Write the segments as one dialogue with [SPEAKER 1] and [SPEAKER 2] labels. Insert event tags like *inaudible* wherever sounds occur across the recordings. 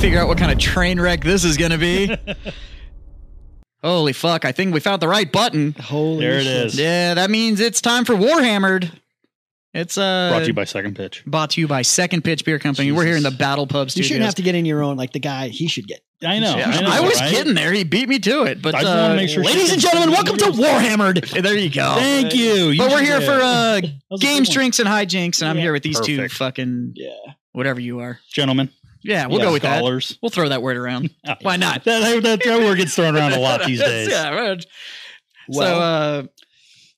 [SPEAKER 1] figure out what kind of train wreck this is going to
[SPEAKER 2] *laughs*
[SPEAKER 1] be. Holy fuck, I think we found the right button.
[SPEAKER 2] Holy
[SPEAKER 3] There it
[SPEAKER 2] shit.
[SPEAKER 3] is.
[SPEAKER 1] Yeah, that means it's time for Warhammered. It's uh
[SPEAKER 3] Brought to you by Second Pitch.
[SPEAKER 1] brought to you by Second Pitch Beer Company. We're here in the Battle Pub
[SPEAKER 2] You
[SPEAKER 1] Studios.
[SPEAKER 2] shouldn't have to get in your own like the guy he should get.
[SPEAKER 3] I know.
[SPEAKER 1] Yeah,
[SPEAKER 3] I, know,
[SPEAKER 1] I, was
[SPEAKER 3] right?
[SPEAKER 1] getting there. He beat me to it. But
[SPEAKER 3] I just wanna
[SPEAKER 1] uh,
[SPEAKER 3] make sure she
[SPEAKER 1] ladies
[SPEAKER 3] can-
[SPEAKER 1] and gentlemen, welcome to
[SPEAKER 3] *laughs*
[SPEAKER 1] Warhammered. There you go.
[SPEAKER 3] Thank you. You
[SPEAKER 1] but we're
[SPEAKER 3] should
[SPEAKER 1] here
[SPEAKER 3] do
[SPEAKER 1] for
[SPEAKER 3] it.
[SPEAKER 1] uh,
[SPEAKER 2] was a
[SPEAKER 1] games,
[SPEAKER 2] good one.
[SPEAKER 1] drinks, and hijinks, and I'm
[SPEAKER 2] Yeah.
[SPEAKER 1] here with these two
[SPEAKER 3] Perfect.
[SPEAKER 1] fucking
[SPEAKER 2] Yeah.
[SPEAKER 1] whatever you are.
[SPEAKER 3] gentlemen.
[SPEAKER 1] Yeah, we'll
[SPEAKER 3] yeah,
[SPEAKER 1] go with that.
[SPEAKER 3] scholars.
[SPEAKER 1] We'll throw that word around. Why not?
[SPEAKER 3] *laughs* That, that, that, that word gets thrown around
[SPEAKER 1] *laughs*
[SPEAKER 3] a *laughs* lot these
[SPEAKER 1] That's-
[SPEAKER 3] days.
[SPEAKER 1] yeah, right.
[SPEAKER 2] Well-
[SPEAKER 1] so, uh,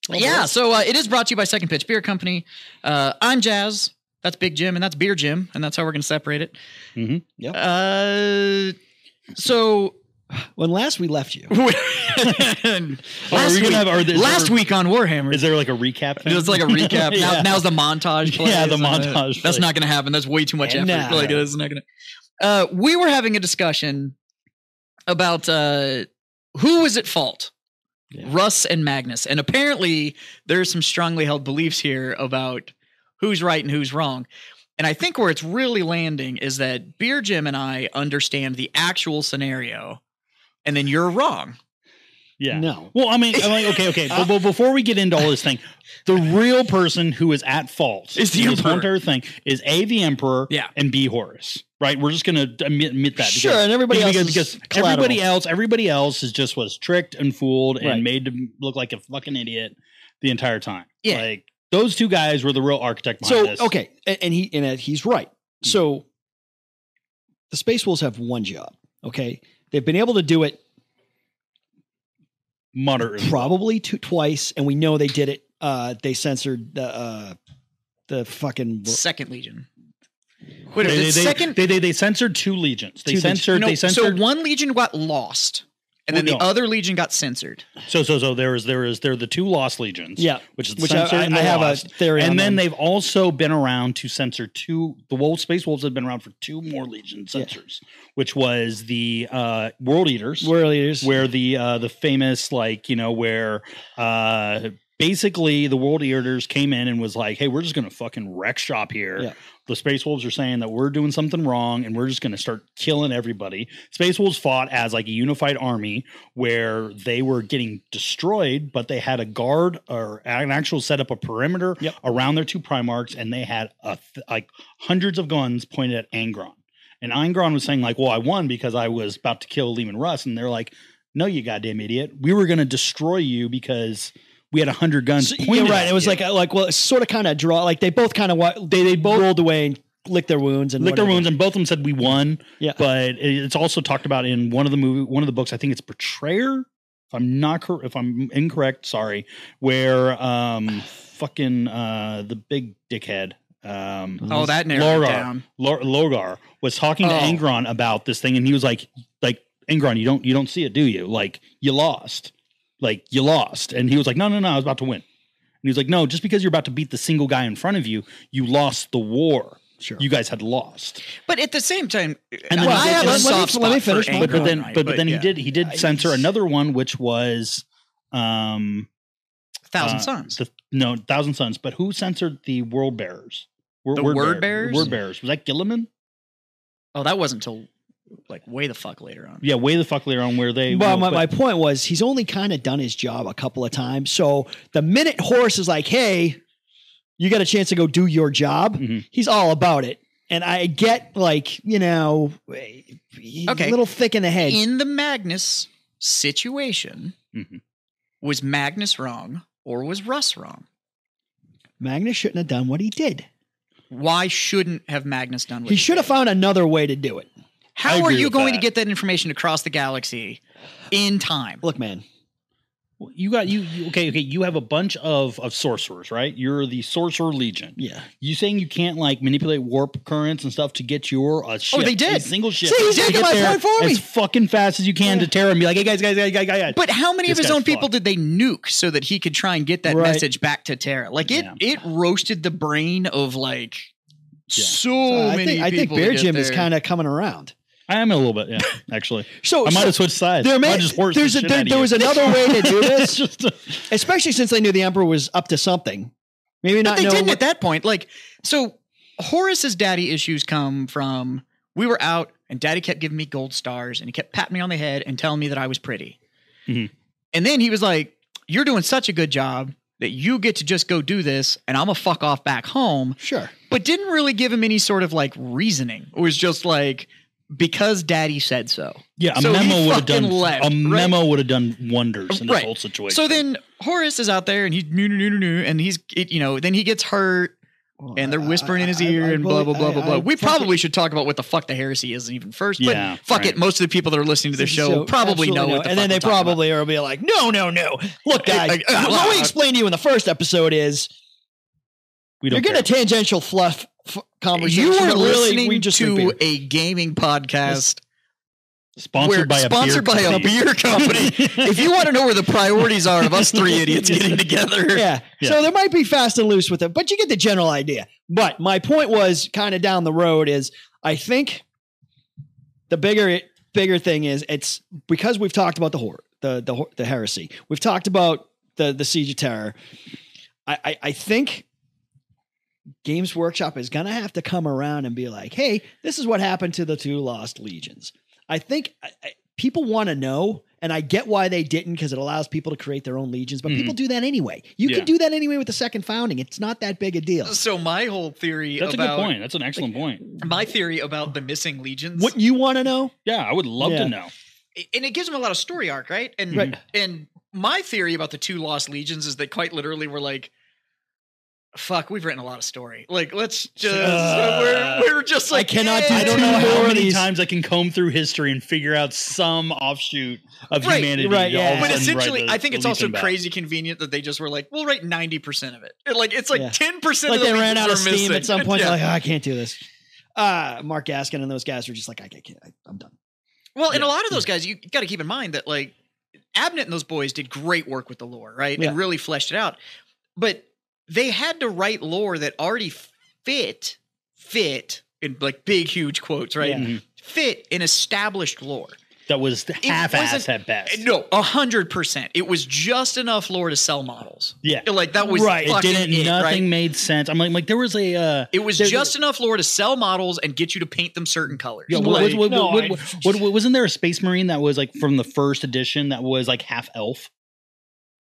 [SPEAKER 2] Well,
[SPEAKER 1] yeah,
[SPEAKER 2] boys.
[SPEAKER 1] so uh, it is brought to you by Second Pitch Beer Company. Uh, I'm Jazz. That's Big Jim, and that's Beer Jim, and that's how we're going to separate it.
[SPEAKER 3] Mhm.
[SPEAKER 2] Yep.
[SPEAKER 1] Uh, so *laughs*
[SPEAKER 2] When last we left you,
[SPEAKER 3] Oh, are
[SPEAKER 1] last
[SPEAKER 3] we
[SPEAKER 1] week,
[SPEAKER 3] gonna have, are there,
[SPEAKER 1] last
[SPEAKER 3] is there,
[SPEAKER 1] week on Warhammer,
[SPEAKER 3] Is there like a recap? Thing?
[SPEAKER 1] it's like a recap.
[SPEAKER 3] *laughs*
[SPEAKER 1] now,
[SPEAKER 3] Yeah.
[SPEAKER 1] now's the montage. Plays.
[SPEAKER 3] *laughs* Yeah, the
[SPEAKER 1] and, uh,
[SPEAKER 3] montage
[SPEAKER 1] That's
[SPEAKER 3] plays.
[SPEAKER 1] not going to happen. That's way too much
[SPEAKER 2] And
[SPEAKER 1] effort.
[SPEAKER 2] now.
[SPEAKER 1] Like it's not going to. Uh, we were having a discussion about uh, who was at fault,
[SPEAKER 2] Yeah.
[SPEAKER 1] Russ and Magnus, and apparently there's some strongly held beliefs here about who's right and who's wrong. And I think where it's really landing is that Beer Jim and I understand the actual scenario, and then you're wrong.
[SPEAKER 3] yeah.
[SPEAKER 2] no.
[SPEAKER 3] Well, I mean, I'm like, okay, okay. but, but before we get into all this thing, the real person who is at fault
[SPEAKER 1] Is the
[SPEAKER 3] in this whole
[SPEAKER 1] Emperor.
[SPEAKER 3] entire thing is a the emperor,
[SPEAKER 1] Yeah.
[SPEAKER 3] and b Horus. Right? We're just gonna admit, admit that.
[SPEAKER 2] Sure,
[SPEAKER 3] because-
[SPEAKER 2] and everybody
[SPEAKER 3] because,
[SPEAKER 2] else
[SPEAKER 3] because
[SPEAKER 2] is collateral.
[SPEAKER 3] everybody else, everybody else is just was tricked and fooled and
[SPEAKER 2] Right.
[SPEAKER 3] made to look like a fucking idiot the entire time.
[SPEAKER 1] Yeah.
[SPEAKER 3] Like those two guys were the real architect behind
[SPEAKER 2] So
[SPEAKER 3] this.
[SPEAKER 2] okay, and, and he and uh, he's right. So the space wolves have one job. Okay, they've been able to do it
[SPEAKER 3] Mutter.
[SPEAKER 2] probably two, twice, and we know they did it. Uh, they censored the uh, the fucking
[SPEAKER 1] Second Legion. Wait,
[SPEAKER 3] They,
[SPEAKER 1] is
[SPEAKER 3] they,
[SPEAKER 1] it
[SPEAKER 3] they-
[SPEAKER 1] second?
[SPEAKER 3] they, they, they censored two legions. They
[SPEAKER 2] Two legions.
[SPEAKER 3] censored.
[SPEAKER 1] No,
[SPEAKER 3] they censored.
[SPEAKER 1] So one legion got lost, and
[SPEAKER 3] Well,
[SPEAKER 1] then the
[SPEAKER 3] no.
[SPEAKER 1] other legion got censored.
[SPEAKER 3] So so so there is there is there are the two lost legions.
[SPEAKER 2] Yeah.
[SPEAKER 3] which is the
[SPEAKER 2] Which I-
[SPEAKER 3] censored
[SPEAKER 2] I-
[SPEAKER 3] and the
[SPEAKER 2] I have a
[SPEAKER 3] lost.
[SPEAKER 2] theory
[SPEAKER 3] And
[SPEAKER 2] on
[SPEAKER 3] then
[SPEAKER 2] them.
[SPEAKER 3] they've also been around to censor two. The wolf space wolves have been around for two more legion censors, which was the uh, world eaters,
[SPEAKER 2] world leaders.
[SPEAKER 3] where the uh, the famous like you know where. Uh, Basically, the world eaters came in and was like, "Hey, we're just going to fucking wreck shop here.
[SPEAKER 2] Yeah.
[SPEAKER 3] The space wolves are saying that we're doing something wrong, and we're just going to start killing everybody." Space wolves fought as like a unified army, where they were getting destroyed, but they had a guard or an actual set up a perimeter
[SPEAKER 2] Yep.
[SPEAKER 3] around their two primarchs, and they had a th- like hundreds of guns pointed at Angron. And Angron was saying like, "Well, I won because I was about to kill Lehman Russ," and they're like, "No, you goddamn idiot! We were going to destroy you because we had a hundred guns."
[SPEAKER 2] So,
[SPEAKER 3] pointed
[SPEAKER 2] you're right.
[SPEAKER 3] at
[SPEAKER 2] It was
[SPEAKER 3] you."
[SPEAKER 2] like like well, sort of kind of draw. Like they both kind of they they both rolled away and licked their wounds and
[SPEAKER 3] licked their
[SPEAKER 2] whatever.
[SPEAKER 3] wounds, and both of them said we won.
[SPEAKER 2] Yeah.
[SPEAKER 3] but it- it's also talked about in one of the movie, one of the books. I think it's Betrayer. If I'm not, cor- if I'm incorrect, sorry. Where um, fucking uh, the big dickhead. Um,
[SPEAKER 1] Oh, that narrowed it down.
[SPEAKER 3] Lor- Logar was talking to
[SPEAKER 1] Oh.
[SPEAKER 3] Angron about this thing, and he was like, "Like Angron, you don't you don't see it, do you? Like you lost, like you lost." And he was like, "No, no, no, I was about to win." And he was like, "No, just because you're about to beat the single guy in front of you, you lost the war.
[SPEAKER 2] Sure.
[SPEAKER 3] You guys had lost."
[SPEAKER 1] But at the same time,
[SPEAKER 3] And then-
[SPEAKER 1] I
[SPEAKER 3] Well,
[SPEAKER 1] have
[SPEAKER 3] let
[SPEAKER 1] a
[SPEAKER 3] me-
[SPEAKER 1] soft
[SPEAKER 2] let me
[SPEAKER 1] spot
[SPEAKER 2] finish
[SPEAKER 1] for
[SPEAKER 2] my-
[SPEAKER 3] But, but
[SPEAKER 1] Angron,
[SPEAKER 3] then,
[SPEAKER 1] right?
[SPEAKER 3] but, then
[SPEAKER 1] yeah.
[SPEAKER 3] he did he did censor another one, which was um
[SPEAKER 1] Thousand
[SPEAKER 3] uh,
[SPEAKER 1] Sons.
[SPEAKER 3] the- no, Thousand Sons. But who censored the World Bearers? Wor-
[SPEAKER 1] The Word Bearers?
[SPEAKER 3] Word Bearers. Was that Gilliman?
[SPEAKER 1] oh, that wasn't till like way the fuck later on.
[SPEAKER 3] Yeah, way the fuck later on where they.
[SPEAKER 2] Well,
[SPEAKER 3] were-
[SPEAKER 2] my,
[SPEAKER 3] but-
[SPEAKER 2] my point was he's only kind of done his job a couple of times. So the minute Horace is like, "Hey, you got a chance to go do your job,"
[SPEAKER 3] Mhm.
[SPEAKER 2] he's all about it. And I get like you know, he's
[SPEAKER 1] Okay.
[SPEAKER 2] a little thick in the head.
[SPEAKER 1] In the Magnus situation,
[SPEAKER 3] Mhm.
[SPEAKER 1] was Magnus wrong or was Russ wrong?
[SPEAKER 2] Magnus shouldn't have done what he did.
[SPEAKER 1] Why shouldn't have Magnus done? What
[SPEAKER 2] He should have found another way to do it.
[SPEAKER 3] I
[SPEAKER 1] How are
[SPEAKER 3] agree
[SPEAKER 1] you
[SPEAKER 3] with
[SPEAKER 1] going
[SPEAKER 3] that.
[SPEAKER 1] to get that information across the galaxy in time?
[SPEAKER 2] Look, man,
[SPEAKER 3] You got you, you okay? Okay, you have a bunch of of sorcerers, right? You're the sorcerer legion.
[SPEAKER 2] yeah,
[SPEAKER 3] You saying you can't like manipulate warp currents and stuff to get your uh, ship,
[SPEAKER 1] they did.
[SPEAKER 3] a single ship.
[SPEAKER 2] See, he's
[SPEAKER 3] to
[SPEAKER 2] making
[SPEAKER 3] get
[SPEAKER 2] my
[SPEAKER 3] there
[SPEAKER 2] point for me.
[SPEAKER 3] as fucking fast as you can to Terra and be like, hey guys, guys, guys, guys, guys.
[SPEAKER 1] But how many of
[SPEAKER 3] This
[SPEAKER 1] his
[SPEAKER 3] guy's
[SPEAKER 1] own people
[SPEAKER 3] fucked.
[SPEAKER 1] did they nuke so that he could try and get that
[SPEAKER 2] Right.
[SPEAKER 1] message back to Terra? Like it,
[SPEAKER 3] Yeah.
[SPEAKER 1] it roasted the brain of like so
[SPEAKER 2] I
[SPEAKER 1] many.
[SPEAKER 2] think I think
[SPEAKER 1] people
[SPEAKER 2] Bear
[SPEAKER 1] to get
[SPEAKER 2] Jim is
[SPEAKER 1] there.
[SPEAKER 2] kind of coming around.
[SPEAKER 3] I am a little bit, yeah, *laughs* actually.
[SPEAKER 2] So
[SPEAKER 3] I might
[SPEAKER 2] so
[SPEAKER 3] have switched sides.
[SPEAKER 2] there
[SPEAKER 3] I
[SPEAKER 2] may,
[SPEAKER 3] just horsed
[SPEAKER 2] there's
[SPEAKER 3] the
[SPEAKER 2] a,
[SPEAKER 3] shit
[SPEAKER 2] there,
[SPEAKER 3] out of
[SPEAKER 2] there
[SPEAKER 3] you.
[SPEAKER 2] *laughs* was another way
[SPEAKER 1] *laughs*
[SPEAKER 2] to do this,
[SPEAKER 3] It's just a-
[SPEAKER 2] especially since they knew the emperor was up to something. Maybe
[SPEAKER 1] But
[SPEAKER 2] not.
[SPEAKER 1] they
[SPEAKER 2] know
[SPEAKER 1] didn't
[SPEAKER 2] what-
[SPEAKER 1] at that point. Like so, Horace's daddy issues come from We were out, and daddy kept giving me gold stars and he kept patting me on the head and telling me that I was pretty.
[SPEAKER 3] Mhm.
[SPEAKER 1] And then he was like, You're doing such a good job that you get to just go do this, and I'm going to fuck off back home.
[SPEAKER 2] Sure.
[SPEAKER 1] But didn't really give him any sort of like reasoning. It was just like, Because daddy said so.
[SPEAKER 3] *laughs* Yeah, a
[SPEAKER 1] So he
[SPEAKER 3] memo would have
[SPEAKER 1] fucking
[SPEAKER 3] done
[SPEAKER 1] left,
[SPEAKER 3] a
[SPEAKER 1] right?
[SPEAKER 3] memo would have done wonders in this
[SPEAKER 1] Right.
[SPEAKER 3] whole situation.
[SPEAKER 1] So then Horace is out there and he's no no no no no, and he's it, you know then he gets hurt and they're
[SPEAKER 3] Uh,
[SPEAKER 1] whispering in his ear and blah blah blah blah blah. We probably should talk about what the fuck the heresy is even first. But
[SPEAKER 3] Yeah,
[SPEAKER 1] fuck
[SPEAKER 3] right.
[SPEAKER 1] it, most of the people that are listening to this show
[SPEAKER 2] So,
[SPEAKER 1] probably
[SPEAKER 2] absolutely
[SPEAKER 1] know
[SPEAKER 2] no.
[SPEAKER 1] what the fuck
[SPEAKER 2] and then
[SPEAKER 1] I'm
[SPEAKER 2] they
[SPEAKER 1] talking about.
[SPEAKER 2] probably are be like, no, no, no. Look, guys,
[SPEAKER 1] like, uh,
[SPEAKER 2] what we
[SPEAKER 1] uh,
[SPEAKER 2] explained to you in the first episode is
[SPEAKER 3] we
[SPEAKER 2] you're
[SPEAKER 3] don't
[SPEAKER 2] getting a
[SPEAKER 3] care.
[SPEAKER 2] tangential fluff f- conversation.
[SPEAKER 1] You
[SPEAKER 2] but
[SPEAKER 1] are
[SPEAKER 2] really,
[SPEAKER 1] listening
[SPEAKER 2] we just drink
[SPEAKER 1] to
[SPEAKER 2] beer.
[SPEAKER 1] a gaming
[SPEAKER 2] *laughs*
[SPEAKER 1] podcast where
[SPEAKER 3] sponsored by a
[SPEAKER 1] sponsored
[SPEAKER 3] beer
[SPEAKER 1] by a
[SPEAKER 3] company. *laughs*
[SPEAKER 1] beer company. if you want to know where the priorities are of us three idiots
[SPEAKER 2] *laughs*
[SPEAKER 1] getting together,
[SPEAKER 2] yeah.
[SPEAKER 3] Yeah.
[SPEAKER 2] So there might be fast and loose with it, but you get the general idea. But my point was kind of down the road is I think the bigger bigger thing is it's because we've talked about the horror, the the hor- the heresy. We've talked about the the siege of terror. I I, I think Games Workshop is gonna have to come around and be like, hey, this is what happened to the two lost legions. I think I, I, people want to know, and I get why they didn't because it allows people to create their own legions. But
[SPEAKER 3] Mhm.
[SPEAKER 2] people do that anyway. You
[SPEAKER 3] Yeah.
[SPEAKER 2] can do that anyway with the second founding. It's not that big a deal.
[SPEAKER 1] So my whole theory
[SPEAKER 3] *laughs* That's a good
[SPEAKER 1] about
[SPEAKER 3] point. That's an excellent point.
[SPEAKER 1] my theory about the missing legions.
[SPEAKER 2] Wouldn't you want to know?
[SPEAKER 3] Yeah, I would love
[SPEAKER 2] Yeah.
[SPEAKER 3] to know.
[SPEAKER 1] and it gives them a lot of story arc, right? And
[SPEAKER 2] Right.
[SPEAKER 1] and my theory about the two lost legions is they quite literally were like, "Fuck, we've written a lot of story. Like, let's just
[SPEAKER 3] Uh,
[SPEAKER 1] we're, we're just
[SPEAKER 2] I
[SPEAKER 1] like eh,
[SPEAKER 2] cannot do
[SPEAKER 1] yeah.
[SPEAKER 3] I don't
[SPEAKER 2] Two
[SPEAKER 3] know
[SPEAKER 2] more
[SPEAKER 3] how
[SPEAKER 2] of
[SPEAKER 3] many
[SPEAKER 2] these-
[SPEAKER 3] times I can comb through history and figure out some offshoot of
[SPEAKER 1] Right,
[SPEAKER 3] humanity.
[SPEAKER 2] right,
[SPEAKER 3] to all of a
[SPEAKER 2] yeah.
[SPEAKER 1] But
[SPEAKER 3] sudden
[SPEAKER 1] essentially,
[SPEAKER 3] write the-
[SPEAKER 1] I think
[SPEAKER 3] the
[SPEAKER 1] it's
[SPEAKER 3] leap
[SPEAKER 1] also
[SPEAKER 3] and bound.
[SPEAKER 1] crazy convenient that they just were like, "We'll write ninety percent of it." And, Like it's
[SPEAKER 2] Yeah.
[SPEAKER 1] like ten percent.
[SPEAKER 2] Like
[SPEAKER 1] of the
[SPEAKER 2] they ran
[SPEAKER 1] legions
[SPEAKER 2] out of
[SPEAKER 1] are
[SPEAKER 2] steam
[SPEAKER 1] missing.
[SPEAKER 2] at some
[SPEAKER 1] *laughs*
[SPEAKER 2] point.
[SPEAKER 1] Yeah.
[SPEAKER 2] They're like, oh, I can't do this. Uh, Mark Gaskin and those guys were just like, I can't. I, I'm done.
[SPEAKER 1] well, and a
[SPEAKER 3] Yeah.
[SPEAKER 1] lot of those guys, you got to keep in mind that like Abnett and those boys did great work with the lore, right?
[SPEAKER 2] Yeah.
[SPEAKER 1] And really fleshed it out. But they had to write lore that already fit, fit in like big, huge quotes, right?
[SPEAKER 2] Yeah.
[SPEAKER 3] Mhm.
[SPEAKER 1] Fit in established lore.
[SPEAKER 3] that was half-assed
[SPEAKER 1] wasn't-
[SPEAKER 3] at best.
[SPEAKER 1] And No, a hundred percent. It was just enough lore to sell models.
[SPEAKER 3] yeah,
[SPEAKER 1] Like that was
[SPEAKER 2] Right.
[SPEAKER 1] right.
[SPEAKER 2] It
[SPEAKER 3] it didn't.
[SPEAKER 1] Right?
[SPEAKER 3] nothing made sense. I'm like, like there was a. Uh,
[SPEAKER 1] It was
[SPEAKER 3] There's-
[SPEAKER 1] just enough lore to sell models and get you to paint them certain colors.
[SPEAKER 3] Yeah,
[SPEAKER 1] Like-
[SPEAKER 3] what, what, what,
[SPEAKER 2] no,
[SPEAKER 3] what,
[SPEAKER 2] I-
[SPEAKER 3] what, what- what- wasn't there a space marine that was like from the first edition that was like half elf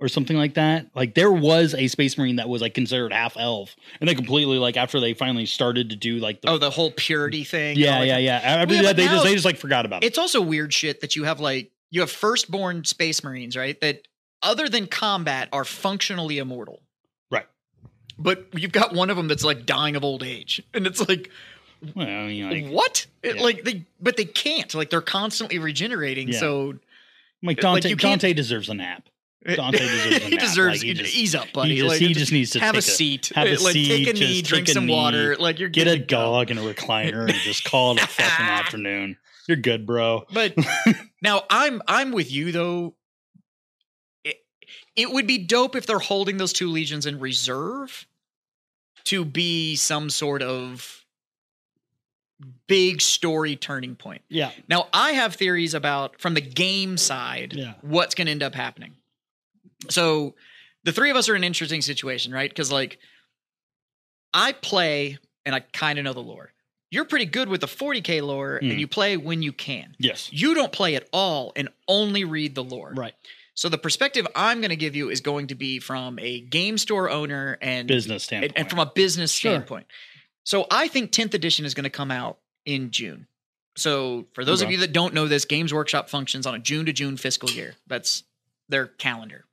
[SPEAKER 3] or something like that? Like there was a space marine that was like considered half elf, and then completely like after they finally started to do like the
[SPEAKER 1] oh, the whole purity thing. and all
[SPEAKER 3] yeah
[SPEAKER 1] that
[SPEAKER 3] yeah
[SPEAKER 1] kind-
[SPEAKER 3] yeah after
[SPEAKER 1] Well, yeah, but
[SPEAKER 3] that they
[SPEAKER 1] now-
[SPEAKER 3] just they just like forgot about it.
[SPEAKER 1] It's also weird shit that you have like you have firstborn space marines, right? That other than combat are functionally immortal.
[SPEAKER 3] Right.
[SPEAKER 1] But you've got one of them that's like dying of old age. And it's like
[SPEAKER 3] Well, I mean, like,
[SPEAKER 1] what? It-
[SPEAKER 3] Yeah.
[SPEAKER 1] Like they, but they can't. Like they're constantly regenerating.
[SPEAKER 3] Yeah.
[SPEAKER 1] So
[SPEAKER 3] like
[SPEAKER 1] like,
[SPEAKER 3] Dante
[SPEAKER 1] Mm, you can't-
[SPEAKER 3] Dante deserves an app. Dante
[SPEAKER 1] *laughs*
[SPEAKER 3] deserves a
[SPEAKER 1] he
[SPEAKER 3] nap.
[SPEAKER 1] deserves
[SPEAKER 3] Like, he just-
[SPEAKER 1] ease up, buddy.
[SPEAKER 3] he just,
[SPEAKER 1] like,
[SPEAKER 3] he just needs to
[SPEAKER 1] have
[SPEAKER 3] take
[SPEAKER 1] a seat,
[SPEAKER 3] have a
[SPEAKER 1] like,
[SPEAKER 3] seat,
[SPEAKER 1] take a knee,
[SPEAKER 3] just
[SPEAKER 1] drink
[SPEAKER 3] take a
[SPEAKER 1] some
[SPEAKER 3] knee,
[SPEAKER 1] water. Like you're
[SPEAKER 3] Get
[SPEAKER 1] good to
[SPEAKER 3] a
[SPEAKER 1] go.
[SPEAKER 3] dog and a recliner and just call it
[SPEAKER 1] *laughs*
[SPEAKER 3] a fucking afternoon. You're good, bro.
[SPEAKER 2] *laughs*
[SPEAKER 1] But now I'm I'm with you though. It, it would be dope if they're holding those two legions in reserve to be some sort of big story turning point.
[SPEAKER 2] Yeah.
[SPEAKER 1] Now I have theories about from the game side
[SPEAKER 2] Yeah.
[SPEAKER 1] what's going to end up happening. So the three of us are in an interesting situation, right? Because like I play and I kind of know the lore. You're pretty good with the 40k lore,
[SPEAKER 3] Mm.
[SPEAKER 1] and you play when you can.
[SPEAKER 3] Yes.
[SPEAKER 1] You don't play at all and only read the lore.
[SPEAKER 2] Right.
[SPEAKER 1] So the perspective I'm going to give you is going to be from a game store owner and
[SPEAKER 3] Business
[SPEAKER 1] and,
[SPEAKER 3] standpoint.
[SPEAKER 1] and from a business
[SPEAKER 2] Sure.
[SPEAKER 1] standpoint. So I think 10th edition is going to come out in June. So for those of
[SPEAKER 3] Okay.
[SPEAKER 1] you that don't know this, Games Workshop functions on a June to June fiscal year. That's their calendar.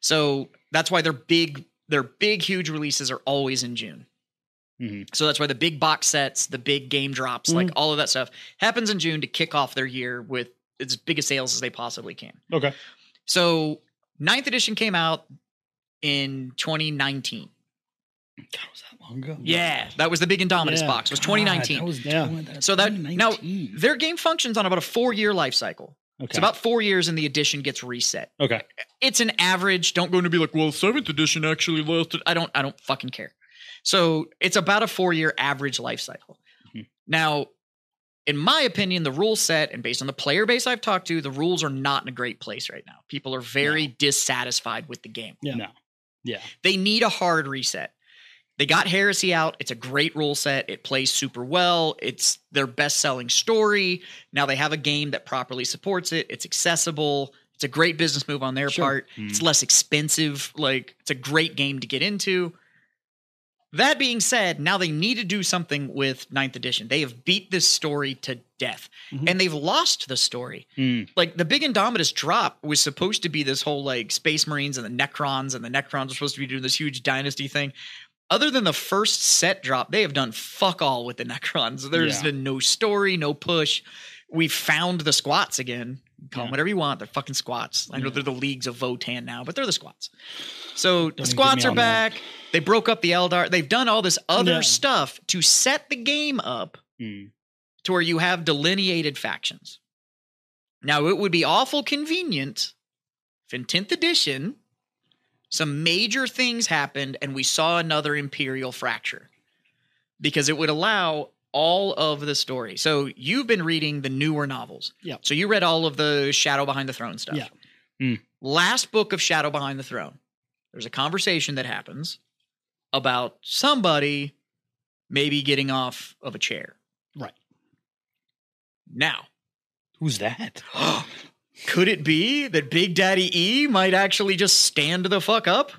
[SPEAKER 1] So that's why their big their big huge releases are always in June.
[SPEAKER 3] Mhm.
[SPEAKER 1] So that's why the big box sets, the big game drops, like all of that stuff happens in June to kick off their year with as big a sales as they possibly can.
[SPEAKER 3] Okay.
[SPEAKER 1] So ninth edition came out in 2019.
[SPEAKER 3] God, was that long ago?
[SPEAKER 1] Yeah, that was the big Indominus
[SPEAKER 2] Yeah.
[SPEAKER 1] box. It was
[SPEAKER 3] God,
[SPEAKER 1] 2019.
[SPEAKER 3] that was-
[SPEAKER 2] Yeah.
[SPEAKER 3] that's
[SPEAKER 1] So that- now-
[SPEAKER 3] 2019.
[SPEAKER 1] Their game functions on about a four-year life cycle.
[SPEAKER 3] okay.
[SPEAKER 1] It's about four years, and the edition gets reset.
[SPEAKER 3] okay.
[SPEAKER 1] It's an average. Don't go and be like, well, seventh edition actually lasted. I don't. I don't fucking care. So it's about a four-year average life cycle.
[SPEAKER 3] Mhm.
[SPEAKER 1] Now, in my opinion, the rule set and based on the player base I've talked to, the rules are not in a great place right now. People are very dissatisfied with the game.
[SPEAKER 2] Yeah.
[SPEAKER 3] No. Yeah.
[SPEAKER 1] They need a hard reset. They got Heresy out. It's a great rule set. It plays super well. It's their best selling story. Now they have a game that properly supports it. It's accessible. It's a great business move on their
[SPEAKER 2] Sure.
[SPEAKER 1] part.
[SPEAKER 3] Mhm.
[SPEAKER 1] It's less expensive. Like, it's a great game to get into. That being said, now they need to do something with Ninth edition. They have beat this story to death
[SPEAKER 2] Mhm.
[SPEAKER 1] and they've lost the story
[SPEAKER 3] Mm.
[SPEAKER 1] like the big Indominus drop was supposed to be this whole like Space Marines and the Necrons and the Necrons are supposed to be doing this huge dynasty thing. Other than the first set drop, they have done fuck all with the Necrons. There's
[SPEAKER 3] Yeah.
[SPEAKER 1] been no story, no push. We found the squats again. Call them
[SPEAKER 3] Yeah.
[SPEAKER 1] whatever you want. They're fucking squats. I know
[SPEAKER 3] Yeah.
[SPEAKER 1] they're the leagues of Votan now, but they're the squats. So
[SPEAKER 3] Don't
[SPEAKER 1] the
[SPEAKER 3] even
[SPEAKER 1] squats
[SPEAKER 3] get me
[SPEAKER 1] are
[SPEAKER 3] on that.
[SPEAKER 1] back. They broke up the Eldar. They've done all this other
[SPEAKER 3] Yeah.
[SPEAKER 1] stuff to set the game up
[SPEAKER 3] Mm.
[SPEAKER 1] to where you have delineated factions. Now, it would be awful convenient if in 10th edition, some major things happened and we saw another Imperial fracture because it would allow all of the story. So, you've been reading the newer novels.
[SPEAKER 2] Yeah.
[SPEAKER 1] So, you read all of the Shadow Behind the Throne stuff.
[SPEAKER 2] Yeah.
[SPEAKER 3] Mm.
[SPEAKER 1] Last book of Shadow Behind the Throne, there's a conversation that happens about somebody maybe getting off of a chair. Now,
[SPEAKER 3] Who's that?
[SPEAKER 1] could it be that Big Daddy E might actually just stand the fuck up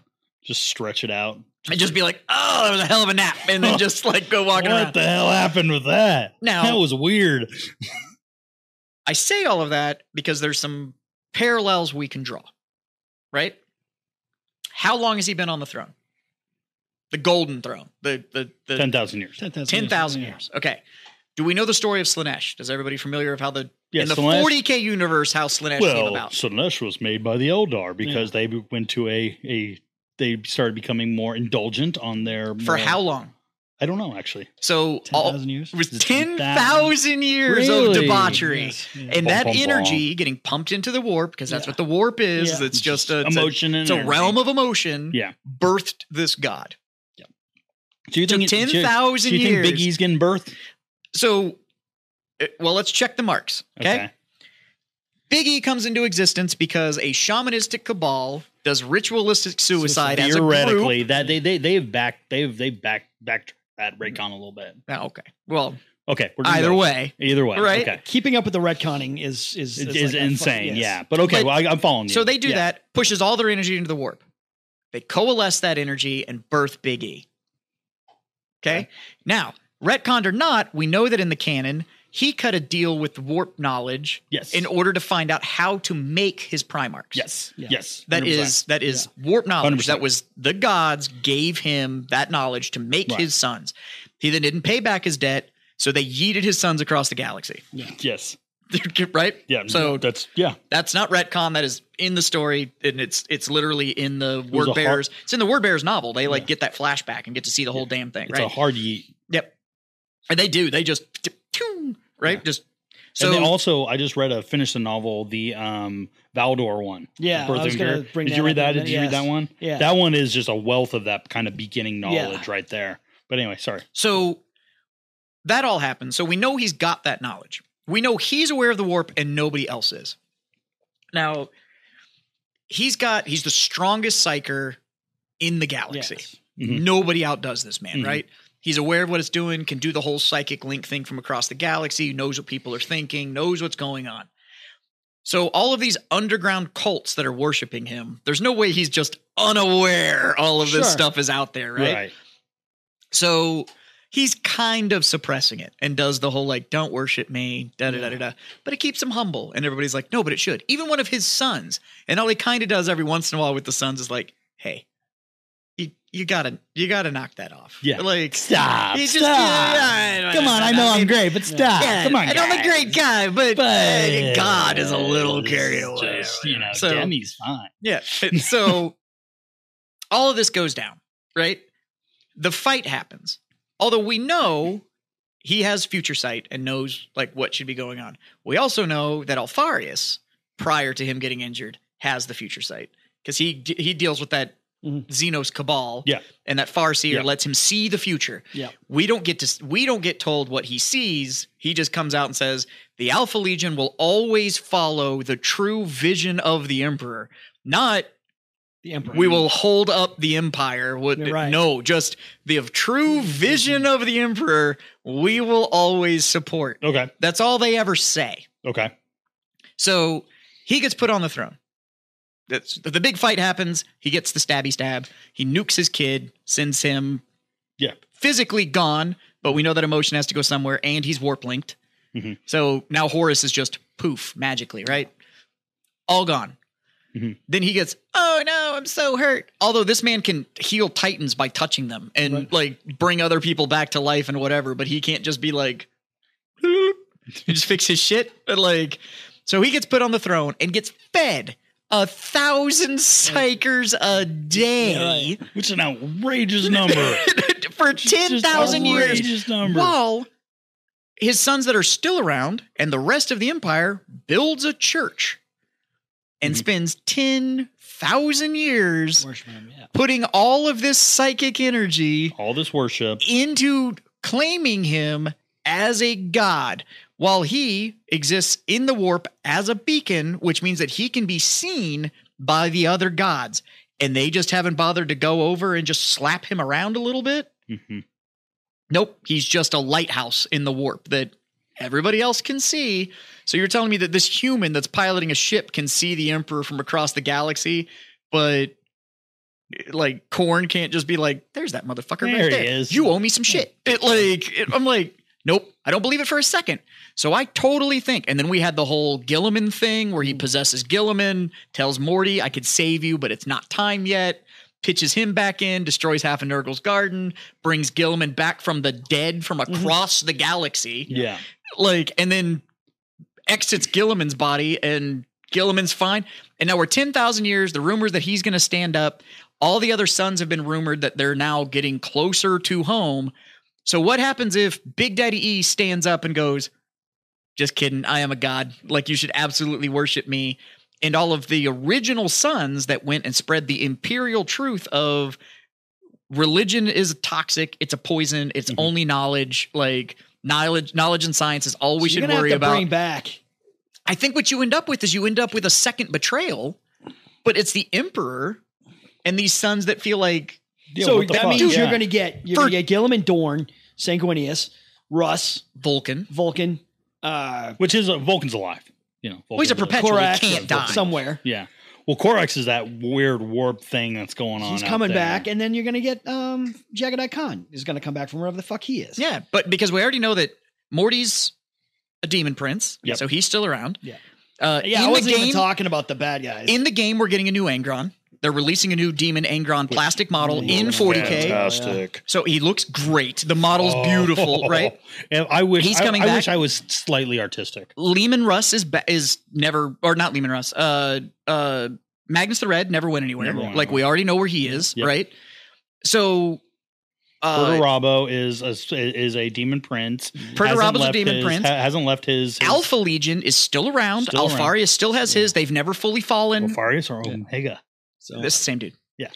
[SPEAKER 3] Just stretch it out.
[SPEAKER 1] and just be like, "Oh, that was a hell of a nap," and
[SPEAKER 3] *laughs*
[SPEAKER 1] then just like go
[SPEAKER 3] What
[SPEAKER 1] walking around?
[SPEAKER 3] the hell happened with that?
[SPEAKER 1] Now-
[SPEAKER 3] that was weird.
[SPEAKER 1] I say all of that because there's some parallels we can draw, right? How long has he been on the throne? The Golden Throne, the the the
[SPEAKER 3] Ten thousand years.
[SPEAKER 2] Ten thousand.
[SPEAKER 1] ten thousand years. Okay. Do we know the story of Slanesh? Is everybody familiar of how the
[SPEAKER 3] Yeah,
[SPEAKER 1] in the
[SPEAKER 3] Slanesh-
[SPEAKER 1] 40k universe how Slanesh came
[SPEAKER 3] Well,
[SPEAKER 1] about?
[SPEAKER 3] Slanesh was made by the Eldar because they be- went to a a. They started becoming more indulgent on their
[SPEAKER 1] For
[SPEAKER 3] more-
[SPEAKER 1] how long?
[SPEAKER 3] I don't know actually.
[SPEAKER 1] So
[SPEAKER 2] Ten
[SPEAKER 1] all,
[SPEAKER 2] thousand years.
[SPEAKER 1] It was
[SPEAKER 3] Is it
[SPEAKER 1] 10,000 years of
[SPEAKER 3] Really?
[SPEAKER 1] debauchery.
[SPEAKER 2] Yes, yeah.
[SPEAKER 1] And
[SPEAKER 3] Bum,
[SPEAKER 1] that
[SPEAKER 3] bum, bum.
[SPEAKER 1] energy getting pumped into the warp, because that's
[SPEAKER 2] Yeah.
[SPEAKER 1] what the warp is,
[SPEAKER 2] Yeah.
[SPEAKER 1] is it's just a, it's a-
[SPEAKER 3] emotion and
[SPEAKER 1] it's a
[SPEAKER 3] energy.
[SPEAKER 1] realm of emotion,
[SPEAKER 3] Yeah.
[SPEAKER 1] birthed this god.
[SPEAKER 3] Do you
[SPEAKER 1] Took
[SPEAKER 3] think it- do you-
[SPEAKER 1] 10,000
[SPEAKER 3] Do you
[SPEAKER 1] years.
[SPEAKER 3] think Big E's getting birth?
[SPEAKER 1] So, uh, well, let's check the marks, okay? Big E comes into existence because a shamanistic cabal does ritualistic suicide, as a group.
[SPEAKER 3] Theoretically, that they they they've backed they've they've back backed that Raycon a little bit.
[SPEAKER 1] Oh, okay. Well,
[SPEAKER 3] Okay, we're gonna
[SPEAKER 1] either
[SPEAKER 3] go.
[SPEAKER 1] way,
[SPEAKER 3] either way,
[SPEAKER 1] Right?
[SPEAKER 3] Okay,
[SPEAKER 2] Keeping up with the retconning is is
[SPEAKER 3] it
[SPEAKER 2] like
[SPEAKER 3] is
[SPEAKER 2] a fu-
[SPEAKER 3] insane.
[SPEAKER 2] yes.
[SPEAKER 3] Yeah, but okay,
[SPEAKER 1] But-
[SPEAKER 3] well, I, I'm following you.
[SPEAKER 1] so they do
[SPEAKER 3] Yeah.
[SPEAKER 1] that, pushes all their energy into the warp. They coalesce that energy and birth Big E. Okay?
[SPEAKER 3] Okay.
[SPEAKER 1] Now, retconned or not, we know that in the canon, he cut a deal with warp knowledge
[SPEAKER 3] Yes.
[SPEAKER 1] in order to find out how to make his Primarchs.
[SPEAKER 3] yes.
[SPEAKER 2] Yeah.
[SPEAKER 3] Yes.
[SPEAKER 1] That
[SPEAKER 3] 100%.
[SPEAKER 1] is that is warp knowledge.
[SPEAKER 3] 100%.
[SPEAKER 1] That was the gods gave him that knowledge to make
[SPEAKER 3] Right.
[SPEAKER 1] his sons. He then didn't pay back his debt, so they yeeted his sons across the galaxy. *laughs*
[SPEAKER 3] Yes.
[SPEAKER 1] right?
[SPEAKER 3] Yeah.
[SPEAKER 1] So-
[SPEAKER 3] that's yeah.
[SPEAKER 1] That's not retcon. That is in the story, and it's it's literally in the Word
[SPEAKER 3] was a
[SPEAKER 1] Bearers. it's in the Word Bearers novel. They like
[SPEAKER 3] Yeah.
[SPEAKER 1] get that flashback and get to see the whole damn thing,
[SPEAKER 3] It's
[SPEAKER 1] right?
[SPEAKER 3] a hard yeet.
[SPEAKER 1] yep. And they do. They just tune, right.
[SPEAKER 3] Yeah.
[SPEAKER 1] Just
[SPEAKER 3] and then
[SPEAKER 1] so
[SPEAKER 3] also, I just read a finished the novel, the um Valdor one.
[SPEAKER 2] Yeah,
[SPEAKER 3] Birth
[SPEAKER 2] I was
[SPEAKER 3] of
[SPEAKER 2] gonna
[SPEAKER 3] Endure.
[SPEAKER 2] bring
[SPEAKER 3] Did
[SPEAKER 2] that
[SPEAKER 3] you read
[SPEAKER 2] up in a
[SPEAKER 3] that? Did
[SPEAKER 2] minute,
[SPEAKER 3] you read
[SPEAKER 2] yes.
[SPEAKER 3] that one?
[SPEAKER 2] Yeah.
[SPEAKER 3] That one is just a wealth of that kind of beginning
[SPEAKER 2] Yeah.
[SPEAKER 3] knowledge right there. But anyway, sorry.
[SPEAKER 1] so that all happens. So we know he's got that knowledge. We know he's aware of the warp, and nobody else is. Now he's got he's the strongest psyker in the galaxy.
[SPEAKER 2] Yes.
[SPEAKER 3] Mhm.
[SPEAKER 1] Nobody outdoes this man,
[SPEAKER 3] Mhm.
[SPEAKER 1] right? He's aware of what it's doing, can do the whole psychic link thing from across the galaxy, knows what people are thinking, knows what's going on. So all of these underground cults that are worshiping him, there's no way he's just unaware all of this
[SPEAKER 2] Sure.
[SPEAKER 1] stuff is out there, right? So he's kind of suppressing it and does the whole like, don't worship me, da da da da da. But it keeps him humble. And everybody's like, no, but it should. Even one of his sons. And all he kind of does every once in a while with the sons is like, hey, you, you gotta you gotta knock that off.
[SPEAKER 3] Yeah.
[SPEAKER 1] Like
[SPEAKER 3] Stop.
[SPEAKER 1] He's just-
[SPEAKER 3] stop.
[SPEAKER 1] yeah, I-
[SPEAKER 3] Come on, I know I'm great, but stop.
[SPEAKER 1] yeah,
[SPEAKER 3] Come on,
[SPEAKER 1] and I'm a
[SPEAKER 3] guys.
[SPEAKER 1] great guy, but, uh,
[SPEAKER 3] But
[SPEAKER 1] God is a little
[SPEAKER 3] it's
[SPEAKER 1] carried away.
[SPEAKER 3] just, you know,
[SPEAKER 1] So-
[SPEAKER 3] Demi's fine.
[SPEAKER 1] Yeah. And
[SPEAKER 3] *laughs*
[SPEAKER 1] so all of this goes down, right? The fight happens. Although we know he has future sight and knows like what should be going on. We also know that Alfarius, prior to him getting injured, has the future sight because he he deals with that
[SPEAKER 2] Mhm.
[SPEAKER 1] Xenos cabal,
[SPEAKER 3] Mm-hmm. Yeah.
[SPEAKER 1] and that Farseer
[SPEAKER 3] Yeah.
[SPEAKER 1] lets him see the future.
[SPEAKER 2] Yeah.
[SPEAKER 1] We don't get to we don't get told what he sees. He just comes out and says the Alpha Legion will always follow the true vision of the Emperor, not
[SPEAKER 2] The emperor.
[SPEAKER 1] we will hold up the empire. Would
[SPEAKER 2] You're right.
[SPEAKER 1] no, just the true vision of the emperor. We will always support.
[SPEAKER 3] Okay.
[SPEAKER 1] That's all they ever say.
[SPEAKER 3] Okay.
[SPEAKER 1] So he gets put on the throne. That's, the big fight happens. He gets the stabby stab. He nukes his kid, sends him
[SPEAKER 3] Yeah.
[SPEAKER 1] physically gone, but we know that emotion has to go somewhere, and he's warp linked.
[SPEAKER 3] Mhm.
[SPEAKER 1] So now Horus is just poof magically, right? All gone.
[SPEAKER 3] Mhm.
[SPEAKER 1] Then he gets, oh no, I'm so hurt. Although this man can heal titans by touching them and
[SPEAKER 2] Right.
[SPEAKER 1] like bring other people back to life and whatever, but he can't just be like, *laughs* "Bloop." He just fix his shit. But like, so he gets put on the throne and gets fed a thousand psychers a day *laughs*
[SPEAKER 3] Which is an outrageous number.
[SPEAKER 1] for
[SPEAKER 3] Just
[SPEAKER 1] ten thousand years
[SPEAKER 3] outrageous number.
[SPEAKER 1] while his sons that are still around and the rest of the empire builds a church and
[SPEAKER 3] Mhm.
[SPEAKER 1] spends 10,000 years
[SPEAKER 2] worship him. Yeah.
[SPEAKER 1] putting all of this psychic energy
[SPEAKER 3] All this worship.
[SPEAKER 1] into claiming him as a god while he exists in the warp as a beacon which means that he can be seen by the other gods and they just haven't bothered to go over and just slap him around a little bit
[SPEAKER 3] Mhm.
[SPEAKER 1] Nope, he's just a lighthouse in the warp that everybody else can see. So you're telling me that this human that's piloting a ship can see the emperor from across the galaxy, but like Korn can't just be like, "There's that motherfucker
[SPEAKER 3] There
[SPEAKER 1] right
[SPEAKER 3] he
[SPEAKER 1] there.
[SPEAKER 3] is."
[SPEAKER 1] You owe me some shit." It like it, I'm like, "Nope, I don't believe it for a second. So I totally think. And then we had the whole Gilliman thing where he
[SPEAKER 3] Mm.
[SPEAKER 1] possesses Gilliman, tells Morty, "I could save you, but it's not time yet." Pitches him back in, destroys half of Nurgle's garden, brings Gilliman back from the dead from across the galaxy
[SPEAKER 3] Yeah.
[SPEAKER 1] like and then exits Gilliman's body and Gilliman's fine. And now we're 10,000 years. The rumors that he's going to stand up. All the other sons have been rumored that they're now getting closer to home. So what happens if Big Daddy E stands up and goes, "Just kidding. I am a god. Like you should absolutely worship me." And all of the original sons that went and spread the imperial truth of religion is toxic, it's a poison, it's
[SPEAKER 3] Mhm.
[SPEAKER 1] only knowledge, like knowledge knowledge and science is all we
[SPEAKER 2] Mm-hmm. So you're
[SPEAKER 1] should
[SPEAKER 2] gonna have
[SPEAKER 1] worry
[SPEAKER 2] to
[SPEAKER 1] about.
[SPEAKER 2] Bring back.
[SPEAKER 1] I think what you end up with is you end up with a second betrayal, but it's the emperor and these sons that feel like
[SPEAKER 3] Yeah,
[SPEAKER 2] so
[SPEAKER 3] what the
[SPEAKER 2] that
[SPEAKER 3] fuck?
[SPEAKER 2] means
[SPEAKER 3] Yeah.
[SPEAKER 2] you're going to get you're
[SPEAKER 1] For-
[SPEAKER 2] going to get Gilliman, Dorn, Sanguinius, Russ,
[SPEAKER 1] Vulcan.
[SPEAKER 2] Vulcan, uh,
[SPEAKER 3] Which is uh, Vulcan's alive. You know.
[SPEAKER 1] Well, he's a
[SPEAKER 3] Vulcan's alive.
[SPEAKER 1] perpetual.
[SPEAKER 2] Korak,
[SPEAKER 1] he can't die.
[SPEAKER 2] somewhere.
[SPEAKER 3] Yeah. Well, Korax is that weird warp thing that's going on.
[SPEAKER 2] He's
[SPEAKER 3] out
[SPEAKER 2] coming
[SPEAKER 3] there.
[SPEAKER 2] back, and then you're going to get um, Jagadai Khan is going to come back from wherever the fuck he is.
[SPEAKER 1] Yeah, but because we already know that Morty's a demon prince,
[SPEAKER 3] Yep.
[SPEAKER 1] so he's still around.
[SPEAKER 2] Yeah.
[SPEAKER 1] Uh,
[SPEAKER 2] yeah.
[SPEAKER 1] in
[SPEAKER 2] I
[SPEAKER 1] the
[SPEAKER 2] wasn't
[SPEAKER 1] game-
[SPEAKER 2] even talking about the bad guys.
[SPEAKER 1] In the game, we're getting a new Angron. They're releasing a new demon Angron plastic model in 40K.
[SPEAKER 4] Fantastic.
[SPEAKER 1] So he looks great. The model's
[SPEAKER 3] Oh.
[SPEAKER 1] beautiful, right?
[SPEAKER 3] *laughs* And I wish
[SPEAKER 1] He's
[SPEAKER 3] I-
[SPEAKER 1] coming
[SPEAKER 3] I,
[SPEAKER 1] back.
[SPEAKER 3] wish I was slightly artistic.
[SPEAKER 1] Lehman Russ is ba- is never or not Lehman Russ. Uh uh Magnus the Red never went anywhere.
[SPEAKER 3] Never went
[SPEAKER 1] like we already know where he is,
[SPEAKER 3] Yep.
[SPEAKER 1] right? So uh
[SPEAKER 3] Perturabo is a, is a demon prince. Hasn't
[SPEAKER 1] Perturba's a
[SPEAKER 3] left
[SPEAKER 1] demon
[SPEAKER 3] his-
[SPEAKER 1] prince.
[SPEAKER 3] ha- hasn't left his, his
[SPEAKER 1] Alpha Legion is still around.
[SPEAKER 3] Still around.
[SPEAKER 1] Alfaria still has his. They've never fully fallen.
[SPEAKER 3] Alpharius or
[SPEAKER 2] Yeah.
[SPEAKER 3] Omega.
[SPEAKER 2] so,
[SPEAKER 1] This is the same dude.
[SPEAKER 3] Yeah.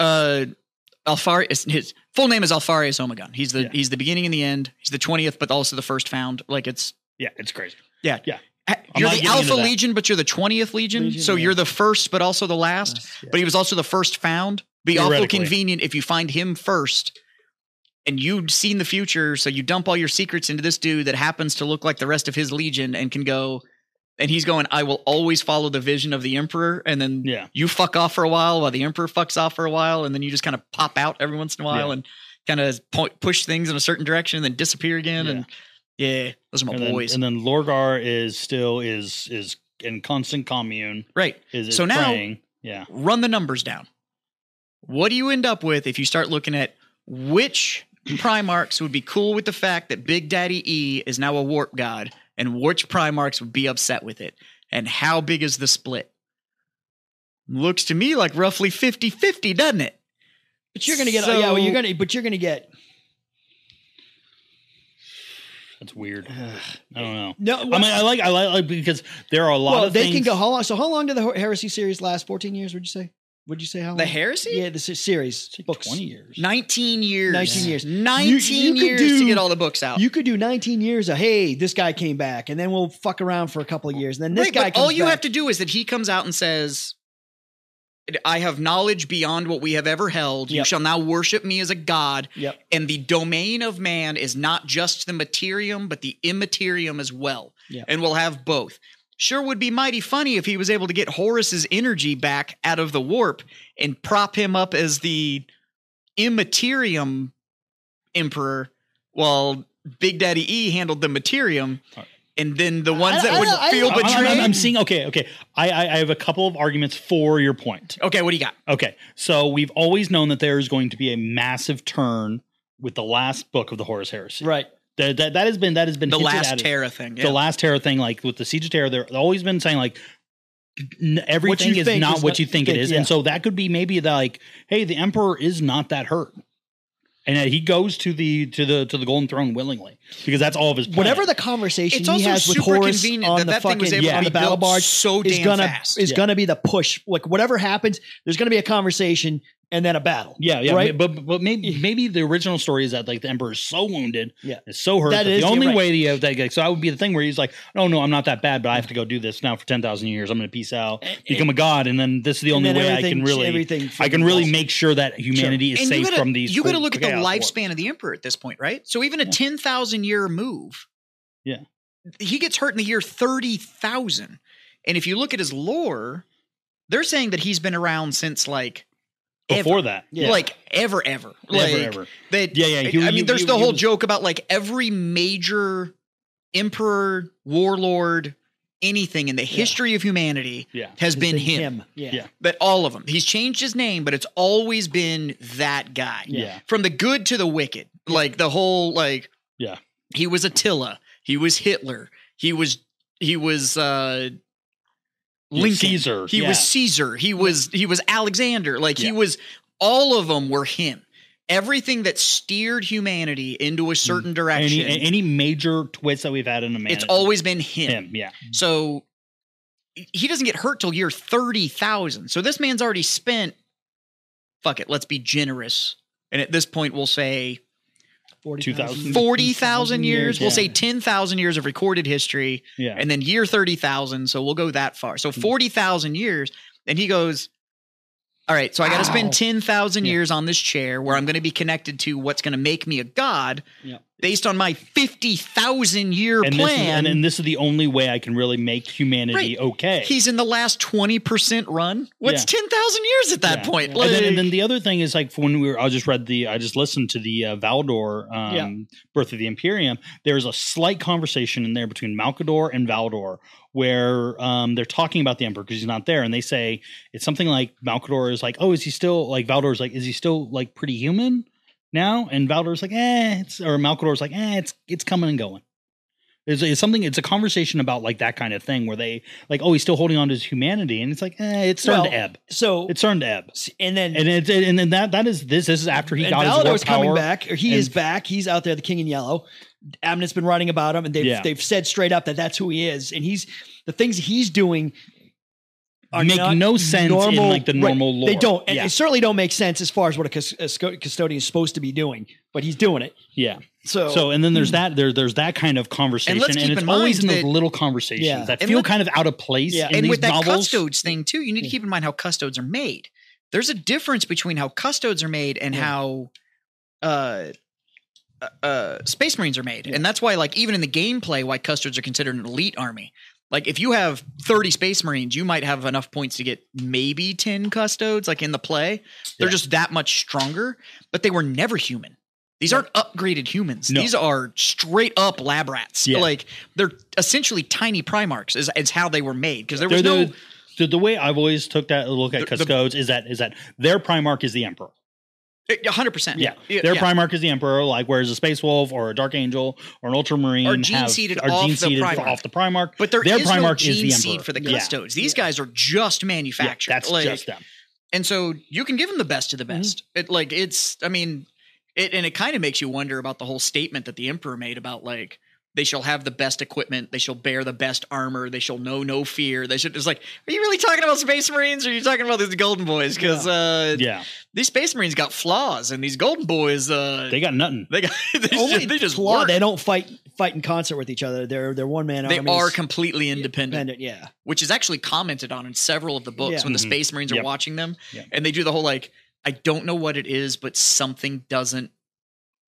[SPEAKER 1] Uh Alfarius his full name is Alfarius Omegon. He's the
[SPEAKER 3] Yeah.
[SPEAKER 1] he's the beginning and the end. He's the 20th but also the first found. Like it's
[SPEAKER 3] Yeah, it's crazy. I'm
[SPEAKER 1] you're
[SPEAKER 3] not
[SPEAKER 1] the
[SPEAKER 3] getting into
[SPEAKER 1] Alpha
[SPEAKER 3] that.
[SPEAKER 1] Legion but you're the 20th Legion.
[SPEAKER 2] Legion,
[SPEAKER 1] so
[SPEAKER 2] yeah.
[SPEAKER 1] you're the first but also the last. but he was also the first found. Be awful
[SPEAKER 3] Theoretically.
[SPEAKER 1] convenient if you find him first and you'd seen the future, so you dump all your secrets into this dude that happens to look like the rest of his legion and can go and he's going, I will always follow the vision of the Emperor, and then
[SPEAKER 3] Yeah.
[SPEAKER 1] you fuck off for a while while the Emperor fucks off for a while, and then you just kind of pop out every once in a while
[SPEAKER 3] Yeah.
[SPEAKER 1] and kind of point, push things in a certain direction and then disappear again. And yeah, those are my
[SPEAKER 3] And then,
[SPEAKER 1] boys.
[SPEAKER 3] and then Lorgar is still is is in constant commune.
[SPEAKER 1] right.
[SPEAKER 3] Is, is
[SPEAKER 1] So now-
[SPEAKER 3] praying. yeah,
[SPEAKER 1] run the numbers down. What do you end up with if you start looking at which Primarchs would be cool with the fact that Big Daddy E is now a warp god and which Primarchs would be upset with it? And how big is the split? Looks to me like roughly 50 50, doesn't it?
[SPEAKER 2] but you're going to get
[SPEAKER 1] So-
[SPEAKER 2] yeah. Well, you're going to but you're going to get
[SPEAKER 3] that's weird. I don't know.
[SPEAKER 2] no.
[SPEAKER 3] I mean, I like I like, like because there are a lot
[SPEAKER 2] well,
[SPEAKER 3] of
[SPEAKER 2] they
[SPEAKER 3] things.
[SPEAKER 2] can go how long? So how long did the Her- Heresy series last? Fourteen years? Would you say? Would you say how long?
[SPEAKER 1] The heresy?
[SPEAKER 2] Yeah, the se- series
[SPEAKER 3] It's like
[SPEAKER 2] books.
[SPEAKER 3] twenty years.
[SPEAKER 1] 19 years.
[SPEAKER 2] 19 years.
[SPEAKER 1] 19
[SPEAKER 2] You- you could
[SPEAKER 1] years to
[SPEAKER 2] do-
[SPEAKER 1] get all the books out.
[SPEAKER 2] You could do 19 years of hey, this guy came back, and then we'll fuck around for a couple of years, and then this
[SPEAKER 1] Right,
[SPEAKER 2] guy.
[SPEAKER 1] but
[SPEAKER 2] Comes
[SPEAKER 1] all you
[SPEAKER 2] back.
[SPEAKER 1] have to do is that he comes out and says, I have knowledge beyond what we have ever held. You
[SPEAKER 2] Yep.
[SPEAKER 1] shall now worship me as a god.
[SPEAKER 2] Yep.
[SPEAKER 1] And the domain of man is not just the materium, but the immaterium as well.
[SPEAKER 2] Yep.
[SPEAKER 1] And we'll have both. Sure would be mighty funny if he was able to get Horus's energy back out of the warp and prop him up as the immaterium emperor while Big Daddy E handled the materium. And then the ones
[SPEAKER 2] I-
[SPEAKER 1] that
[SPEAKER 2] I
[SPEAKER 1] would
[SPEAKER 2] don't- I
[SPEAKER 1] feel
[SPEAKER 2] don't-
[SPEAKER 3] I'm,
[SPEAKER 1] betrayed.
[SPEAKER 3] I'm- I'm- I'm seeing. Okay, okay. I, I I have a couple of arguments for your point.
[SPEAKER 1] okay, what do you got?
[SPEAKER 3] Okay, so we've always known that there is going to be a massive turn with the last book of the Horus Heresy.
[SPEAKER 2] Right.
[SPEAKER 3] That, that, that has been that has been
[SPEAKER 1] The
[SPEAKER 3] hinted
[SPEAKER 1] last
[SPEAKER 3] at as-
[SPEAKER 1] Terra thing. yeah.
[SPEAKER 3] the last Terror thing, like with the Siege of Terror, they've always been saying like n- everything is
[SPEAKER 2] think
[SPEAKER 3] not
[SPEAKER 2] is
[SPEAKER 3] what
[SPEAKER 2] not-
[SPEAKER 3] you think, it
[SPEAKER 2] think-
[SPEAKER 3] is,
[SPEAKER 2] yeah.
[SPEAKER 3] and so that could be maybe the like, hey, the Emperor is not that hurt, and that he goes to the to the to the Golden Throne willingly because that's all of his. Plan.
[SPEAKER 2] Whatever the conversation
[SPEAKER 1] It's
[SPEAKER 2] he
[SPEAKER 1] also
[SPEAKER 2] has with
[SPEAKER 1] super
[SPEAKER 2] Horus
[SPEAKER 1] convenient
[SPEAKER 2] on
[SPEAKER 1] that
[SPEAKER 2] the
[SPEAKER 1] that thing
[SPEAKER 2] fucking
[SPEAKER 1] was able
[SPEAKER 3] to
[SPEAKER 2] on
[SPEAKER 3] be
[SPEAKER 2] the battle
[SPEAKER 1] built
[SPEAKER 2] barge
[SPEAKER 1] so
[SPEAKER 2] is
[SPEAKER 1] damn
[SPEAKER 2] gonna
[SPEAKER 1] fast.
[SPEAKER 2] is
[SPEAKER 3] Yeah.
[SPEAKER 2] gonna be the push. Like whatever happens, there's gonna be a conversation and then a battle.
[SPEAKER 3] Yeah, yeah,
[SPEAKER 2] Right?
[SPEAKER 3] but but maybe maybe the original story is that like the emperor is so wounded,
[SPEAKER 2] Yeah.
[SPEAKER 3] is so hurt.
[SPEAKER 2] That
[SPEAKER 3] That,
[SPEAKER 2] is-
[SPEAKER 3] the
[SPEAKER 2] you're
[SPEAKER 3] only
[SPEAKER 2] right.
[SPEAKER 3] way that you have that. Like, so that would be the thing where he's like, "Oh, no, no, I'm not that bad, but I have to go do this now for ten thousand years. I'm going to peace out, become a god, and then this is the
[SPEAKER 2] And
[SPEAKER 3] only
[SPEAKER 2] then
[SPEAKER 3] way I
[SPEAKER 2] everything-
[SPEAKER 3] can really,
[SPEAKER 2] everything
[SPEAKER 3] I can really
[SPEAKER 2] fucking-
[SPEAKER 3] make sure that humanity is
[SPEAKER 1] you
[SPEAKER 3] safe
[SPEAKER 1] gotta-
[SPEAKER 3] from these.
[SPEAKER 1] You got to
[SPEAKER 3] full-
[SPEAKER 1] look at the
[SPEAKER 3] chaos wars.
[SPEAKER 1] lifespan of the emperor at this point, right? So even a ten thousand year move,
[SPEAKER 3] Yeah.
[SPEAKER 1] he gets hurt in the year thirty thousand. And if you look at his lore, they're saying that he's been around since like
[SPEAKER 3] before that.
[SPEAKER 2] Yeah.
[SPEAKER 1] like ever, ever,
[SPEAKER 3] Ever,
[SPEAKER 1] like
[SPEAKER 3] ever.
[SPEAKER 1] that.
[SPEAKER 3] Yeah, yeah, he-
[SPEAKER 1] I mean,
[SPEAKER 3] he-
[SPEAKER 1] there's
[SPEAKER 3] he-
[SPEAKER 1] the
[SPEAKER 3] he
[SPEAKER 1] whole
[SPEAKER 3] was-
[SPEAKER 1] joke about like every major emperor, warlord, anything in the history of humanity
[SPEAKER 3] Yeah.
[SPEAKER 1] has been, him.
[SPEAKER 2] Yeah.
[SPEAKER 3] Yeah.
[SPEAKER 1] But all of them. He's changed his name, but it's always been that guy.
[SPEAKER 3] Yeah.
[SPEAKER 1] From the good to the wicked. Like the whole like
[SPEAKER 3] Yeah.
[SPEAKER 1] He was Attila. He was Hitler. He was he was uh Lincoln.
[SPEAKER 3] Caesar,
[SPEAKER 1] He
[SPEAKER 3] yeah.
[SPEAKER 1] was Caesar. He was he was Alexander. Like he
[SPEAKER 3] Yeah.
[SPEAKER 1] was all of them were him. Everything that steered humanity into a certain direction.
[SPEAKER 3] Mm. Any any major twist that we've had in a man,
[SPEAKER 1] it's always been him.
[SPEAKER 3] him. Yeah,
[SPEAKER 1] So he doesn't get hurt till year 30,000. So this man's already spent, fuck it, let's be generous. And at this point, we'll say
[SPEAKER 3] 2000.
[SPEAKER 1] 40,000 years. We'll
[SPEAKER 3] *laughs* yeah.
[SPEAKER 1] say 10,000 years of recorded history
[SPEAKER 3] yeah.
[SPEAKER 1] and then year 30,000. So we'll go that far.
[SPEAKER 3] Hmm.
[SPEAKER 1] So 40,000 years. And he goes, All right, so I got to
[SPEAKER 2] Ow.
[SPEAKER 1] spend 10,000 years on this chair where I'm going to be connected to what's going to make me a god
[SPEAKER 3] Yeah.
[SPEAKER 1] based on my 50,000 year
[SPEAKER 3] and
[SPEAKER 1] plan.
[SPEAKER 3] this is, and, and this is the only way I can really make humanity
[SPEAKER 1] Right.
[SPEAKER 3] okay.
[SPEAKER 1] he's in the last 20% run. What's
[SPEAKER 3] Yeah.
[SPEAKER 1] 10,000 years at that
[SPEAKER 3] Yeah.
[SPEAKER 1] point?
[SPEAKER 3] and, then,
[SPEAKER 1] Like-
[SPEAKER 3] and then the other thing is like for when we were, I just read the, I just listened to the uh, Valdor, um, Birth of the Imperium. There's a slight conversation in there between Malkador and Valdor where um, they're talking about the Emperor because he's not there, and they say it's something like Malkador is like, oh, is he still like Valdor's like, is he still like pretty human now? And Valdor's like, eh, it's, or Malkador's like, eh, it's it's coming and going. It's, it's something. It's a conversation about like that kind of thing where they like, oh, he's still holding on to his humanity, and it's like, eh, it's starting to
[SPEAKER 2] Well,
[SPEAKER 3] ebb.
[SPEAKER 2] So
[SPEAKER 3] It's starting to ebb.
[SPEAKER 2] and then
[SPEAKER 3] And it's and then that that is this. This is after he
[SPEAKER 2] and
[SPEAKER 3] got his warp
[SPEAKER 2] Valador's coming
[SPEAKER 3] power.
[SPEAKER 2] back. Or he is
[SPEAKER 3] and-
[SPEAKER 2] back. He's out there, the King in Yellow. Abnet's been writing about him, and they've
[SPEAKER 3] Yeah.
[SPEAKER 2] they've said straight up that that's who he is, and he's the things he's doing are
[SPEAKER 3] Make
[SPEAKER 2] not
[SPEAKER 3] no sense in,
[SPEAKER 2] normal-
[SPEAKER 3] like, the normal lore.
[SPEAKER 2] They don't. And
[SPEAKER 3] Yeah.
[SPEAKER 2] They certainly don't make sense as far as what a, cus- a sco- custodian is supposed to be doing, but he's doing it.
[SPEAKER 3] Yeah.
[SPEAKER 2] So,
[SPEAKER 3] So and then there's that there there's that kind of conversation, and,
[SPEAKER 1] keep
[SPEAKER 3] it's
[SPEAKER 1] in
[SPEAKER 3] always
[SPEAKER 1] mind
[SPEAKER 3] in those
[SPEAKER 1] that-
[SPEAKER 3] little conversations
[SPEAKER 2] Yeah.
[SPEAKER 3] that
[SPEAKER 1] And
[SPEAKER 3] feel
[SPEAKER 1] let-
[SPEAKER 3] kind of out of place.
[SPEAKER 2] Yeah.
[SPEAKER 3] in
[SPEAKER 1] and
[SPEAKER 3] these
[SPEAKER 1] with that
[SPEAKER 3] novels.
[SPEAKER 1] custodes thing, too, you need to keep in mind how custodes are made. There's a difference between how custodes are made and how uh, uh, uh, space marines are made. And that's why, like, even in the gameplay, why custodes are considered an elite army. Like, if you have 30 space marines, you might have enough points to get maybe 10 custodes, like in the play. They're
[SPEAKER 3] Yeah.
[SPEAKER 1] just that much stronger, but they were never human. These aren't upgraded humans.
[SPEAKER 3] No.
[SPEAKER 1] These are straight up lab rats.
[SPEAKER 3] Yeah.
[SPEAKER 1] Like they're essentially tiny primarchs is, is how they were made because there
[SPEAKER 3] They're
[SPEAKER 1] was no
[SPEAKER 3] the, the the way I've always took that look at
[SPEAKER 1] The- the-
[SPEAKER 3] custodes is that is that their primarch is the emperor.
[SPEAKER 1] Eh, hundred percent.
[SPEAKER 3] Yeah, their primarch is the emperor. Like whereas a space wolf or a dark angel or an ultramarine
[SPEAKER 1] Are gene-seeded off the
[SPEAKER 3] gene-seeded
[SPEAKER 1] Primarch.
[SPEAKER 3] off the primarch.
[SPEAKER 1] But there
[SPEAKER 3] their
[SPEAKER 1] is
[SPEAKER 3] primarch
[SPEAKER 1] no
[SPEAKER 3] is
[SPEAKER 1] gene
[SPEAKER 3] the
[SPEAKER 1] seed
[SPEAKER 3] emperor.
[SPEAKER 1] for the
[SPEAKER 3] Yeah.
[SPEAKER 1] custodes. These guys are just
[SPEAKER 3] Yeah,
[SPEAKER 1] manufactured.
[SPEAKER 3] that's
[SPEAKER 1] Like,
[SPEAKER 3] just them.
[SPEAKER 1] and so you can give them the best of the
[SPEAKER 2] Mm-hmm.
[SPEAKER 1] best. It like it's I mean, it and it kind of makes you wonder about the whole statement that the emperor made about like They shall have the best equipment. They shall bear the best armor. They shall know no fear. They should. It's like, are you really talking about Space Marines? Or are you talking about these Golden Boys? Because uh,
[SPEAKER 3] Yeah,
[SPEAKER 1] these Space Marines got flaws, and these Golden Boys, uh,
[SPEAKER 3] they got nothing.
[SPEAKER 1] they got *laughs* they
[SPEAKER 2] Only
[SPEAKER 1] just, they just
[SPEAKER 2] flaw,
[SPEAKER 1] work.
[SPEAKER 2] They don't fight fight in concert with each other. They're they're one man
[SPEAKER 1] They
[SPEAKER 2] armies.
[SPEAKER 1] are completely independent.
[SPEAKER 2] independent. Yeah.
[SPEAKER 1] which is actually commented on in several of the books
[SPEAKER 2] Yeah.
[SPEAKER 1] when the
[SPEAKER 3] Mhm.
[SPEAKER 1] space marines are
[SPEAKER 3] Yep.
[SPEAKER 1] watching them
[SPEAKER 3] Yep.
[SPEAKER 1] and they do the whole like i don't know what it is but something doesn't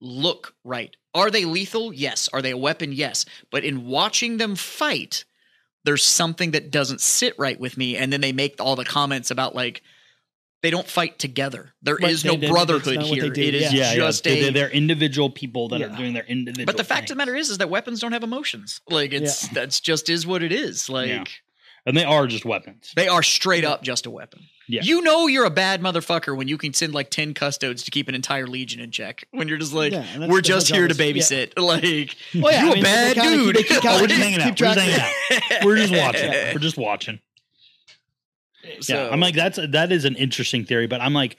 [SPEAKER 1] look right are they lethal yes are they a weapon yes but in watching them fight there's something that doesn't sit right with me and then they make all the comments about like they don't fight together There is
[SPEAKER 2] Right,
[SPEAKER 1] no
[SPEAKER 2] they- they-
[SPEAKER 1] brotherhood
[SPEAKER 2] that's not what
[SPEAKER 1] here
[SPEAKER 2] they do,
[SPEAKER 1] it is
[SPEAKER 2] yeah.
[SPEAKER 3] Yeah,
[SPEAKER 1] just
[SPEAKER 3] yeah. They-
[SPEAKER 1] a
[SPEAKER 3] they're individual people that
[SPEAKER 2] Yeah.
[SPEAKER 3] are doing their individual.
[SPEAKER 1] but the fact of the
[SPEAKER 3] things.
[SPEAKER 1] matter is is that weapons don't have emotions like it's that's just is what it is like
[SPEAKER 3] Yeah. and they are just weapons.
[SPEAKER 1] They are straight up just a weapon.
[SPEAKER 3] Yeah.
[SPEAKER 1] You know you're a bad motherfucker when you can send like 10 custodes to keep an entire legion in check. When you're just like,
[SPEAKER 2] Yeah, and that's
[SPEAKER 1] we're
[SPEAKER 2] the whole
[SPEAKER 1] just here to
[SPEAKER 2] job is-
[SPEAKER 1] babysit. *laughs* Like,
[SPEAKER 2] Well, Oh,
[SPEAKER 1] *laughs*
[SPEAKER 2] yeah,
[SPEAKER 1] you
[SPEAKER 2] I
[SPEAKER 1] a
[SPEAKER 2] mean, they
[SPEAKER 1] bad
[SPEAKER 2] kinda keep-
[SPEAKER 1] dude.
[SPEAKER 2] they
[SPEAKER 1] *laughs*
[SPEAKER 2] keep
[SPEAKER 1] Oh,
[SPEAKER 3] Oh,
[SPEAKER 2] kinda
[SPEAKER 3] we're just
[SPEAKER 2] keep
[SPEAKER 3] hanging out. We're
[SPEAKER 2] track
[SPEAKER 3] just
[SPEAKER 2] of-
[SPEAKER 3] hanging out. We're just
[SPEAKER 1] *laughs*
[SPEAKER 3] watching. We're just watching.
[SPEAKER 1] so-
[SPEAKER 3] yeah, I'm like that's that is an interesting theory, but I'm like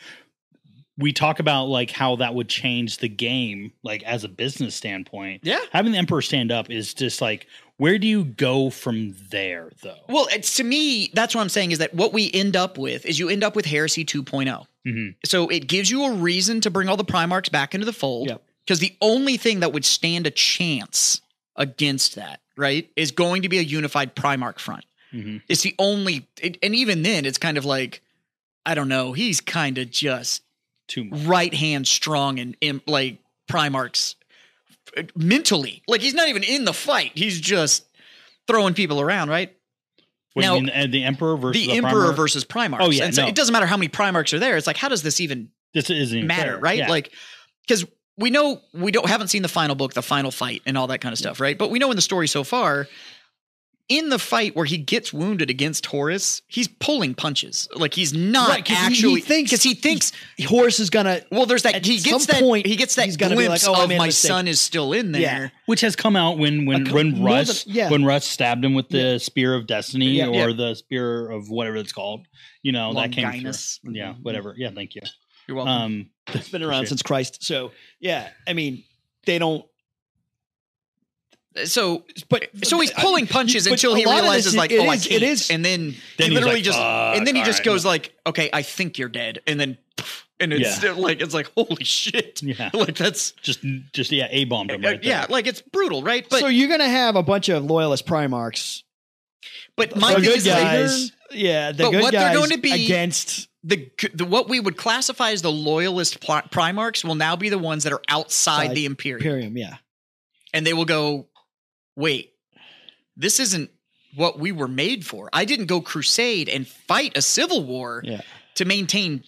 [SPEAKER 3] we talk about like how that would change the game like as a business standpoint.
[SPEAKER 1] yeah.
[SPEAKER 3] Having the emperor stand up is just like where do you go from there though?
[SPEAKER 1] Well, it's to me, that's what I'm saying is that what we end up with is you end up with Heresy 2.0.
[SPEAKER 3] Mhm.
[SPEAKER 1] So it gives you a reason to bring all the Primarchs back into the fold.
[SPEAKER 2] Yep.
[SPEAKER 1] Because the only thing that would stand a chance against that, right, is going to be a unified Primarch front.
[SPEAKER 3] Mhm.
[SPEAKER 1] It's the only, it, and even then, it's kind of like, I don't know. He's kind of just
[SPEAKER 3] Too much.
[SPEAKER 1] right hand strong and imp, like Primarch's uh, mentally. Like he's not even in the fight. He's just throwing people around, right?
[SPEAKER 3] What do
[SPEAKER 1] Now-
[SPEAKER 3] you mean, uh, the emperor versus
[SPEAKER 1] the
[SPEAKER 3] the,
[SPEAKER 1] Emperor
[SPEAKER 3] Primarch?
[SPEAKER 1] versus Primarchs.
[SPEAKER 3] Oh, yeah,
[SPEAKER 1] and so
[SPEAKER 3] no.
[SPEAKER 1] it doesn't matter how many Primarchs are there. It's like, how does this even
[SPEAKER 3] This isn't even
[SPEAKER 1] matter,
[SPEAKER 3] fair.
[SPEAKER 1] right?
[SPEAKER 3] Yeah.
[SPEAKER 1] Like, because we know we don't haven't seen the final book, the final fight, and all that
[SPEAKER 2] Mm.
[SPEAKER 1] kind of stuff, right? But we know in the story so far, in the fight where he gets wounded against Horus, he's pulling punches. Like he's not
[SPEAKER 2] Right, 'cause he- he
[SPEAKER 1] actually
[SPEAKER 2] thinks-
[SPEAKER 1] because he thinks
[SPEAKER 2] *laughs* Horse is gonna.
[SPEAKER 1] well, there's that
[SPEAKER 2] At
[SPEAKER 1] he gets
[SPEAKER 2] some
[SPEAKER 1] that
[SPEAKER 2] point,
[SPEAKER 1] he gets that
[SPEAKER 2] he's gonna be
[SPEAKER 1] glimpse
[SPEAKER 2] like, "Oh, I
[SPEAKER 1] of
[SPEAKER 2] made a
[SPEAKER 1] my
[SPEAKER 2] mistake."
[SPEAKER 1] son is still in there.
[SPEAKER 2] Yeah.
[SPEAKER 3] which has come out when when
[SPEAKER 2] A cou-
[SPEAKER 3] when
[SPEAKER 2] more
[SPEAKER 3] Russ
[SPEAKER 2] than- yeah.
[SPEAKER 3] when Russ stabbed him with the
[SPEAKER 2] Yeah.
[SPEAKER 3] spear of destiny
[SPEAKER 2] Yeah.
[SPEAKER 3] or the spear of whatever it's called. You
[SPEAKER 2] Oh,
[SPEAKER 3] know that came through.
[SPEAKER 1] Longinus.
[SPEAKER 3] Yeah,
[SPEAKER 2] Mm-hmm.
[SPEAKER 3] whatever. Yeah, thank you.
[SPEAKER 1] You're welcome.
[SPEAKER 3] Um,
[SPEAKER 2] It's been around
[SPEAKER 3] Appreciate
[SPEAKER 2] since Christ. So yeah, I mean, they don't. Uh,
[SPEAKER 1] so
[SPEAKER 2] But uh,
[SPEAKER 1] so he's pulling punches
[SPEAKER 2] but
[SPEAKER 1] until
[SPEAKER 2] a
[SPEAKER 1] he
[SPEAKER 2] lot of this
[SPEAKER 1] realizes
[SPEAKER 2] is-
[SPEAKER 1] like,
[SPEAKER 2] it
[SPEAKER 1] oh, I
[SPEAKER 2] is- it
[SPEAKER 1] can't.
[SPEAKER 2] is-
[SPEAKER 1] and then,
[SPEAKER 3] Then
[SPEAKER 1] he
[SPEAKER 3] he's
[SPEAKER 1] literally
[SPEAKER 3] like,
[SPEAKER 1] just and then he
[SPEAKER 3] "Fuck,
[SPEAKER 1] just
[SPEAKER 3] all right."
[SPEAKER 1] goes like, okay, I think you're dead, and then *laughs* pff, and it's
[SPEAKER 3] Yeah.
[SPEAKER 1] still like it's like holy shit,
[SPEAKER 3] yeah,
[SPEAKER 1] *laughs* like that's
[SPEAKER 3] just just yeah, a bombed him right there.
[SPEAKER 1] yeah, like it's brutal, right? But
[SPEAKER 2] so you're gonna have a bunch of loyalist Primarchs.
[SPEAKER 1] but my
[SPEAKER 2] the
[SPEAKER 1] thing
[SPEAKER 2] good
[SPEAKER 1] is like,
[SPEAKER 2] guys. Yeah, the
[SPEAKER 1] But
[SPEAKER 2] good
[SPEAKER 1] what they're
[SPEAKER 2] guys
[SPEAKER 1] going to be-
[SPEAKER 2] against.
[SPEAKER 1] the, the what we would classify as the loyalist pl- primarchs will now be the ones that are outside
[SPEAKER 2] Side-
[SPEAKER 1] the imperium.
[SPEAKER 2] Imperium, yeah.
[SPEAKER 1] and they will go, wait, this isn't what we were made for. I didn't go crusade and fight a civil war
[SPEAKER 2] Yeah.
[SPEAKER 1] to maintain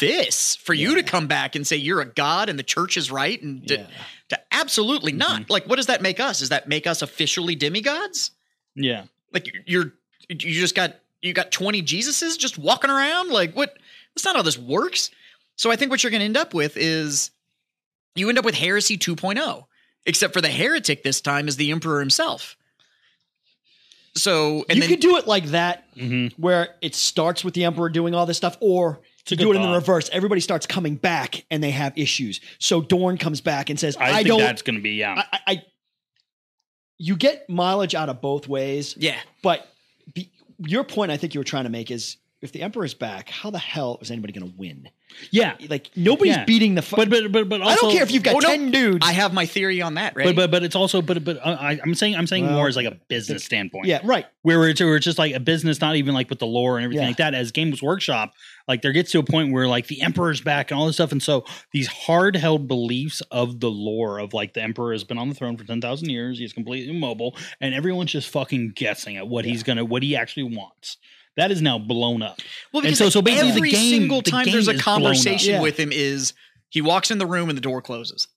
[SPEAKER 1] this for you to come back and say you're a god and the church is right and to,
[SPEAKER 2] yeah. Mm-hmm.
[SPEAKER 1] to absolutely not. Like, what does that make us? Does that make us officially demigods?
[SPEAKER 3] yeah.
[SPEAKER 1] Like you're you just got you got 20 Jesuses just walking around? Like what that's not how this works. So I think what you're gonna end up with is you end up with heresy 2.0, except for the heretic this time is the emperor himself. So and
[SPEAKER 2] you
[SPEAKER 1] then
[SPEAKER 2] could do it like that,
[SPEAKER 3] hmm
[SPEAKER 2] where it starts with the emperor doing all this stuff, or
[SPEAKER 3] a
[SPEAKER 2] to
[SPEAKER 3] good
[SPEAKER 2] do it in the
[SPEAKER 3] thought.
[SPEAKER 2] reverse. Everybody starts coming back, and they have issues. So Dorn comes back and says,
[SPEAKER 3] I,
[SPEAKER 2] "I,
[SPEAKER 3] think
[SPEAKER 2] don't.
[SPEAKER 3] that's gonna be yeah.
[SPEAKER 2] I, I, I." You get mileage out of both ways,
[SPEAKER 1] yeah.
[SPEAKER 2] but be, your point, I think you were trying to make is. If the emperor's back, how the hell is anybody going to win?
[SPEAKER 3] yeah,
[SPEAKER 2] Like nobody's
[SPEAKER 3] Yeah.
[SPEAKER 2] beating the. Fu-
[SPEAKER 3] but but but but also,
[SPEAKER 2] I don't care if you've got
[SPEAKER 1] Oh, no.
[SPEAKER 2] ten dudes.
[SPEAKER 1] I have my theory on that, right?
[SPEAKER 3] But but but it's also but but uh, I, I'm saying I'm saying
[SPEAKER 2] Well,
[SPEAKER 3] more as like a business standpoint.
[SPEAKER 2] yeah, right.
[SPEAKER 3] where we're, to, where it's just like a business, not even like with the lore and everything
[SPEAKER 2] Yeah.
[SPEAKER 3] like that. As Games Workshop, like there gets to a point where like the Emperor's back and all this stuff, and so these hard held beliefs of the lore of like the Emperor has been on the throne for ten thousand years, he's completely immobile, and everyone's just fucking guessing at what he's gonna, what he actually wants. That is now blown up.
[SPEAKER 1] well,
[SPEAKER 3] and
[SPEAKER 1] because
[SPEAKER 3] so- so basically the
[SPEAKER 1] every
[SPEAKER 3] game-
[SPEAKER 1] single
[SPEAKER 3] the
[SPEAKER 1] time
[SPEAKER 3] game
[SPEAKER 1] there's a
[SPEAKER 3] is blown up.
[SPEAKER 1] conversation
[SPEAKER 2] Yeah.
[SPEAKER 1] with him is he walks in the room and the door closes.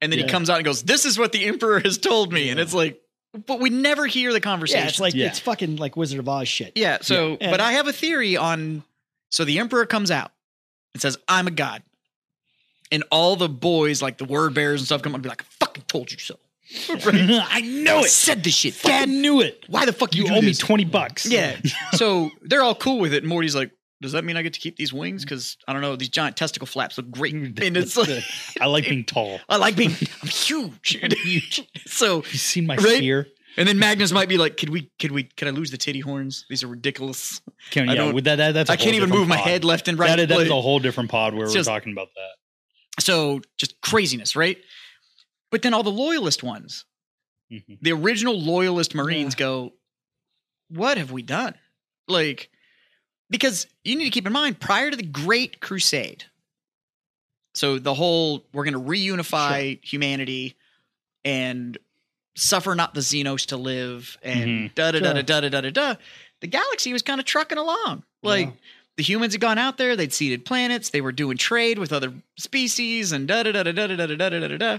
[SPEAKER 1] And then he
[SPEAKER 2] Yeah.
[SPEAKER 1] comes out and goes, This is what the Emperor has told me. And
[SPEAKER 2] Yeah.
[SPEAKER 1] it's like, but we never hear the conversation.
[SPEAKER 2] Yeah, it's like
[SPEAKER 3] Yeah.
[SPEAKER 2] it's fucking like Wizard of Oz shit.
[SPEAKER 1] Yeah. So,
[SPEAKER 2] Yeah.
[SPEAKER 1] but I have a theory on. So the emperor comes out and says, "I'm a god," and all the boys, like the word bearers and stuff, come up and be like, "I fucking told you so."
[SPEAKER 3] I *laughs* know
[SPEAKER 1] I
[SPEAKER 3] it.
[SPEAKER 1] said this shit.
[SPEAKER 3] Dad
[SPEAKER 1] Fucking-
[SPEAKER 3] knew it.
[SPEAKER 1] Why the fuck
[SPEAKER 3] You
[SPEAKER 1] do
[SPEAKER 3] owe me
[SPEAKER 1] this?"
[SPEAKER 3] *laughs* twenty bucks.
[SPEAKER 1] Yeah. so they're all cool with it, and Morty's like, Does that mean I get to keep these wings? Because I don't know, these giant testicle flaps look great, and it's
[SPEAKER 3] That's *laughs*
[SPEAKER 1] like
[SPEAKER 3] good. I like being tall.
[SPEAKER 1] I like being I'm huge, huge. *laughs* So
[SPEAKER 3] You seen my
[SPEAKER 1] Right?
[SPEAKER 3] spear?
[SPEAKER 1] and then Magnus might be like, "Could we? Could we? Could I lose the titty horns? These are ridiculous.
[SPEAKER 3] Can,
[SPEAKER 1] I
[SPEAKER 3] yeah,
[SPEAKER 1] don't-
[SPEAKER 3] with that, that- that's a
[SPEAKER 1] I
[SPEAKER 3] whole
[SPEAKER 1] can't even
[SPEAKER 3] different
[SPEAKER 1] move my
[SPEAKER 3] pod.
[SPEAKER 1] head left and right.
[SPEAKER 3] That, that's a
[SPEAKER 1] Like,
[SPEAKER 3] whole different pod where
[SPEAKER 1] It's
[SPEAKER 3] we're
[SPEAKER 1] just-
[SPEAKER 3] talking about that.
[SPEAKER 1] so just craziness, right? But then all the loyalist ones,
[SPEAKER 3] Mhm.
[SPEAKER 1] the original loyalist marines go what have we done like because you need to keep in mind prior to the great crusade so the whole we're going to reunify humanity and suffer not the xenos to live and da da da da
[SPEAKER 2] Sure.
[SPEAKER 1] da da da da da the galaxy was kind of trucking along like the humans had gone out there they'd seeded planets they were doing trade with other species and da da da da da da da da da da da da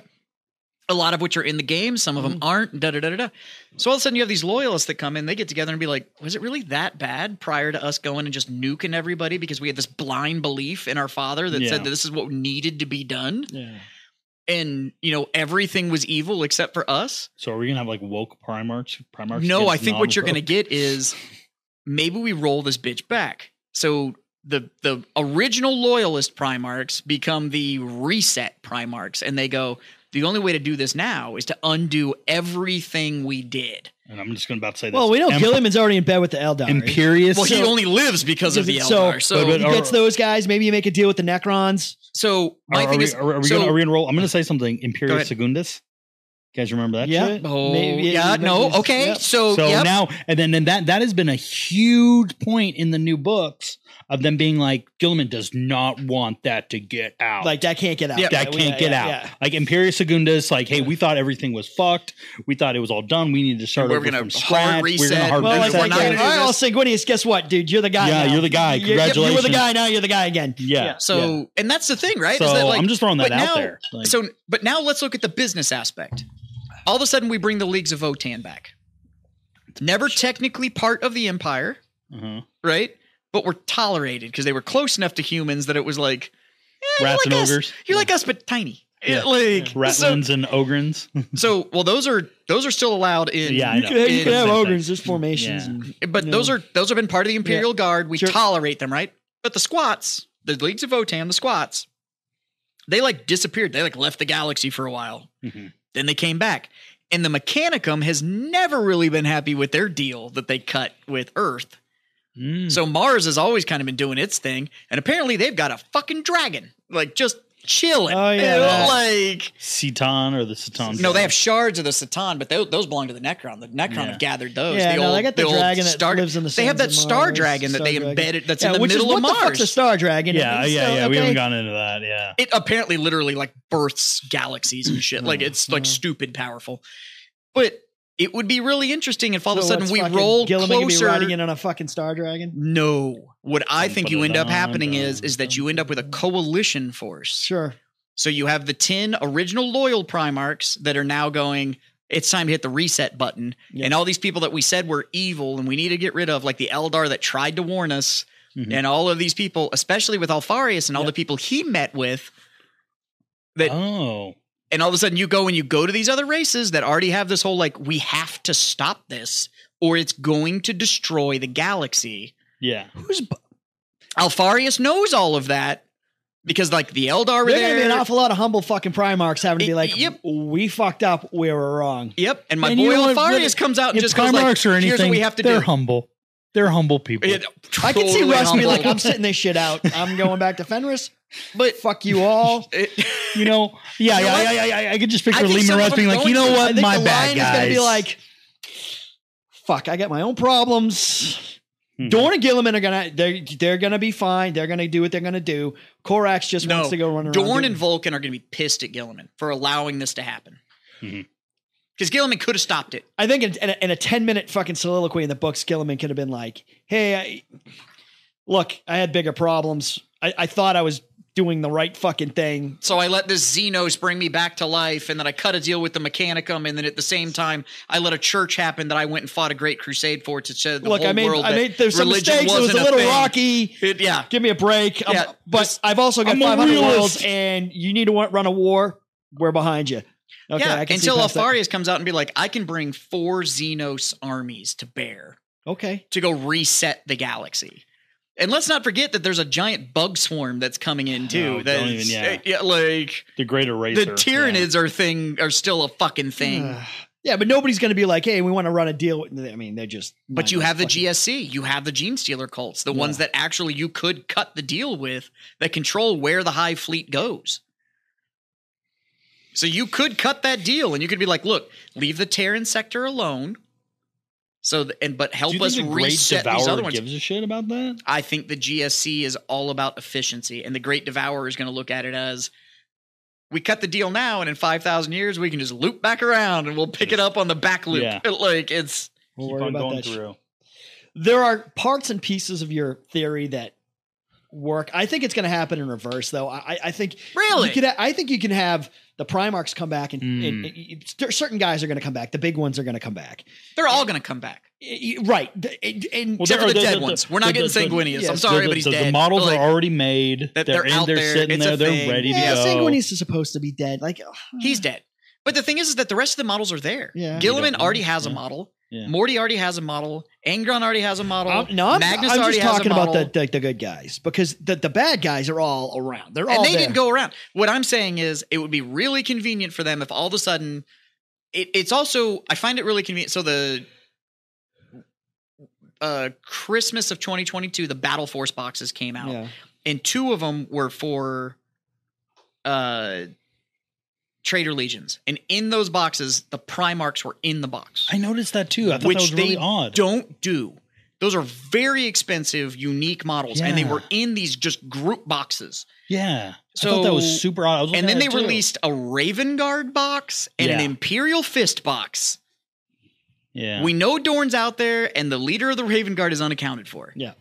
[SPEAKER 1] a lot of which are in the game, some of them aren't. Da da da da da. So all of a sudden, you have these loyalists that come in. They get together and be like, "Was it really that bad prior to us going and just nuking everybody because we had this blind belief in our father that
[SPEAKER 3] Yeah.
[SPEAKER 1] said that this is what needed to be done,
[SPEAKER 3] Yeah.
[SPEAKER 1] and you know everything was evil except for us."
[SPEAKER 3] So are we gonna have like woke primarchs? Primarchs?
[SPEAKER 1] no,
[SPEAKER 3] against
[SPEAKER 1] I think what you're going to
[SPEAKER 3] non-woke?
[SPEAKER 1] get is maybe we roll this bitch back. So the the original loyalist primarchs become the reset primarchs, and they go. The only way to do this now is to undo everything we did.
[SPEAKER 3] And I'm just gonna about to say this.
[SPEAKER 2] Well, we know
[SPEAKER 3] Em-
[SPEAKER 2] Gilliman's already in bed with the Eldar.
[SPEAKER 3] Imperious.
[SPEAKER 1] Well, he
[SPEAKER 2] So-
[SPEAKER 1] only lives because of the
[SPEAKER 2] So-
[SPEAKER 1] Eldar. So,
[SPEAKER 3] But-
[SPEAKER 2] He
[SPEAKER 3] but- uh,
[SPEAKER 2] gets
[SPEAKER 3] Or-
[SPEAKER 2] those guys. Maybe you make a deal with the Necrons.
[SPEAKER 1] so
[SPEAKER 3] Are,
[SPEAKER 1] my
[SPEAKER 3] are
[SPEAKER 1] thing
[SPEAKER 3] we,
[SPEAKER 1] is,
[SPEAKER 3] are, are we
[SPEAKER 1] so-
[SPEAKER 3] gonna, are we in roll? I'm gonna say something.
[SPEAKER 1] Go
[SPEAKER 3] Imperious
[SPEAKER 1] ahead.
[SPEAKER 3] Segundus. You guys remember that?
[SPEAKER 2] Yeah.
[SPEAKER 3] shit?
[SPEAKER 1] oh
[SPEAKER 2] Maybe-
[SPEAKER 1] yeah,
[SPEAKER 2] maybe
[SPEAKER 1] no,
[SPEAKER 2] he's-
[SPEAKER 1] okay,
[SPEAKER 2] yep.
[SPEAKER 1] so,
[SPEAKER 3] So
[SPEAKER 1] Oh, yep.
[SPEAKER 3] now, and then, and that that has been a huge point in the new books of them being like, Gilliman does not want that to get out.
[SPEAKER 2] Like that can't get out.
[SPEAKER 1] Yeah.
[SPEAKER 3] that
[SPEAKER 2] Yeah,
[SPEAKER 3] can't
[SPEAKER 2] yeah,
[SPEAKER 3] get
[SPEAKER 2] yeah,
[SPEAKER 3] out.
[SPEAKER 2] yeah.
[SPEAKER 3] Like Imperius Segundus, like, hey, we thought everything was fucked. We thought it was all done. We needed to start
[SPEAKER 1] We're
[SPEAKER 3] over
[SPEAKER 1] gonna
[SPEAKER 3] from
[SPEAKER 1] hard
[SPEAKER 3] scratch. We're
[SPEAKER 1] reset.
[SPEAKER 3] gonna hard
[SPEAKER 2] Well,
[SPEAKER 1] We're
[SPEAKER 2] like,
[SPEAKER 3] reset.
[SPEAKER 2] like,
[SPEAKER 1] not
[SPEAKER 2] all
[SPEAKER 1] gonna do
[SPEAKER 2] right, well,
[SPEAKER 1] this.
[SPEAKER 2] Sanguinius, guess what, dude? You're the guy.
[SPEAKER 3] Yeah,
[SPEAKER 2] now.
[SPEAKER 3] you're the guy.
[SPEAKER 2] You- yep, You were the
[SPEAKER 3] Congratulations.
[SPEAKER 2] guy. Now you're the guy again.
[SPEAKER 3] yeah.
[SPEAKER 1] so and that's the thing, right?
[SPEAKER 3] So
[SPEAKER 1] is that like,
[SPEAKER 3] I'm just throwing that
[SPEAKER 1] but
[SPEAKER 3] out
[SPEAKER 1] now-
[SPEAKER 3] there. Like,
[SPEAKER 1] so but now let's look at the business aspect. All of a sudden, we bring the leagues of Votan back. Never technically part of the Empire,
[SPEAKER 3] uh-huh.
[SPEAKER 1] right? But were tolerated because they were close enough to humans that it was like eh,
[SPEAKER 3] rats
[SPEAKER 1] you're
[SPEAKER 3] and
[SPEAKER 1] like us.
[SPEAKER 3] ogres,
[SPEAKER 1] You're like us, but tiny.
[SPEAKER 3] Yeah.
[SPEAKER 1] It, like *laughs* so,
[SPEAKER 3] ratlins
[SPEAKER 1] *laughs*
[SPEAKER 3] and ogrins.
[SPEAKER 1] so well, those are those are still allowed in.
[SPEAKER 3] Yeah, I
[SPEAKER 2] You
[SPEAKER 3] know.
[SPEAKER 2] could, you could
[SPEAKER 1] Yeah.
[SPEAKER 2] have ogres. There's formations.
[SPEAKER 3] Yeah.
[SPEAKER 2] and-
[SPEAKER 1] But
[SPEAKER 2] No.
[SPEAKER 1] those are those have been part of the Imperial Guard. We
[SPEAKER 2] Sure.
[SPEAKER 1] tolerate them, right? But the squats, the Leagues of Votan, the squats, they like disappeared. They like left the galaxy for a while.
[SPEAKER 3] Mhm.
[SPEAKER 1] Then they came back. And the Mechanicum has never really been happy with their deal that they cut with Earth.
[SPEAKER 2] Hmm.
[SPEAKER 3] Mm.
[SPEAKER 1] So Mars has always kind of been doing its thing. And apparently they've got a fucking dragon, like just chilling.
[SPEAKER 2] Oh,
[SPEAKER 1] *laughs*
[SPEAKER 2] yeah,
[SPEAKER 1] You know,
[SPEAKER 2] that-
[SPEAKER 1] Like,
[SPEAKER 3] Cetan or the Cetan.
[SPEAKER 1] no, they have shards of the Satan, but tho- those belong to the Necron. The Necron
[SPEAKER 3] Yeah.
[SPEAKER 1] have gathered those.
[SPEAKER 2] Yeah,
[SPEAKER 1] the
[SPEAKER 2] no,
[SPEAKER 1] old,
[SPEAKER 2] they got the,
[SPEAKER 1] old
[SPEAKER 2] dragon that
[SPEAKER 1] star-
[SPEAKER 2] lives in the.
[SPEAKER 1] they have that
[SPEAKER 2] sands of
[SPEAKER 1] star
[SPEAKER 2] Mars,
[SPEAKER 1] dragon that
[SPEAKER 2] star
[SPEAKER 1] they
[SPEAKER 2] dragon.
[SPEAKER 1] embedded that's
[SPEAKER 2] yeah,
[SPEAKER 1] in the
[SPEAKER 2] which
[SPEAKER 1] middle
[SPEAKER 2] is,
[SPEAKER 1] of
[SPEAKER 2] what The fuck's a
[SPEAKER 1] Mars.
[SPEAKER 2] star dragon.
[SPEAKER 3] Yeah,
[SPEAKER 2] And
[SPEAKER 3] yeah,
[SPEAKER 2] so,
[SPEAKER 3] yeah. We haven't
[SPEAKER 2] okay.
[SPEAKER 3] gotten into that. Yeah.
[SPEAKER 1] it apparently literally like births galaxies and shit. Like
[SPEAKER 2] Yeah,
[SPEAKER 1] it's like
[SPEAKER 2] yeah.
[SPEAKER 1] stupid powerful. But it would be really interesting if all of
[SPEAKER 2] So
[SPEAKER 1] a sudden
[SPEAKER 2] what's
[SPEAKER 1] we
[SPEAKER 2] fucking
[SPEAKER 1] roll
[SPEAKER 2] Gilliman gonna
[SPEAKER 1] closer.
[SPEAKER 2] Be riding in on a fucking star dragon.
[SPEAKER 1] no. What I
[SPEAKER 3] Dum,
[SPEAKER 1] think you end up
[SPEAKER 3] ba-da-dum,
[SPEAKER 1] happening is
[SPEAKER 3] dum,
[SPEAKER 1] is that you end up with a coalition force.
[SPEAKER 2] Sure.
[SPEAKER 1] So you have the 10 original loyal primarchs that are now going it's time to hit the reset button.
[SPEAKER 2] Yeah.
[SPEAKER 1] And all these people that we said were evil and we need to get rid of, like the Eldar that tried to warn us,
[SPEAKER 3] Mhm.
[SPEAKER 1] and all of these people, especially with Alfarius and all
[SPEAKER 2] Yeah.
[SPEAKER 1] the people he met with, that-
[SPEAKER 3] oh.
[SPEAKER 1] and all of a sudden you go and you go to these other races that already have this whole like we have to stop this or it's going to destroy the galaxy
[SPEAKER 3] Yeah.
[SPEAKER 2] Who's bu-
[SPEAKER 1] alfarius knows all of that because like the eldar were
[SPEAKER 2] There's gonna be
[SPEAKER 1] there
[SPEAKER 2] an awful lot of humble fucking Primarchs having to be
[SPEAKER 1] Y-
[SPEAKER 2] like,
[SPEAKER 1] yep.
[SPEAKER 2] we fucked up, we were wrong.
[SPEAKER 1] yep and my
[SPEAKER 3] And you
[SPEAKER 1] boy
[SPEAKER 3] know what,
[SPEAKER 1] alfarius
[SPEAKER 3] with-
[SPEAKER 1] comes out and
[SPEAKER 3] If
[SPEAKER 1] just goes like
[SPEAKER 3] Primarchs or
[SPEAKER 1] here's what
[SPEAKER 3] anything,
[SPEAKER 1] we have to
[SPEAKER 3] they're
[SPEAKER 1] do
[SPEAKER 3] humble. They're humble people.
[SPEAKER 1] It-
[SPEAKER 2] I can see
[SPEAKER 1] totally
[SPEAKER 2] Russ be
[SPEAKER 1] humble.
[SPEAKER 2] like, I'm sitting this
[SPEAKER 1] *laughs*
[SPEAKER 2] shit out. I'm going back to Fenris.
[SPEAKER 1] but
[SPEAKER 2] Fuck
[SPEAKER 1] *laughs*
[SPEAKER 2] you all.
[SPEAKER 1] it-
[SPEAKER 3] you know,
[SPEAKER 1] *laughs*
[SPEAKER 3] yeah,
[SPEAKER 1] You know
[SPEAKER 3] yeah,
[SPEAKER 1] what?
[SPEAKER 3] yeah, yeah, yeah. I could just
[SPEAKER 1] I
[SPEAKER 3] picture
[SPEAKER 1] think some
[SPEAKER 3] Lehman
[SPEAKER 1] of
[SPEAKER 3] Russ
[SPEAKER 1] them
[SPEAKER 3] being
[SPEAKER 1] are
[SPEAKER 3] like, you
[SPEAKER 1] going
[SPEAKER 3] know
[SPEAKER 1] to.
[SPEAKER 2] I
[SPEAKER 3] what,
[SPEAKER 2] think
[SPEAKER 3] my
[SPEAKER 2] the
[SPEAKER 3] bad
[SPEAKER 2] line is gonna
[SPEAKER 3] guys.
[SPEAKER 2] be like, fuck, I got my own problems.
[SPEAKER 3] Mhm.
[SPEAKER 2] Dorn and Gilliman are gonna they're they're gonna be fine. They're gonna do what they're gonna do. Korax just
[SPEAKER 1] No.
[SPEAKER 2] wants to go run around.
[SPEAKER 1] Dorn
[SPEAKER 2] doing-
[SPEAKER 1] and Vulcan are going to be pissed at Gilliman for allowing this to happen. Because
[SPEAKER 2] Mm-hmm.
[SPEAKER 3] Mhm.
[SPEAKER 1] Gilliman could have stopped it.
[SPEAKER 2] I think in, in, a, in a 10 minute fucking soliloquy in the books, Gilliman could have been like, hey, I, look, I had bigger problems. I, I thought I was doing the right fucking thing.
[SPEAKER 1] So I let this Xenos bring me back to life, and then I cut a deal with the Mechanicum, and then at the same time, I let a church happen that I went and fought a great crusade for to show the
[SPEAKER 2] look,
[SPEAKER 1] whole
[SPEAKER 2] I made,
[SPEAKER 1] world
[SPEAKER 2] I
[SPEAKER 1] that
[SPEAKER 2] made there's some
[SPEAKER 1] religion
[SPEAKER 2] mistakes. It was a
[SPEAKER 1] wasn't
[SPEAKER 2] little
[SPEAKER 1] thing.
[SPEAKER 2] rocky.
[SPEAKER 1] It- yeah,
[SPEAKER 2] Give me a break. I'm-
[SPEAKER 1] Yeah,
[SPEAKER 2] but
[SPEAKER 1] this-
[SPEAKER 2] I've also got
[SPEAKER 3] I'm a
[SPEAKER 2] 500
[SPEAKER 3] realist.
[SPEAKER 2] worlds, and you need to wa- run a war. We're behind you. Okay,
[SPEAKER 1] yeah.
[SPEAKER 2] I can see
[SPEAKER 1] Until
[SPEAKER 2] past that.
[SPEAKER 1] Alfarius comes out and be like, I can bring four Xenos armies to bear
[SPEAKER 2] Okay.
[SPEAKER 1] to go reset the galaxy. And let's not forget that there's a giant bug swarm that's coming in too.
[SPEAKER 3] Oh,
[SPEAKER 1] that's
[SPEAKER 3] don't even- yeah.
[SPEAKER 1] uh, yeah, like
[SPEAKER 3] The Great
[SPEAKER 1] the
[SPEAKER 3] Eraser.
[SPEAKER 1] Tyranids are thing are still a fucking thing.
[SPEAKER 2] yeah, but nobody's going to be like, hey, we want to run a deal. with-" I mean, they're just.
[SPEAKER 1] But you
[SPEAKER 2] mindless
[SPEAKER 1] have the
[SPEAKER 2] fucking-
[SPEAKER 1] GSC, you have the gene stealer cults, the ones that actually you could cut the deal with that control where the high fleet goes. So you could cut that deal and you could be like, look, leave the Terran sector alone. So th- and but
[SPEAKER 3] Do
[SPEAKER 1] help
[SPEAKER 3] you
[SPEAKER 1] us
[SPEAKER 3] think the Great
[SPEAKER 1] reset these other
[SPEAKER 3] Devourer
[SPEAKER 1] ones.
[SPEAKER 3] gives a shit about that?
[SPEAKER 1] I think the GSC is all about efficiency, and the Great Devourer is going to look at it as we cut the deal now, and in five thousand years we can just loop back around, and we'll pick it up on the back loop.
[SPEAKER 3] Yeah.
[SPEAKER 1] *laughs* Like it's
[SPEAKER 2] We'll
[SPEAKER 3] Keep
[SPEAKER 2] worry
[SPEAKER 3] on
[SPEAKER 2] about
[SPEAKER 3] going
[SPEAKER 2] that shit.
[SPEAKER 3] through.
[SPEAKER 2] there are parts and pieces of your theory that work. I think it's going to happen in reverse, though. I, I- I think
[SPEAKER 1] really
[SPEAKER 2] you could. ha- I think you can have the Primarchs come back, and,
[SPEAKER 3] Mm.
[SPEAKER 2] and- and- and cer- certain guys are going to come back. The big ones are going to come back,
[SPEAKER 1] they're all going to come back,
[SPEAKER 2] Y- y- right? The- And, and-
[SPEAKER 3] Well,
[SPEAKER 1] except
[SPEAKER 3] there
[SPEAKER 1] for
[SPEAKER 3] are
[SPEAKER 1] the
[SPEAKER 3] those-
[SPEAKER 1] dead
[SPEAKER 3] the-
[SPEAKER 1] ones.
[SPEAKER 3] the-
[SPEAKER 1] We're not
[SPEAKER 3] the-
[SPEAKER 1] getting
[SPEAKER 3] the-
[SPEAKER 1] sanguineus. I'm
[SPEAKER 2] yes,
[SPEAKER 1] sorry,
[SPEAKER 3] the,
[SPEAKER 1] but he's
[SPEAKER 3] the,
[SPEAKER 1] dead.
[SPEAKER 3] The models
[SPEAKER 1] Like,
[SPEAKER 3] are already made.
[SPEAKER 1] that
[SPEAKER 3] they're
[SPEAKER 1] they're
[SPEAKER 3] in.
[SPEAKER 1] out
[SPEAKER 3] they're
[SPEAKER 1] there,
[SPEAKER 3] sitting
[SPEAKER 1] it's a
[SPEAKER 3] there. They're
[SPEAKER 1] thing.
[SPEAKER 3] ready to
[SPEAKER 2] yeah,
[SPEAKER 3] go.
[SPEAKER 2] Sanguinius is supposed to be dead. Like uh, ugh,
[SPEAKER 1] he's dead. But the thing is, is that the rest of the models are there.
[SPEAKER 2] Yeah.
[SPEAKER 1] Gilliman
[SPEAKER 3] Yeah.
[SPEAKER 1] already has a
[SPEAKER 3] Yeah.
[SPEAKER 1] model.
[SPEAKER 3] Yeah.
[SPEAKER 1] Morty already has a model. Angron already has a model.
[SPEAKER 2] I'm- no, I'm,
[SPEAKER 1] Magnus
[SPEAKER 2] I'm
[SPEAKER 1] already
[SPEAKER 2] just
[SPEAKER 1] has a
[SPEAKER 2] talking about
[SPEAKER 1] model.
[SPEAKER 2] the, the the good guys because the the bad guys are all around. They're all
[SPEAKER 1] and they
[SPEAKER 2] there.
[SPEAKER 1] didn't go around. What I'm saying is, it would be really convenient for them if all of a sudden, it, it's also I find it really convenient. So the uh, Christmas of 2022, the Battle Force boxes came out,
[SPEAKER 2] Yeah.
[SPEAKER 1] and two of them were for uh, Trader Legions, and in those boxes, the Primarchs were in the box
[SPEAKER 3] I noticed that too. I thought
[SPEAKER 1] Which
[SPEAKER 3] that was really
[SPEAKER 1] they
[SPEAKER 3] odd.
[SPEAKER 1] don't do. Those are very expensive, unique models, and they
[SPEAKER 3] Yeah.
[SPEAKER 1] were in these just group boxes.
[SPEAKER 3] Yeah. I thought that
[SPEAKER 1] So-
[SPEAKER 3] was super odd. I was looking
[SPEAKER 1] And then
[SPEAKER 3] at
[SPEAKER 1] they
[SPEAKER 3] it, too.
[SPEAKER 1] released a Raven Guard box and an
[SPEAKER 3] Yeah.
[SPEAKER 1] Imperial Fist box.
[SPEAKER 3] Yeah.
[SPEAKER 1] We know Dorn's out there, and the leader of the Raven Guard is unaccounted for.
[SPEAKER 2] Yeah.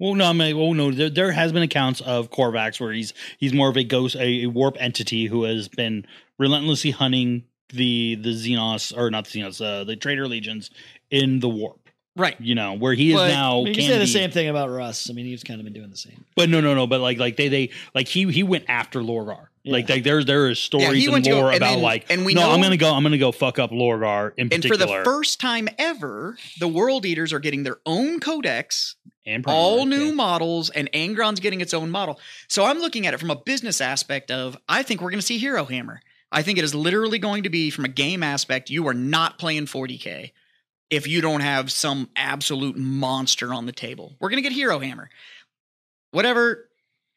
[SPEAKER 3] well, no, I mean, well, no. There, there has been accounts of Korvax where he's he's more of a ghost, a, a warp entity who has been relentlessly hunting the the Xenos or not the Xenos, uh, the Traitor Legions in the warp.
[SPEAKER 1] Right.
[SPEAKER 3] You know where he is
[SPEAKER 1] But-
[SPEAKER 3] now.
[SPEAKER 2] I mean, you
[SPEAKER 3] can
[SPEAKER 2] can say the
[SPEAKER 3] be-
[SPEAKER 2] same thing about Russ. I mean, he's kind of been doing the same.
[SPEAKER 3] But no, no, no. But like, like they, they, like he, he went after Lorgar.
[SPEAKER 2] Yeah.
[SPEAKER 3] Like, like there, there is
[SPEAKER 1] Yeah, he
[SPEAKER 3] stories
[SPEAKER 1] went
[SPEAKER 3] and
[SPEAKER 1] to go-
[SPEAKER 3] lore
[SPEAKER 1] and
[SPEAKER 3] about
[SPEAKER 1] then-
[SPEAKER 3] like,
[SPEAKER 1] and we
[SPEAKER 3] no,
[SPEAKER 1] know-
[SPEAKER 3] I'm gonna go, I'm gonna go fuck up Lorgar in
[SPEAKER 1] And for
[SPEAKER 3] particular.
[SPEAKER 1] the first time ever, the World Eaters are getting their own codex,
[SPEAKER 3] and
[SPEAKER 1] all
[SPEAKER 3] Primarch,
[SPEAKER 1] new
[SPEAKER 3] yeah.
[SPEAKER 1] models, and Angron's getting its own model. So I'm looking at it from a business aspect of I think we're going to see Hero Hammer. I think it is literally going to be from a game aspect. You are not playing 40k if you don't have some absolute monster on the table. We're going to get Hero Hammer. Whatever,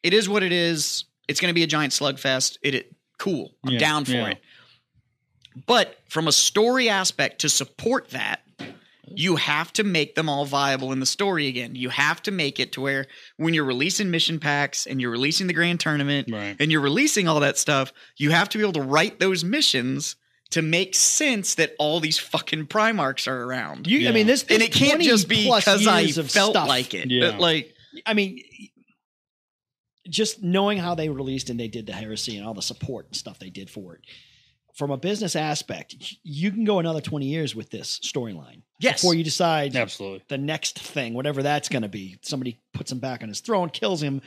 [SPEAKER 1] it is what it is. It's going to be a giant slugfest. It, it cool. I'm
[SPEAKER 3] Yeah,
[SPEAKER 1] down for
[SPEAKER 3] yeah.
[SPEAKER 1] it. But from a story aspect to support that, you have to make them all viable in the story again. You have to make it to where when you're releasing mission packs and you're releasing the grand tournament
[SPEAKER 3] Right.
[SPEAKER 1] and you're releasing all that stuff, you have to be able to write those missions to make sense that all these fucking Primarchs are around.
[SPEAKER 2] You, I
[SPEAKER 3] Yeah.
[SPEAKER 2] mean, this,
[SPEAKER 1] and
[SPEAKER 2] this
[SPEAKER 1] it can't
[SPEAKER 2] 20
[SPEAKER 1] just be
[SPEAKER 2] plus
[SPEAKER 1] because I
[SPEAKER 2] years of
[SPEAKER 1] felt
[SPEAKER 2] stuff.
[SPEAKER 1] like it.
[SPEAKER 3] Yeah.
[SPEAKER 1] But, Like,
[SPEAKER 2] I mean, just knowing how they released and they did the heresy and all the support and stuff they did for it. From a business aspect, you can go another 20 years with this storyline
[SPEAKER 1] yes.
[SPEAKER 2] before you decide
[SPEAKER 3] Absolutely.
[SPEAKER 2] the next thing, whatever that's going to be. Somebody puts him back on his throne, kills him,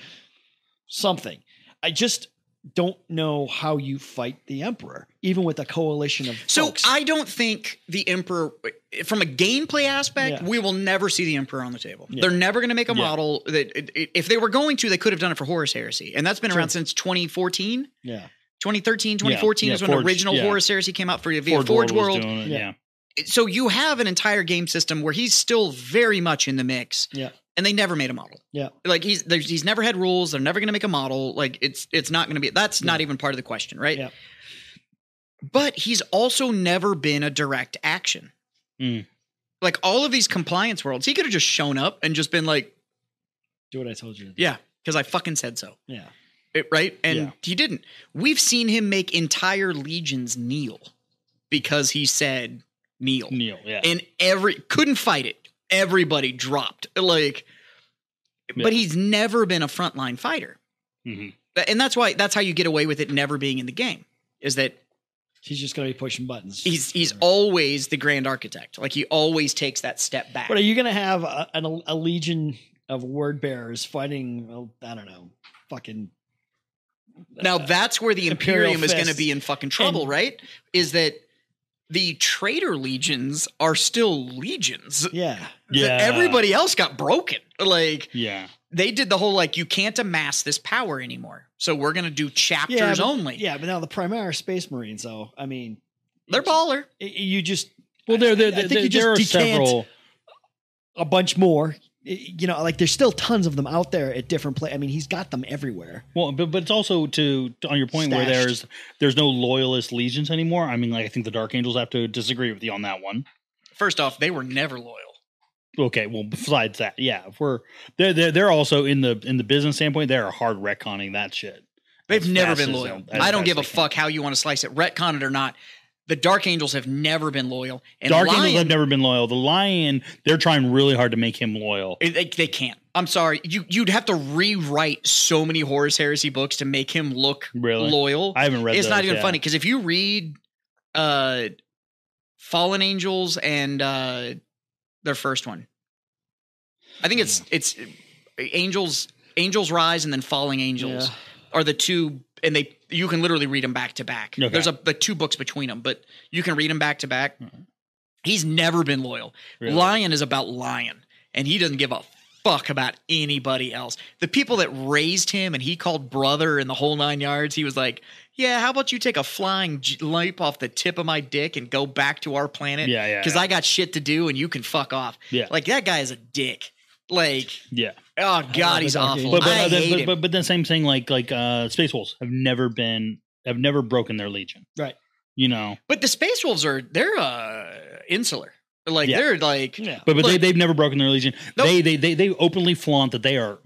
[SPEAKER 2] something. I just don't know how you fight the emperor, even with a coalition of
[SPEAKER 1] So
[SPEAKER 2] folks.
[SPEAKER 1] I don't think the Emperor, from a gameplay aspect,
[SPEAKER 2] Yeah.
[SPEAKER 1] we will never see the Emperor on the table.
[SPEAKER 2] Yeah.
[SPEAKER 1] They're never going to make a
[SPEAKER 3] Yeah.
[SPEAKER 1] model that, i- i- if they were going to, they could have done it for Horus Heresy, and that's been
[SPEAKER 2] Sure.
[SPEAKER 1] around since 2014.
[SPEAKER 2] yeah,
[SPEAKER 1] 2013, 2014
[SPEAKER 3] yeah,
[SPEAKER 1] is when
[SPEAKER 3] Forge-
[SPEAKER 1] original
[SPEAKER 3] yeah.
[SPEAKER 1] Horus Heresy came out for via Forge,
[SPEAKER 3] was
[SPEAKER 1] World.
[SPEAKER 3] doing it,
[SPEAKER 2] Yeah.
[SPEAKER 3] yeah.
[SPEAKER 1] So you have an entire game system where he's still very much in the mix.
[SPEAKER 2] Yeah.
[SPEAKER 1] And they never made a model.
[SPEAKER 2] Yeah.
[SPEAKER 1] Like he's there's, he's never had rules. They're never going to make a model. Like it's it's not going to be that's not even part of the question, right?
[SPEAKER 2] Yeah.
[SPEAKER 1] But he's also never been a direct action.
[SPEAKER 2] Hmm.
[SPEAKER 3] Mm.
[SPEAKER 1] Like all of these compliance worlds, he could have just shown up and just been like,
[SPEAKER 2] do what I told you. to do.
[SPEAKER 1] yeah, because I fucking said so.
[SPEAKER 2] Yeah.
[SPEAKER 1] It- right? And
[SPEAKER 3] Yeah.
[SPEAKER 1] he didn't. We've seen him make entire legions kneel because he said kneel
[SPEAKER 3] Neil. Yeah.
[SPEAKER 1] and every couldn't fight it. Everybody dropped. Like,
[SPEAKER 3] Yeah.
[SPEAKER 1] but he's never been a frontline fighter,
[SPEAKER 3] Mhm.
[SPEAKER 1] Th- and that's why that's how you get away with it never being in the game. Is that
[SPEAKER 2] He's just going to be pushing buttons.
[SPEAKER 1] he's he's
[SPEAKER 2] Sure.
[SPEAKER 1] always the grand architect. Like he always takes that step back.
[SPEAKER 2] But are you going to have a, an, a legion of word bearers fighting? Well, I don't know, fucking.
[SPEAKER 1] now that's where the
[SPEAKER 2] Imperial
[SPEAKER 1] Imperium is going to
[SPEAKER 2] fists.
[SPEAKER 1] be in fucking trouble,
[SPEAKER 2] And-
[SPEAKER 1] right? Is that the traitor legions are still legions.
[SPEAKER 2] yeah.
[SPEAKER 1] That
[SPEAKER 3] yeah.
[SPEAKER 1] Everybody else got broken. Like
[SPEAKER 3] Yeah.
[SPEAKER 1] they did the whole like you can't amass this power anymore. So we're gonna do chapters
[SPEAKER 2] Yeah, but-
[SPEAKER 1] only.
[SPEAKER 2] Yeah, but now the Primera are Space Marines, so I mean,
[SPEAKER 1] They're baller.
[SPEAKER 2] y- you just
[SPEAKER 3] Well, there, there,
[SPEAKER 2] I think
[SPEAKER 3] there-
[SPEAKER 2] you just
[SPEAKER 3] there are
[SPEAKER 2] decant-
[SPEAKER 3] several.
[SPEAKER 2] a bunch more. Y- You know, like there's still tons of them out there at different places. I mean, he's got them everywhere.
[SPEAKER 3] Well, but, but it's also to, to- on your point where
[SPEAKER 2] Stashed.
[SPEAKER 3] there's there's no loyalist legions anymore. I mean, like I think the Dark Angels have to disagree with you on that one.
[SPEAKER 1] First off, they were never loyal.
[SPEAKER 3] Okay, well, besides that, yeah, if we're they're they're, they're also in the in the business standpoint, they are hard retconning that shit.
[SPEAKER 1] They've
[SPEAKER 3] As
[SPEAKER 1] never
[SPEAKER 3] fast
[SPEAKER 1] been
[SPEAKER 3] as
[SPEAKER 1] loyal.
[SPEAKER 3] they'll- as
[SPEAKER 1] I don't
[SPEAKER 3] fast
[SPEAKER 1] give a
[SPEAKER 3] as they can.
[SPEAKER 1] fuck how you want to slice it, retcon it or not. The Dark Angels have never been loyal. And
[SPEAKER 3] Dark
[SPEAKER 1] Lion,
[SPEAKER 3] Angels have never been loyal. The Lion, they're trying really hard to make him loyal.
[SPEAKER 1] It- eh, They, they can't. I'm sorry. You you'd have to rewrite so many Horus Heresy books to make him look
[SPEAKER 3] Really?
[SPEAKER 1] loyal.
[SPEAKER 3] I haven't read.
[SPEAKER 1] it's not
[SPEAKER 3] those,
[SPEAKER 1] even
[SPEAKER 3] yeah.
[SPEAKER 1] funny because if you read uh Fallen Angels and uh their first one, I think it's it's Angels Angels Rise and then Falling Angels
[SPEAKER 2] Yeah.
[SPEAKER 1] are the two, and they you can literally read them back to back.
[SPEAKER 3] Okay.
[SPEAKER 1] There's a the two books between them, but you can read them back to back.
[SPEAKER 3] Mhm.
[SPEAKER 1] He's never been loyal.
[SPEAKER 3] Really?
[SPEAKER 1] Lion is about lion, and he doesn't give a fuck about anybody else. The people that raised him and he called brother and the whole nine yards, he was like, Yeah, how about you take a flying j- leap off the tip of my dick and go back to our planet?
[SPEAKER 3] Yeah, yeah,
[SPEAKER 1] Because
[SPEAKER 3] yeah.
[SPEAKER 1] I got shit to do and you can fuck off.
[SPEAKER 3] Yeah.
[SPEAKER 1] Like, that guy is a dick. Like,
[SPEAKER 3] Yeah,
[SPEAKER 1] oh, God,
[SPEAKER 2] the
[SPEAKER 1] he's
[SPEAKER 2] Dark
[SPEAKER 1] awful.
[SPEAKER 2] Angel.
[SPEAKER 3] but but,
[SPEAKER 1] I hate
[SPEAKER 3] uh, the, but,
[SPEAKER 1] him.
[SPEAKER 3] but but the same thing like like uh, Space Wolves have never been have never broken their legion.
[SPEAKER 2] Right.
[SPEAKER 3] You know,
[SPEAKER 1] But the Space Wolves are, they're uh, insular. Like,
[SPEAKER 3] Yeah.
[SPEAKER 1] they're like,
[SPEAKER 2] Yeah.
[SPEAKER 3] but but they
[SPEAKER 1] Look-
[SPEAKER 3] they've never broken their legion.
[SPEAKER 1] Nope.
[SPEAKER 3] They, they they they openly flaunt that they are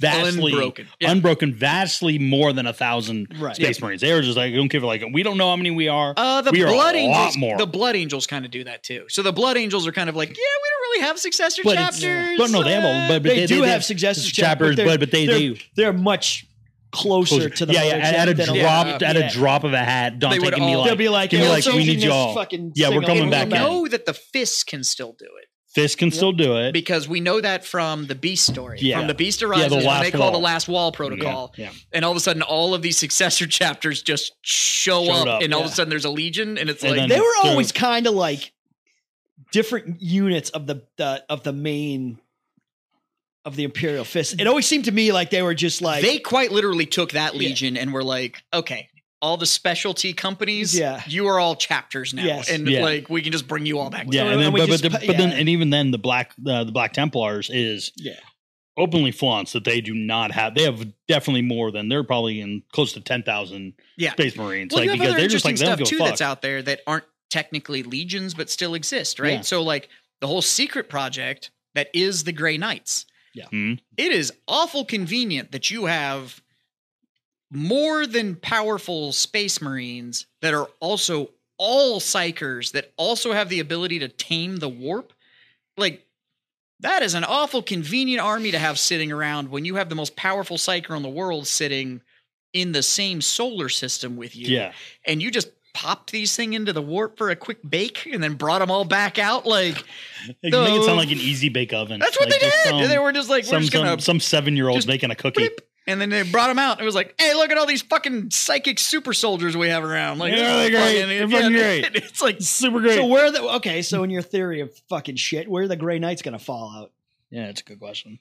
[SPEAKER 3] vastly
[SPEAKER 1] Unbroken. Yeah.
[SPEAKER 3] unbroken, vastly more than a thousand
[SPEAKER 2] Right.
[SPEAKER 3] Space Marines. They are just like don't give a like we don't know how many we are.
[SPEAKER 1] Uh, the
[SPEAKER 3] We are a
[SPEAKER 1] blood
[SPEAKER 3] lot
[SPEAKER 1] angels.
[SPEAKER 3] more.
[SPEAKER 1] The blood angels kind of do that too. So the blood angels are kind of like, yeah, we don't really have successor
[SPEAKER 3] But it's-
[SPEAKER 1] chapters.
[SPEAKER 3] but no, they have
[SPEAKER 1] uh,
[SPEAKER 3] a but, but
[SPEAKER 2] they, do have
[SPEAKER 3] success
[SPEAKER 2] suggested
[SPEAKER 3] chapters, but but they
[SPEAKER 2] they're,
[SPEAKER 3] do.
[SPEAKER 2] they're much closer, to the
[SPEAKER 3] yeah, yeah,
[SPEAKER 2] mother
[SPEAKER 3] at, at a
[SPEAKER 2] chap
[SPEAKER 3] drop,
[SPEAKER 2] than lot-
[SPEAKER 3] at
[SPEAKER 2] yeah.
[SPEAKER 3] a drop of a hat, Dante
[SPEAKER 1] would
[SPEAKER 3] can be
[SPEAKER 1] all-
[SPEAKER 3] like,
[SPEAKER 2] They'll be like,
[SPEAKER 3] can be
[SPEAKER 2] "Hey,
[SPEAKER 3] like,
[SPEAKER 2] we're
[SPEAKER 3] we
[SPEAKER 2] changing
[SPEAKER 3] need
[SPEAKER 2] this
[SPEAKER 3] y'all.
[SPEAKER 2] fucking
[SPEAKER 3] Yeah, we're
[SPEAKER 2] sing-along
[SPEAKER 3] coming
[SPEAKER 1] and
[SPEAKER 3] back
[SPEAKER 1] we
[SPEAKER 3] in.
[SPEAKER 1] know that the fists can still do it
[SPEAKER 3] Fisk can still do it.
[SPEAKER 1] because we know that from the Beast story,
[SPEAKER 3] Yeah.
[SPEAKER 1] from the Beast Arises, when
[SPEAKER 3] last
[SPEAKER 1] they call the
[SPEAKER 3] wall.
[SPEAKER 1] Last Wall
[SPEAKER 3] Yeah,
[SPEAKER 1] protocol,
[SPEAKER 3] yeah.
[SPEAKER 1] and all of a sudden all of these successor *laughs* chapters just show
[SPEAKER 3] Showed
[SPEAKER 1] up,
[SPEAKER 3] up,
[SPEAKER 1] and all of a
[SPEAKER 2] yeah.
[SPEAKER 1] sudden there's a legion, and it's
[SPEAKER 3] And
[SPEAKER 1] like
[SPEAKER 3] then-
[SPEAKER 2] They were
[SPEAKER 3] So-
[SPEAKER 2] always kind of like different units of the, the of the main of the Imperial Fist. It always seemed to me like they were just like
[SPEAKER 1] they quite literally took that legion and were like, okay. All the specialty companies,
[SPEAKER 2] Yeah.
[SPEAKER 1] you are all chapters now,
[SPEAKER 2] Yes.
[SPEAKER 1] and
[SPEAKER 3] Yeah.
[SPEAKER 1] like we can just bring you all back.
[SPEAKER 3] Yeah,
[SPEAKER 2] So,
[SPEAKER 3] and then
[SPEAKER 2] and we
[SPEAKER 3] but,
[SPEAKER 2] just
[SPEAKER 3] but, the,
[SPEAKER 2] pu-
[SPEAKER 3] but then
[SPEAKER 2] yeah.
[SPEAKER 3] and even then the black uh, the black Templars is
[SPEAKER 2] Yeah.
[SPEAKER 3] openly flaunts that they do not have. They have definitely more than they're probably in close to ten thousand
[SPEAKER 1] Yeah.
[SPEAKER 3] Space Marines.
[SPEAKER 1] Well,
[SPEAKER 3] like
[SPEAKER 1] you have
[SPEAKER 3] because
[SPEAKER 1] other
[SPEAKER 3] they're just
[SPEAKER 1] interesting
[SPEAKER 3] like they don't
[SPEAKER 1] stuff
[SPEAKER 3] give
[SPEAKER 1] too
[SPEAKER 3] a fuck.
[SPEAKER 1] that's out there that aren't technically legions but still exist, right?
[SPEAKER 3] Yeah.
[SPEAKER 1] So like the whole secret project that is the Grey Knights.
[SPEAKER 2] Yeah.
[SPEAKER 3] Mhm.
[SPEAKER 1] It is awful convenient that you have more than powerful space marines that are also all psychers that also have the ability to tame the warp. Like that is an awful convenient army to have sitting around when you have the most powerful psyker in the world sitting in the same solar system with you
[SPEAKER 3] Yeah,
[SPEAKER 1] and you just popped these thing into the warp for a quick bake and then brought them all back out like
[SPEAKER 3] Like, you make it
[SPEAKER 1] So-
[SPEAKER 3] sound like an easy bake oven.
[SPEAKER 1] that's what
[SPEAKER 3] Like,
[SPEAKER 1] they did
[SPEAKER 3] just some-
[SPEAKER 1] they were just like we're
[SPEAKER 3] some
[SPEAKER 1] just gonna
[SPEAKER 3] some, some seven year old
[SPEAKER 1] just
[SPEAKER 3] making a cookie.
[SPEAKER 1] bleep. and then they brought them out and it was like hey look at all these fucking psychic super soldiers we have around like
[SPEAKER 3] Yeah, they're great. They're fucking great.
[SPEAKER 1] *laughs* it's like
[SPEAKER 3] Super great.
[SPEAKER 2] So where are the okay? So in your theory of fucking shit, where are the Grey Knights gonna fall out?
[SPEAKER 3] yeah, it's a good question.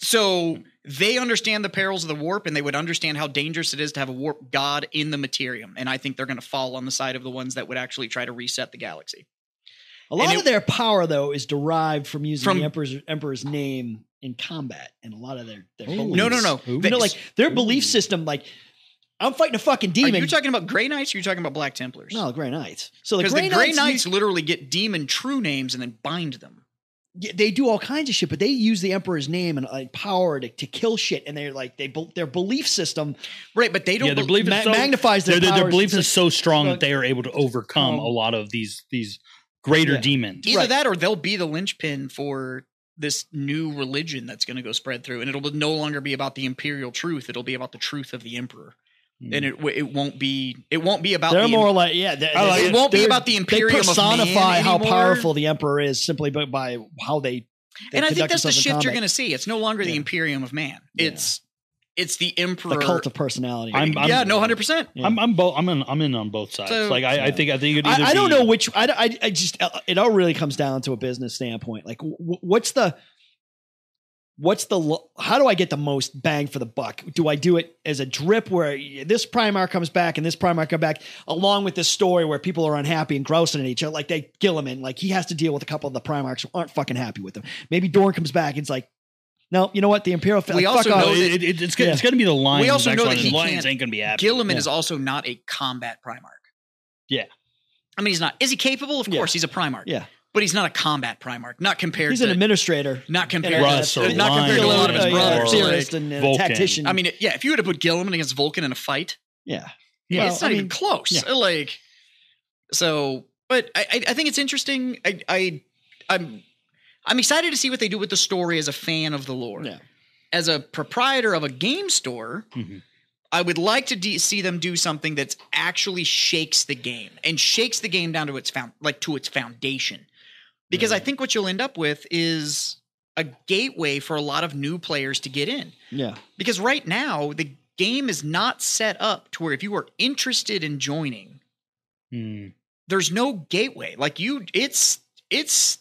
[SPEAKER 1] so they understand the perils of the warp and they would understand how dangerous it is to have a warp god in the materium and i think they're going to fall on the side of the ones that would actually try to reset the galaxy
[SPEAKER 2] A lot
[SPEAKER 1] And
[SPEAKER 2] of their power though is derived from using
[SPEAKER 1] From-
[SPEAKER 2] the Emperor's Emperor's name in combat, and a lot of their, their
[SPEAKER 3] Ooh.
[SPEAKER 2] beliefs.
[SPEAKER 1] no no no
[SPEAKER 3] Ooh.
[SPEAKER 1] They-
[SPEAKER 2] You know, like their belief
[SPEAKER 3] Ooh.
[SPEAKER 2] system, like I'm fighting a fucking
[SPEAKER 1] are
[SPEAKER 2] demon.
[SPEAKER 1] you talking about gray knights or are you talking about black templars
[SPEAKER 2] no, the Grey Knights. So the
[SPEAKER 1] Because
[SPEAKER 2] Grey
[SPEAKER 1] the Grey
[SPEAKER 2] Knights,
[SPEAKER 1] Knights literally get demon true names and then bind them.
[SPEAKER 2] y- they do all kinds of shit, but they use the Emperor's name and like power to, to kill shit, and they're like they bel- their belief system
[SPEAKER 1] Right, but they don't.
[SPEAKER 3] Yeah, they're
[SPEAKER 1] bel-
[SPEAKER 3] believing
[SPEAKER 2] ma-
[SPEAKER 3] so
[SPEAKER 2] magnifies their
[SPEAKER 3] their, their, their
[SPEAKER 2] powers.
[SPEAKER 3] beliefs is so strong
[SPEAKER 2] Well,
[SPEAKER 3] that they are able to overcome
[SPEAKER 2] um,
[SPEAKER 3] a lot of these these greater
[SPEAKER 2] Yeah.
[SPEAKER 3] demons.
[SPEAKER 1] either
[SPEAKER 2] right.
[SPEAKER 1] that or they'll be the linchpin for this new religion that's going to go spread through, and it'll no longer be about the imperial truth. It'll be about the truth of the emperor, and it w- it won't be it won't be about
[SPEAKER 2] Hmm. they're
[SPEAKER 1] the
[SPEAKER 2] more like yeah. They,
[SPEAKER 3] I like
[SPEAKER 1] it
[SPEAKER 3] it.
[SPEAKER 1] won't be
[SPEAKER 2] they're-
[SPEAKER 1] about the
[SPEAKER 2] they
[SPEAKER 1] imperium. of
[SPEAKER 2] personify
[SPEAKER 1] man
[SPEAKER 2] how
[SPEAKER 1] anymore.
[SPEAKER 2] powerful the Emperor is simply by, by how they. they
[SPEAKER 1] and I think that's
[SPEAKER 2] conduct
[SPEAKER 1] the
[SPEAKER 2] themselves in
[SPEAKER 1] shift you're
[SPEAKER 2] combat.
[SPEAKER 1] going to see. It's no longer the
[SPEAKER 2] Yeah.
[SPEAKER 1] imperium of man.
[SPEAKER 2] Yeah.
[SPEAKER 1] It's it's the emperor.
[SPEAKER 2] the cult of personality.
[SPEAKER 3] I'm- I'm-
[SPEAKER 1] yeah, no, hundred percent.
[SPEAKER 2] Yeah.
[SPEAKER 3] I'm I'm both I'm in I'm in on both sides.
[SPEAKER 1] So-
[SPEAKER 3] like I, I
[SPEAKER 2] Yeah.
[SPEAKER 3] think I think it'd either
[SPEAKER 2] I, I don't
[SPEAKER 3] be-
[SPEAKER 2] know which. I, I, uh, I just it all really comes down to a business standpoint. Like, wh- wh- what's the what's the lo- how do I get the most bang for the buck? Do I do it as a drip where this Primark comes back and this Primark come back, along with this story where people are unhappy and grousing at each other, like they Gilliman, like he has to deal with a couple of the Primarchs who aren't fucking happy with him. Maybe Dorn comes back and it's like, no, you know what? The Imperial, fa-
[SPEAKER 1] We
[SPEAKER 2] like,
[SPEAKER 1] also
[SPEAKER 2] fuck
[SPEAKER 1] know
[SPEAKER 2] off.
[SPEAKER 1] that-
[SPEAKER 3] it, it, it's, gonna-
[SPEAKER 2] Yeah.
[SPEAKER 3] it's going to be the lions.
[SPEAKER 1] also know
[SPEAKER 3] actually,
[SPEAKER 1] that
[SPEAKER 3] and
[SPEAKER 1] he
[SPEAKER 3] the lions
[SPEAKER 1] can't-
[SPEAKER 3] ain't going to be happy.
[SPEAKER 1] Gilliman
[SPEAKER 2] Yeah.
[SPEAKER 1] is also not a combat Primarch.
[SPEAKER 3] Yeah.
[SPEAKER 1] I mean, he's not. Is he capable? Of
[SPEAKER 2] Yeah.
[SPEAKER 1] course, he's a Primarch.
[SPEAKER 2] Yeah.
[SPEAKER 1] But he's not a combat Primarch. Not compared
[SPEAKER 2] he's
[SPEAKER 1] to
[SPEAKER 2] an administrator.
[SPEAKER 1] not compared
[SPEAKER 3] Russ
[SPEAKER 1] to
[SPEAKER 3] or
[SPEAKER 1] not compared to a lot of his
[SPEAKER 3] Lyon
[SPEAKER 1] brothers.
[SPEAKER 3] or-
[SPEAKER 1] like-
[SPEAKER 2] theorist and, uh,
[SPEAKER 3] Vulcan.
[SPEAKER 2] tactician.
[SPEAKER 1] I mean, yeah, if you were to put Gilliman against Vulcan in a fight,
[SPEAKER 2] yeah,
[SPEAKER 1] yeah,
[SPEAKER 2] Well,
[SPEAKER 1] it's not
[SPEAKER 2] I
[SPEAKER 1] even
[SPEAKER 2] mean,
[SPEAKER 1] close. Like, so, but I, I- I think it's interesting. I, I, I'm, I'm excited to see what they do with the story as a fan of the lore.
[SPEAKER 2] Yeah.
[SPEAKER 1] As a proprietor of a game store,
[SPEAKER 3] Mhm.
[SPEAKER 1] I would like to de- see them do something that's actually shakes the game and shakes the game down to its found like to its foundation, because I think what you'll end up with is a gateway for a lot of new players to get in
[SPEAKER 2] yeah,
[SPEAKER 1] because right now the game is not set up to where if you are interested in joining
[SPEAKER 3] Mm.
[SPEAKER 1] there's no gateway like you it's it's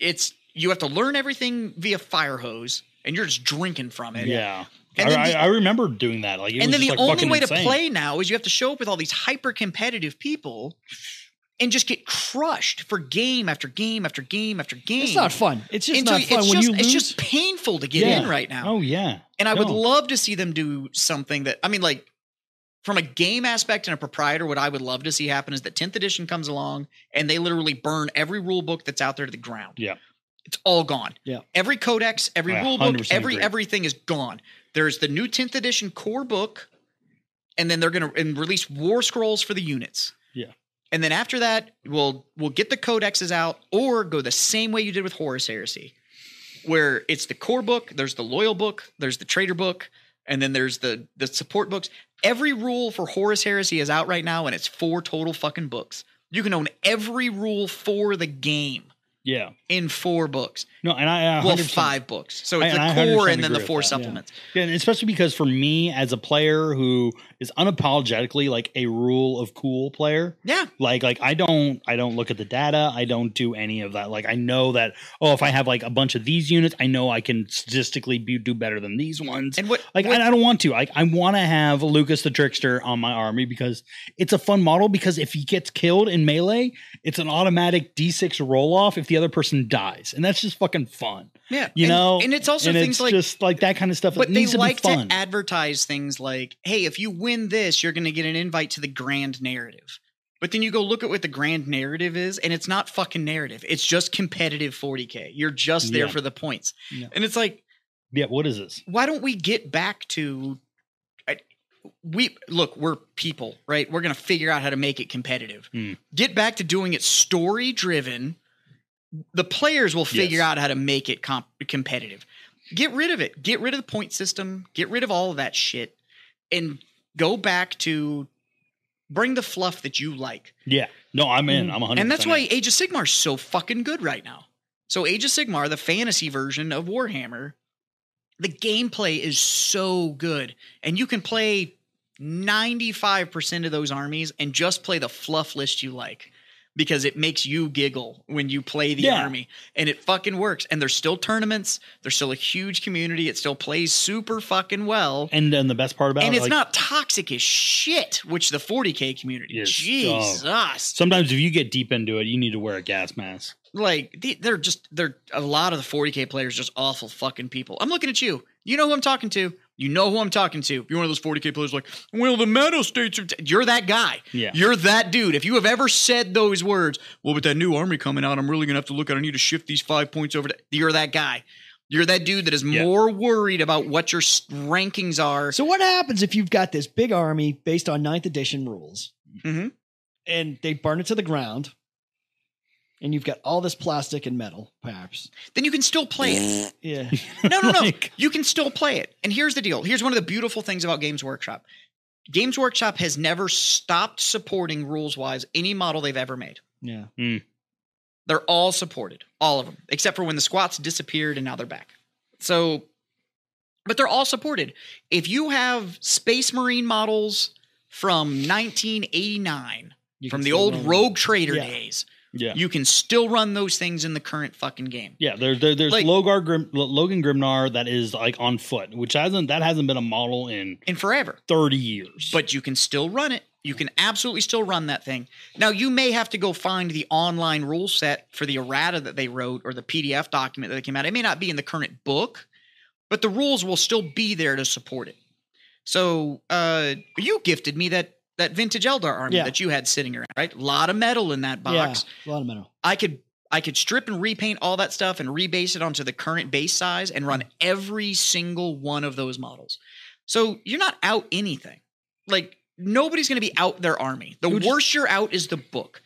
[SPEAKER 1] it's you have to learn everything via fire hose and you're just drinking from it
[SPEAKER 3] Yeah.
[SPEAKER 1] And then
[SPEAKER 3] I,
[SPEAKER 1] the-
[SPEAKER 3] I, I remember doing that. Like, it
[SPEAKER 1] and
[SPEAKER 3] was
[SPEAKER 1] then the
[SPEAKER 3] just, like,
[SPEAKER 1] only
[SPEAKER 3] fucking
[SPEAKER 1] way to
[SPEAKER 3] insane.
[SPEAKER 1] play now is you have to show up with all these hyper competitive people and just get crushed for game after game after game after game
[SPEAKER 2] it's not fun. It's just
[SPEAKER 1] Until
[SPEAKER 2] not
[SPEAKER 1] you-
[SPEAKER 2] fun
[SPEAKER 1] it's
[SPEAKER 2] when
[SPEAKER 1] just,
[SPEAKER 2] you lose.
[SPEAKER 1] it's just painful to get
[SPEAKER 3] Yeah.
[SPEAKER 1] in right now
[SPEAKER 3] Oh yeah.
[SPEAKER 1] And I would
[SPEAKER 3] No.
[SPEAKER 1] love to see them do something that I mean, like from a game aspect and a proprietor, what I would love to see happen is that 10th edition comes along and they literally burn every rule book that's out there to the ground.
[SPEAKER 3] Yeah.
[SPEAKER 1] It's all gone.
[SPEAKER 2] Yeah.
[SPEAKER 1] Every codex, every
[SPEAKER 3] I
[SPEAKER 1] rule book,
[SPEAKER 3] 100%
[SPEAKER 1] every
[SPEAKER 3] agree.
[SPEAKER 1] everything is gone. There's the new 10th edition core book, and then they're gonna and release war scrolls for the units.
[SPEAKER 3] Yeah.
[SPEAKER 1] And then after that, we'll we'll get the codexes out or go the same way you did with Horus Heresy where it's the core book, there's the loyal book, there's the trader book, and then there's the the support books. Every rule for Horus Heresy is out right now, and it's four total fucking books. You can own every rule for the game
[SPEAKER 3] Yeah.
[SPEAKER 1] in four books.
[SPEAKER 3] No, and I, I
[SPEAKER 1] Well,
[SPEAKER 3] 100%.
[SPEAKER 1] five books. So it's
[SPEAKER 3] And I
[SPEAKER 1] the
[SPEAKER 3] 100%
[SPEAKER 1] core and then the
[SPEAKER 3] agree with
[SPEAKER 1] four
[SPEAKER 3] that.
[SPEAKER 1] supplements.
[SPEAKER 3] Yeah, and especially because for me as a player who is unapologetically like a rule of cool player,
[SPEAKER 1] Yeah.
[SPEAKER 3] like like I don't I don't look at the data, I don't do any of that. Like I know that oh, if I have like a bunch of these units, I know I can statistically be, do better than these ones.
[SPEAKER 1] And what
[SPEAKER 3] Like
[SPEAKER 1] what-
[SPEAKER 3] I, I don't want to. Like I want to have Lucas the Trickster on my army because it's a fun model. Because if he gets killed in melee, it's an automatic D6 roll off if the other person dies, and that's just fucking fun.
[SPEAKER 1] yeah.
[SPEAKER 3] You
[SPEAKER 1] and,
[SPEAKER 3] know,
[SPEAKER 1] and it's also
[SPEAKER 3] and
[SPEAKER 1] things
[SPEAKER 3] it's
[SPEAKER 1] like
[SPEAKER 3] just like that kind of stuff.
[SPEAKER 1] but
[SPEAKER 3] it
[SPEAKER 1] they
[SPEAKER 3] needs to
[SPEAKER 1] like
[SPEAKER 3] be
[SPEAKER 1] to
[SPEAKER 3] fun.
[SPEAKER 1] advertise things like, "Hey, if you win this, you're going to get an invite to the grand narrative." But then you go look at what the grand narrative is, and it's not fucking narrative. It's just competitive 40k. You're just there
[SPEAKER 3] Yeah.
[SPEAKER 1] for the points,
[SPEAKER 3] Yeah.
[SPEAKER 1] and it's like,
[SPEAKER 3] yeah, what is this?
[SPEAKER 1] why don't we get back to? I, we look, we're people, right? We're going to figure out how to make it competitive.
[SPEAKER 3] Hmm.
[SPEAKER 1] Get back to doing it story driven. The players will figure
[SPEAKER 3] Yes.
[SPEAKER 1] out how to make it comp- competitive get rid of it. Get rid of the point system. Get rid of all of that shit, and go back to bring the fluff that you like.
[SPEAKER 3] Yeah, no, I'm in. I'm 100.
[SPEAKER 1] Mm. And that's why Age of Sigmar is so fucking good right now. So Age of Sigmar, the fantasy version of Warhammer, the gameplay is so good, and you can play 95% of those armies and just play the fluff list you like because it makes you giggle when you play the
[SPEAKER 3] Yeah.
[SPEAKER 1] army and it fucking works and there's still tournaments there's still a huge community it still plays super fucking well
[SPEAKER 3] And then the best part about
[SPEAKER 1] and
[SPEAKER 3] it,
[SPEAKER 1] it's
[SPEAKER 3] like,
[SPEAKER 1] not toxic as shit which the 40k community
[SPEAKER 3] Yes. Oh.
[SPEAKER 1] jesus
[SPEAKER 3] Sometimes if you get deep into it, you need to wear a gas mask.
[SPEAKER 1] like the- they're just they're a lot of the 40k players are just awful fucking people. I'm looking at you. You know who I'm talking to. You know who I'm talking to. You're one of those 40k players like, well, the meta states are. T-" You're that guy.
[SPEAKER 3] Yeah.
[SPEAKER 1] You're that dude. If you have ever said those words, well, with that new army coming out, I'm really gonna have to look at. I need to shift these five points over. To, you're that guy. You're that dude that is
[SPEAKER 3] Yeah.
[SPEAKER 1] more worried about what your s- rankings are.
[SPEAKER 2] So what happens if you've got this big army based on ninth edition rules
[SPEAKER 1] Mhm.
[SPEAKER 2] and they burn it to the ground and you've got all this plastic and metal, perhaps.
[SPEAKER 1] Then you can still play it. *laughs*
[SPEAKER 2] Yeah.
[SPEAKER 1] No, no, no.
[SPEAKER 3] Like-
[SPEAKER 1] you can still play it. And here's the deal. Here's one of the beautiful things about Games Workshop. Games Workshop has never stopped supporting rules wise any model they've ever made.
[SPEAKER 2] Yeah.
[SPEAKER 1] They're all supported, all of them, except for when the squats disappeared and now they're back. So, but they're all supported. If you have Space Marine models from 1989,
[SPEAKER 2] You
[SPEAKER 1] from
[SPEAKER 2] can
[SPEAKER 1] the
[SPEAKER 2] still
[SPEAKER 1] old
[SPEAKER 2] roll.
[SPEAKER 1] Rogue Trader
[SPEAKER 2] Yeah.
[SPEAKER 1] days,
[SPEAKER 3] Yeah.
[SPEAKER 1] You can still run those things in the current fucking game.
[SPEAKER 3] Yeah, there, there, there's
[SPEAKER 1] Like-
[SPEAKER 3] Logar Grim, L- Logan Grimnar that is like on foot, which hasn't that hasn't been a model in
[SPEAKER 1] And forever.
[SPEAKER 3] 30 years.
[SPEAKER 1] But you can still run it. You can absolutely still run that thing. Now you may have to go find the online rule set for the errata that they wrote or the PDF document that came out. It may not be in the current book, but the rules will still be there to support it. So uh you gifted me that that vintage Eldar army
[SPEAKER 2] Yeah.
[SPEAKER 1] that you had sitting around, right? A lot of metal in that box.
[SPEAKER 2] Yeah, a lot of metal.
[SPEAKER 1] I could I could strip and repaint all that stuff and rebase it onto the current base size and run every single one of those models. So you're not out anything. Like nobody's going to be out their army. The
[SPEAKER 3] You just-
[SPEAKER 1] worst you're out is the book.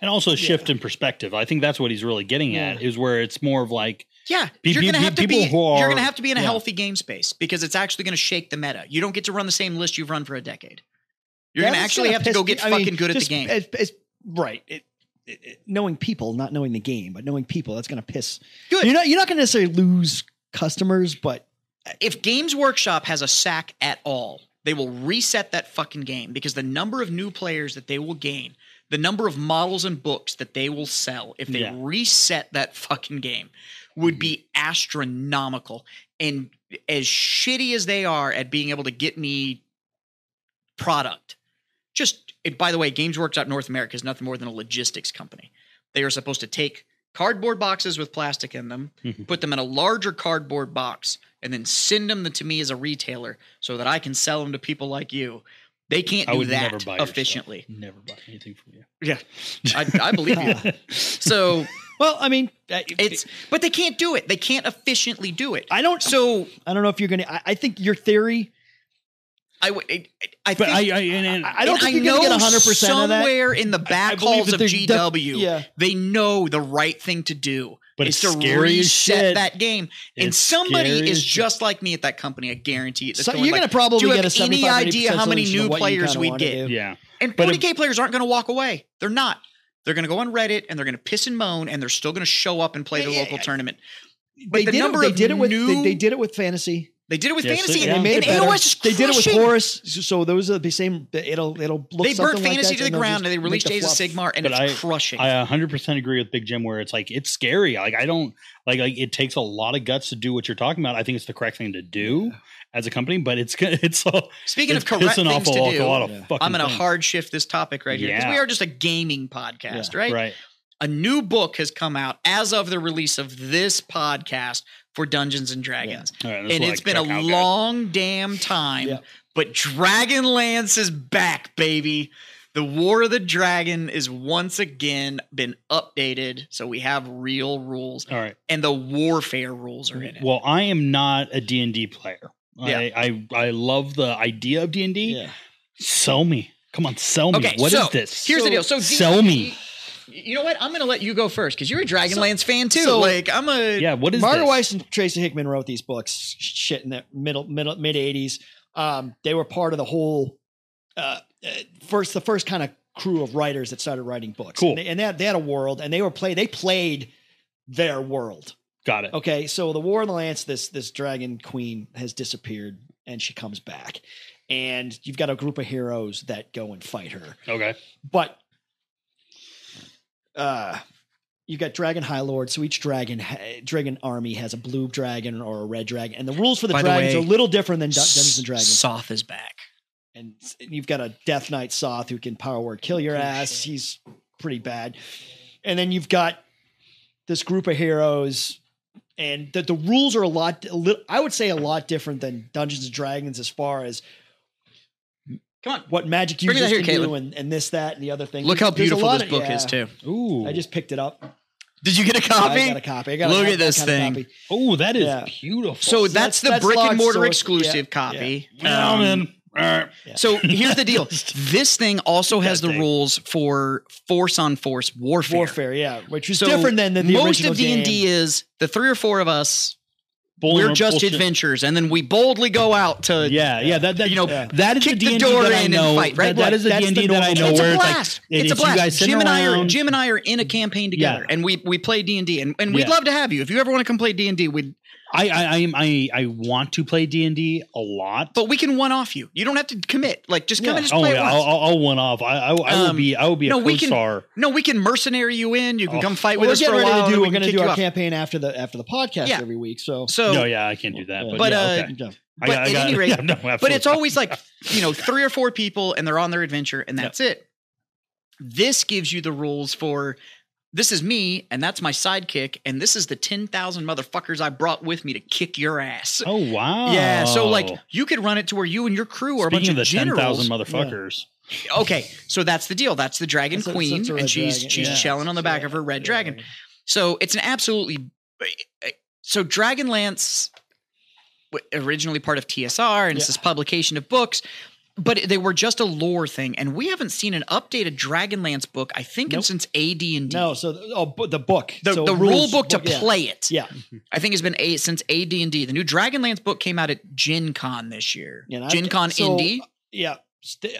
[SPEAKER 3] and also a shift in perspective. I think that's what he's really getting at is where it's more of like
[SPEAKER 1] Yeah,
[SPEAKER 3] Pe-
[SPEAKER 1] you're
[SPEAKER 3] pe-
[SPEAKER 1] going to
[SPEAKER 3] pe-
[SPEAKER 1] have to
[SPEAKER 3] people
[SPEAKER 1] be
[SPEAKER 3] who are-
[SPEAKER 1] you're going to have to be in a
[SPEAKER 3] yeah.
[SPEAKER 1] healthy game space because it's actually going to shake the meta. You don't get to run the same list you've run for a decade. You're going to
[SPEAKER 2] That's
[SPEAKER 1] actually
[SPEAKER 2] gonna
[SPEAKER 1] have to go
[SPEAKER 2] piss
[SPEAKER 1] get
[SPEAKER 2] me- I mean,
[SPEAKER 1] fucking good at the
[SPEAKER 2] just-
[SPEAKER 1] game.
[SPEAKER 2] It's, it's- right. It- it- it- knowing people, not knowing the game, but knowing people, that's going to piss.
[SPEAKER 1] Good.
[SPEAKER 2] You're not. You're not going to necessarily lose customers, but
[SPEAKER 1] if Games Workshop has a sack at all, they will reset that fucking game because the number of new players that they will gain, the number of models and books that they will sell if they
[SPEAKER 3] Yeah.
[SPEAKER 1] reset that fucking game would be astronomical. And as shitty as they are at being able to get me product, just and by the way, Games Workshop North America is nothing more than a logistics company. They are supposed to take cardboard boxes with plastic in them,
[SPEAKER 3] Mhm.
[SPEAKER 1] put them in a larger cardboard box, and then send them to me as a retailer so that I can sell them to people like you. They can't
[SPEAKER 3] I
[SPEAKER 1] do
[SPEAKER 3] would never
[SPEAKER 1] that
[SPEAKER 3] buy your stuff.
[SPEAKER 1] efficiently.
[SPEAKER 3] never buy anything from you.
[SPEAKER 1] Yeah, I, I believe
[SPEAKER 2] *laughs*
[SPEAKER 1] you. So
[SPEAKER 2] well, I mean, uh,
[SPEAKER 1] it's but they can't do it. They can't efficiently do it.
[SPEAKER 2] I don't.
[SPEAKER 1] So
[SPEAKER 2] I don't know if you're going to. I I think your theory.
[SPEAKER 1] I would. I, I
[SPEAKER 3] But
[SPEAKER 1] think
[SPEAKER 3] I, I, and, and,
[SPEAKER 2] I don't
[SPEAKER 1] And
[SPEAKER 2] think you're gonna
[SPEAKER 1] know
[SPEAKER 2] get 100% of that.
[SPEAKER 1] Somewhere in the back
[SPEAKER 2] believe
[SPEAKER 1] halls
[SPEAKER 2] that
[SPEAKER 1] of
[SPEAKER 2] there's def-
[SPEAKER 1] GW,
[SPEAKER 2] yeah.
[SPEAKER 1] they know the right thing to do.
[SPEAKER 3] But
[SPEAKER 1] is
[SPEAKER 3] it's
[SPEAKER 1] to
[SPEAKER 3] scary as
[SPEAKER 1] reset
[SPEAKER 3] shit.
[SPEAKER 1] that game. and
[SPEAKER 3] It's
[SPEAKER 1] somebody
[SPEAKER 3] scary
[SPEAKER 1] is
[SPEAKER 3] as shit.
[SPEAKER 1] just like me at that company. I guarantee it. that's
[SPEAKER 2] So
[SPEAKER 1] like,
[SPEAKER 2] you're going to probably
[SPEAKER 1] do you
[SPEAKER 2] get a
[SPEAKER 1] have any
[SPEAKER 2] 75,
[SPEAKER 1] idea
[SPEAKER 2] 80%
[SPEAKER 1] how many new
[SPEAKER 2] solution of what you
[SPEAKER 1] players
[SPEAKER 2] kinda
[SPEAKER 1] we'd
[SPEAKER 2] wanna
[SPEAKER 1] get?
[SPEAKER 2] do?
[SPEAKER 3] yeah,
[SPEAKER 1] And
[SPEAKER 3] But if-
[SPEAKER 1] 40k players aren't going to walk away. They're not. They're going to go on Reddit and they're going to piss and moan and they're still going to show up and play the
[SPEAKER 2] Yeah, yeah,
[SPEAKER 1] local
[SPEAKER 2] yeah.
[SPEAKER 1] tournament.
[SPEAKER 2] They
[SPEAKER 1] But the
[SPEAKER 2] did
[SPEAKER 1] number
[SPEAKER 2] it, they
[SPEAKER 1] of
[SPEAKER 2] did it with they,
[SPEAKER 1] new-
[SPEAKER 2] they did it with fantasy.
[SPEAKER 1] They did it with
[SPEAKER 3] Yes,
[SPEAKER 1] fantasy
[SPEAKER 3] they-
[SPEAKER 1] and,
[SPEAKER 2] They
[SPEAKER 3] yeah.
[SPEAKER 2] made
[SPEAKER 1] and
[SPEAKER 2] it better.
[SPEAKER 1] AOS is
[SPEAKER 2] they did it with
[SPEAKER 1] crushing.
[SPEAKER 2] Horus, so- so those are the same. It'll it'll look.
[SPEAKER 1] They burnt
[SPEAKER 2] something like
[SPEAKER 1] fantasy to the
[SPEAKER 2] that, and they'll
[SPEAKER 1] ground
[SPEAKER 2] just
[SPEAKER 1] and they
[SPEAKER 2] make
[SPEAKER 1] released
[SPEAKER 2] the
[SPEAKER 1] Days of
[SPEAKER 2] fluff.
[SPEAKER 1] Sigmar and
[SPEAKER 3] But
[SPEAKER 1] it's
[SPEAKER 3] I-
[SPEAKER 1] crushing.
[SPEAKER 2] uh,
[SPEAKER 3] I 100% agree with Big Jim where it's like it's scary. Like I don't like like it takes a lot of guts to do what you're talking about. I think it's the correct thing to do as a company, but it's gonna- *laughs* it's all
[SPEAKER 1] Speaking
[SPEAKER 3] it's
[SPEAKER 1] of correct
[SPEAKER 3] pissing
[SPEAKER 1] things
[SPEAKER 3] off a
[SPEAKER 1] to
[SPEAKER 3] lot,
[SPEAKER 1] do,
[SPEAKER 3] a lot of
[SPEAKER 2] Yeah.
[SPEAKER 3] fucking
[SPEAKER 1] I'm going to
[SPEAKER 3] things.
[SPEAKER 1] hard shift this topic right here because we
[SPEAKER 3] Yeah.
[SPEAKER 1] are just a gaming podcast, right?
[SPEAKER 3] right.
[SPEAKER 1] A new book has come out as of the release of this podcast for Dungeons and Dragons.
[SPEAKER 3] All right, that's
[SPEAKER 1] And
[SPEAKER 3] what I
[SPEAKER 1] it's been
[SPEAKER 3] check out,
[SPEAKER 1] a
[SPEAKER 3] guys.
[SPEAKER 1] long damn time,
[SPEAKER 2] Yeah.
[SPEAKER 1] but Dragonlance is back, baby. The War of the Dragon is once again been updated, so we have real rules,
[SPEAKER 3] All right.
[SPEAKER 1] and the warfare rules are in it.
[SPEAKER 3] Well, I am not a D&D player.
[SPEAKER 1] Yeah.
[SPEAKER 3] I, I I love the idea of D&D.
[SPEAKER 2] Yeah.
[SPEAKER 3] Sell me. Come on, sell me.
[SPEAKER 1] Okay,
[SPEAKER 3] What is
[SPEAKER 1] so
[SPEAKER 3] this?
[SPEAKER 1] Here's the deal. So
[SPEAKER 3] sell me.
[SPEAKER 1] You know what? I'm going to let you go first because you're a Dragonlance fan too.
[SPEAKER 2] so-
[SPEAKER 1] like I'm a
[SPEAKER 3] Yeah, what is
[SPEAKER 2] Margaret
[SPEAKER 3] this?
[SPEAKER 2] Weiss and Tracy Hickman wrote these books. Shit in the middle, middle, mid '80s. Um, they were part of the whole uh, uh, first, the first kind of crew of writers that started writing books.
[SPEAKER 3] Cool.
[SPEAKER 2] And they, and they, had, they had a world, and they were play. They played their world.
[SPEAKER 3] Got it.
[SPEAKER 2] Okay, so the War of the Lance, this this dragon queen has disappeared, and she comes back, and you've got a group of heroes that go and fight her
[SPEAKER 3] Okay.
[SPEAKER 2] but uh you've got dragon high lord so each dragon ha- dragon army has a blue dragon or a red dragon and the rules for the
[SPEAKER 1] By the
[SPEAKER 2] dragons
[SPEAKER 1] way,
[SPEAKER 2] are a little different than Dun- dungeons and dragons
[SPEAKER 1] Soth is back.
[SPEAKER 2] and, s- and you've got a death knight soth who can power word kill your ass he's pretty bad and then you've got this group of heroes and the, the rules are a lot a little, i would say a lot different than dungeons and dragons as far as
[SPEAKER 1] Come on.
[SPEAKER 2] what magic
[SPEAKER 1] Bring me
[SPEAKER 2] users
[SPEAKER 1] that
[SPEAKER 2] can
[SPEAKER 1] here,
[SPEAKER 2] do and, and this that and the other thing
[SPEAKER 1] Look how
[SPEAKER 2] There's a
[SPEAKER 1] beautiful
[SPEAKER 2] lot
[SPEAKER 1] this
[SPEAKER 2] of-
[SPEAKER 1] book is
[SPEAKER 2] yeah.
[SPEAKER 1] too.
[SPEAKER 3] Ooh.
[SPEAKER 2] I just picked it up.
[SPEAKER 1] Did you get a
[SPEAKER 2] I
[SPEAKER 1] copy?
[SPEAKER 2] got a copy. I got
[SPEAKER 1] Look
[SPEAKER 2] I got
[SPEAKER 1] at this
[SPEAKER 2] that kind of
[SPEAKER 1] thing.
[SPEAKER 2] copy.
[SPEAKER 3] oh, that is
[SPEAKER 2] Yeah.
[SPEAKER 3] beautiful.
[SPEAKER 1] so
[SPEAKER 2] So
[SPEAKER 1] that's,
[SPEAKER 2] that's-
[SPEAKER 1] the
[SPEAKER 2] that's
[SPEAKER 1] brick
[SPEAKER 2] large
[SPEAKER 1] and mortar
[SPEAKER 2] source.
[SPEAKER 1] exclusive
[SPEAKER 2] Yeah,
[SPEAKER 1] copy.
[SPEAKER 3] Well,
[SPEAKER 1] Um,
[SPEAKER 3] man. All right.
[SPEAKER 1] *laughs* So here's the deal. This thing also has the
[SPEAKER 3] thing.
[SPEAKER 1] rules for force on force warfare.
[SPEAKER 2] Warfare, yeah, which was
[SPEAKER 1] So
[SPEAKER 2] different than the, the
[SPEAKER 1] most
[SPEAKER 2] original
[SPEAKER 1] of D and D
[SPEAKER 2] game.
[SPEAKER 1] is the three or four of us.
[SPEAKER 3] Bull-
[SPEAKER 1] we're just
[SPEAKER 3] bullshit.
[SPEAKER 1] adventurers, and then we boldly go out to
[SPEAKER 3] Yeah, yeah. That, that you know
[SPEAKER 2] Yeah.
[SPEAKER 3] that is
[SPEAKER 1] Kick
[SPEAKER 3] the
[SPEAKER 1] the
[SPEAKER 3] D&D
[SPEAKER 1] door
[SPEAKER 3] that I
[SPEAKER 1] in and
[SPEAKER 3] know.
[SPEAKER 1] fight, right?
[SPEAKER 3] that- that
[SPEAKER 1] Like,
[SPEAKER 3] is the
[SPEAKER 2] that's the
[SPEAKER 3] D&D that I
[SPEAKER 2] normal-
[SPEAKER 3] know
[SPEAKER 1] it's
[SPEAKER 3] where
[SPEAKER 1] a
[SPEAKER 3] it's like
[SPEAKER 1] blast.
[SPEAKER 3] it
[SPEAKER 1] it's
[SPEAKER 3] is
[SPEAKER 1] a
[SPEAKER 3] you
[SPEAKER 1] blast.
[SPEAKER 3] guys sitting
[SPEAKER 1] Jim and I are
[SPEAKER 3] around-
[SPEAKER 1] Jim and I are in a campaign together,
[SPEAKER 3] Yeah.
[SPEAKER 1] and we we play D and D, and we'd
[SPEAKER 3] Yeah.
[SPEAKER 1] love to have you if you ever want to come play D and D. We'd
[SPEAKER 3] I I I, am, I I want to play D and D a lot.
[SPEAKER 1] But we can one off you. You don't have to commit. Like just come
[SPEAKER 2] Yeah.
[SPEAKER 1] and just
[SPEAKER 3] oh
[SPEAKER 1] play
[SPEAKER 3] yeah,
[SPEAKER 1] once.
[SPEAKER 3] I'll, I'll, I'll one off. I I, I will
[SPEAKER 1] Um,
[SPEAKER 3] be I will be a
[SPEAKER 1] no, we can-
[SPEAKER 3] co-star.
[SPEAKER 1] no, we can mercenary you in. You can
[SPEAKER 3] Oh.
[SPEAKER 1] come fight with
[SPEAKER 2] Well, we're
[SPEAKER 1] us for
[SPEAKER 2] getting
[SPEAKER 1] a
[SPEAKER 2] ready
[SPEAKER 1] while.
[SPEAKER 2] to
[SPEAKER 1] and
[SPEAKER 2] do.
[SPEAKER 1] we can
[SPEAKER 2] We're going to
[SPEAKER 1] kick
[SPEAKER 2] do
[SPEAKER 1] you
[SPEAKER 2] our
[SPEAKER 1] off.
[SPEAKER 2] campaign after the after the podcast
[SPEAKER 1] Yeah.
[SPEAKER 2] every week. So,
[SPEAKER 1] So,
[SPEAKER 3] no, yeah, I can't do that. But,
[SPEAKER 1] But,
[SPEAKER 3] yeah,
[SPEAKER 1] uh,
[SPEAKER 3] okay.
[SPEAKER 2] yeah.
[SPEAKER 3] I
[SPEAKER 1] but
[SPEAKER 3] got- I
[SPEAKER 1] at
[SPEAKER 3] got- *laughs*
[SPEAKER 1] any rate-
[SPEAKER 3] yeah, no,
[SPEAKER 1] but
[SPEAKER 3] absolutely.
[SPEAKER 1] it's always like you know three or four people and they're on their adventure and that's it this gives you the rules for this is me and that's my sidekick and this is the 10,000 motherfuckers I brought with me to kick your ass.
[SPEAKER 3] oh wow,
[SPEAKER 1] Yeah, so like you could run it to where you and your crew are
[SPEAKER 3] Oh. speaking
[SPEAKER 1] a
[SPEAKER 3] of the
[SPEAKER 1] bunch
[SPEAKER 3] ten
[SPEAKER 1] of
[SPEAKER 3] thousand
[SPEAKER 1] generals.
[SPEAKER 3] motherfuckers,
[SPEAKER 1] Okay, so that's the deal. That's the Dragon
[SPEAKER 2] That's a-
[SPEAKER 1] Queen
[SPEAKER 2] that's a red
[SPEAKER 1] and she's
[SPEAKER 2] dragon.
[SPEAKER 1] she's
[SPEAKER 2] Yeah.
[SPEAKER 1] chilling on the back of her red dragon. So it's an absolutely eh, so Dragonlance w- originally part of TSR and it's
[SPEAKER 2] Yeah.
[SPEAKER 1] this publication of books, but they were just a lore thing, and we haven't seen an updated Dragonlance book I think in
[SPEAKER 2] Nope.
[SPEAKER 1] since AD and D.
[SPEAKER 2] No, so th- oh, bu- the book,
[SPEAKER 1] The,
[SPEAKER 2] So
[SPEAKER 1] the rule
[SPEAKER 2] rules-
[SPEAKER 1] book to
[SPEAKER 2] yeah.
[SPEAKER 1] play it,
[SPEAKER 2] Yeah,
[SPEAKER 1] I think, has been a, since AD and D. The new Dragonlance book came out at Gen Con this year.
[SPEAKER 2] Yeah, and I-
[SPEAKER 1] Gen Con
[SPEAKER 2] so-
[SPEAKER 1] Indie.
[SPEAKER 2] yeah. St-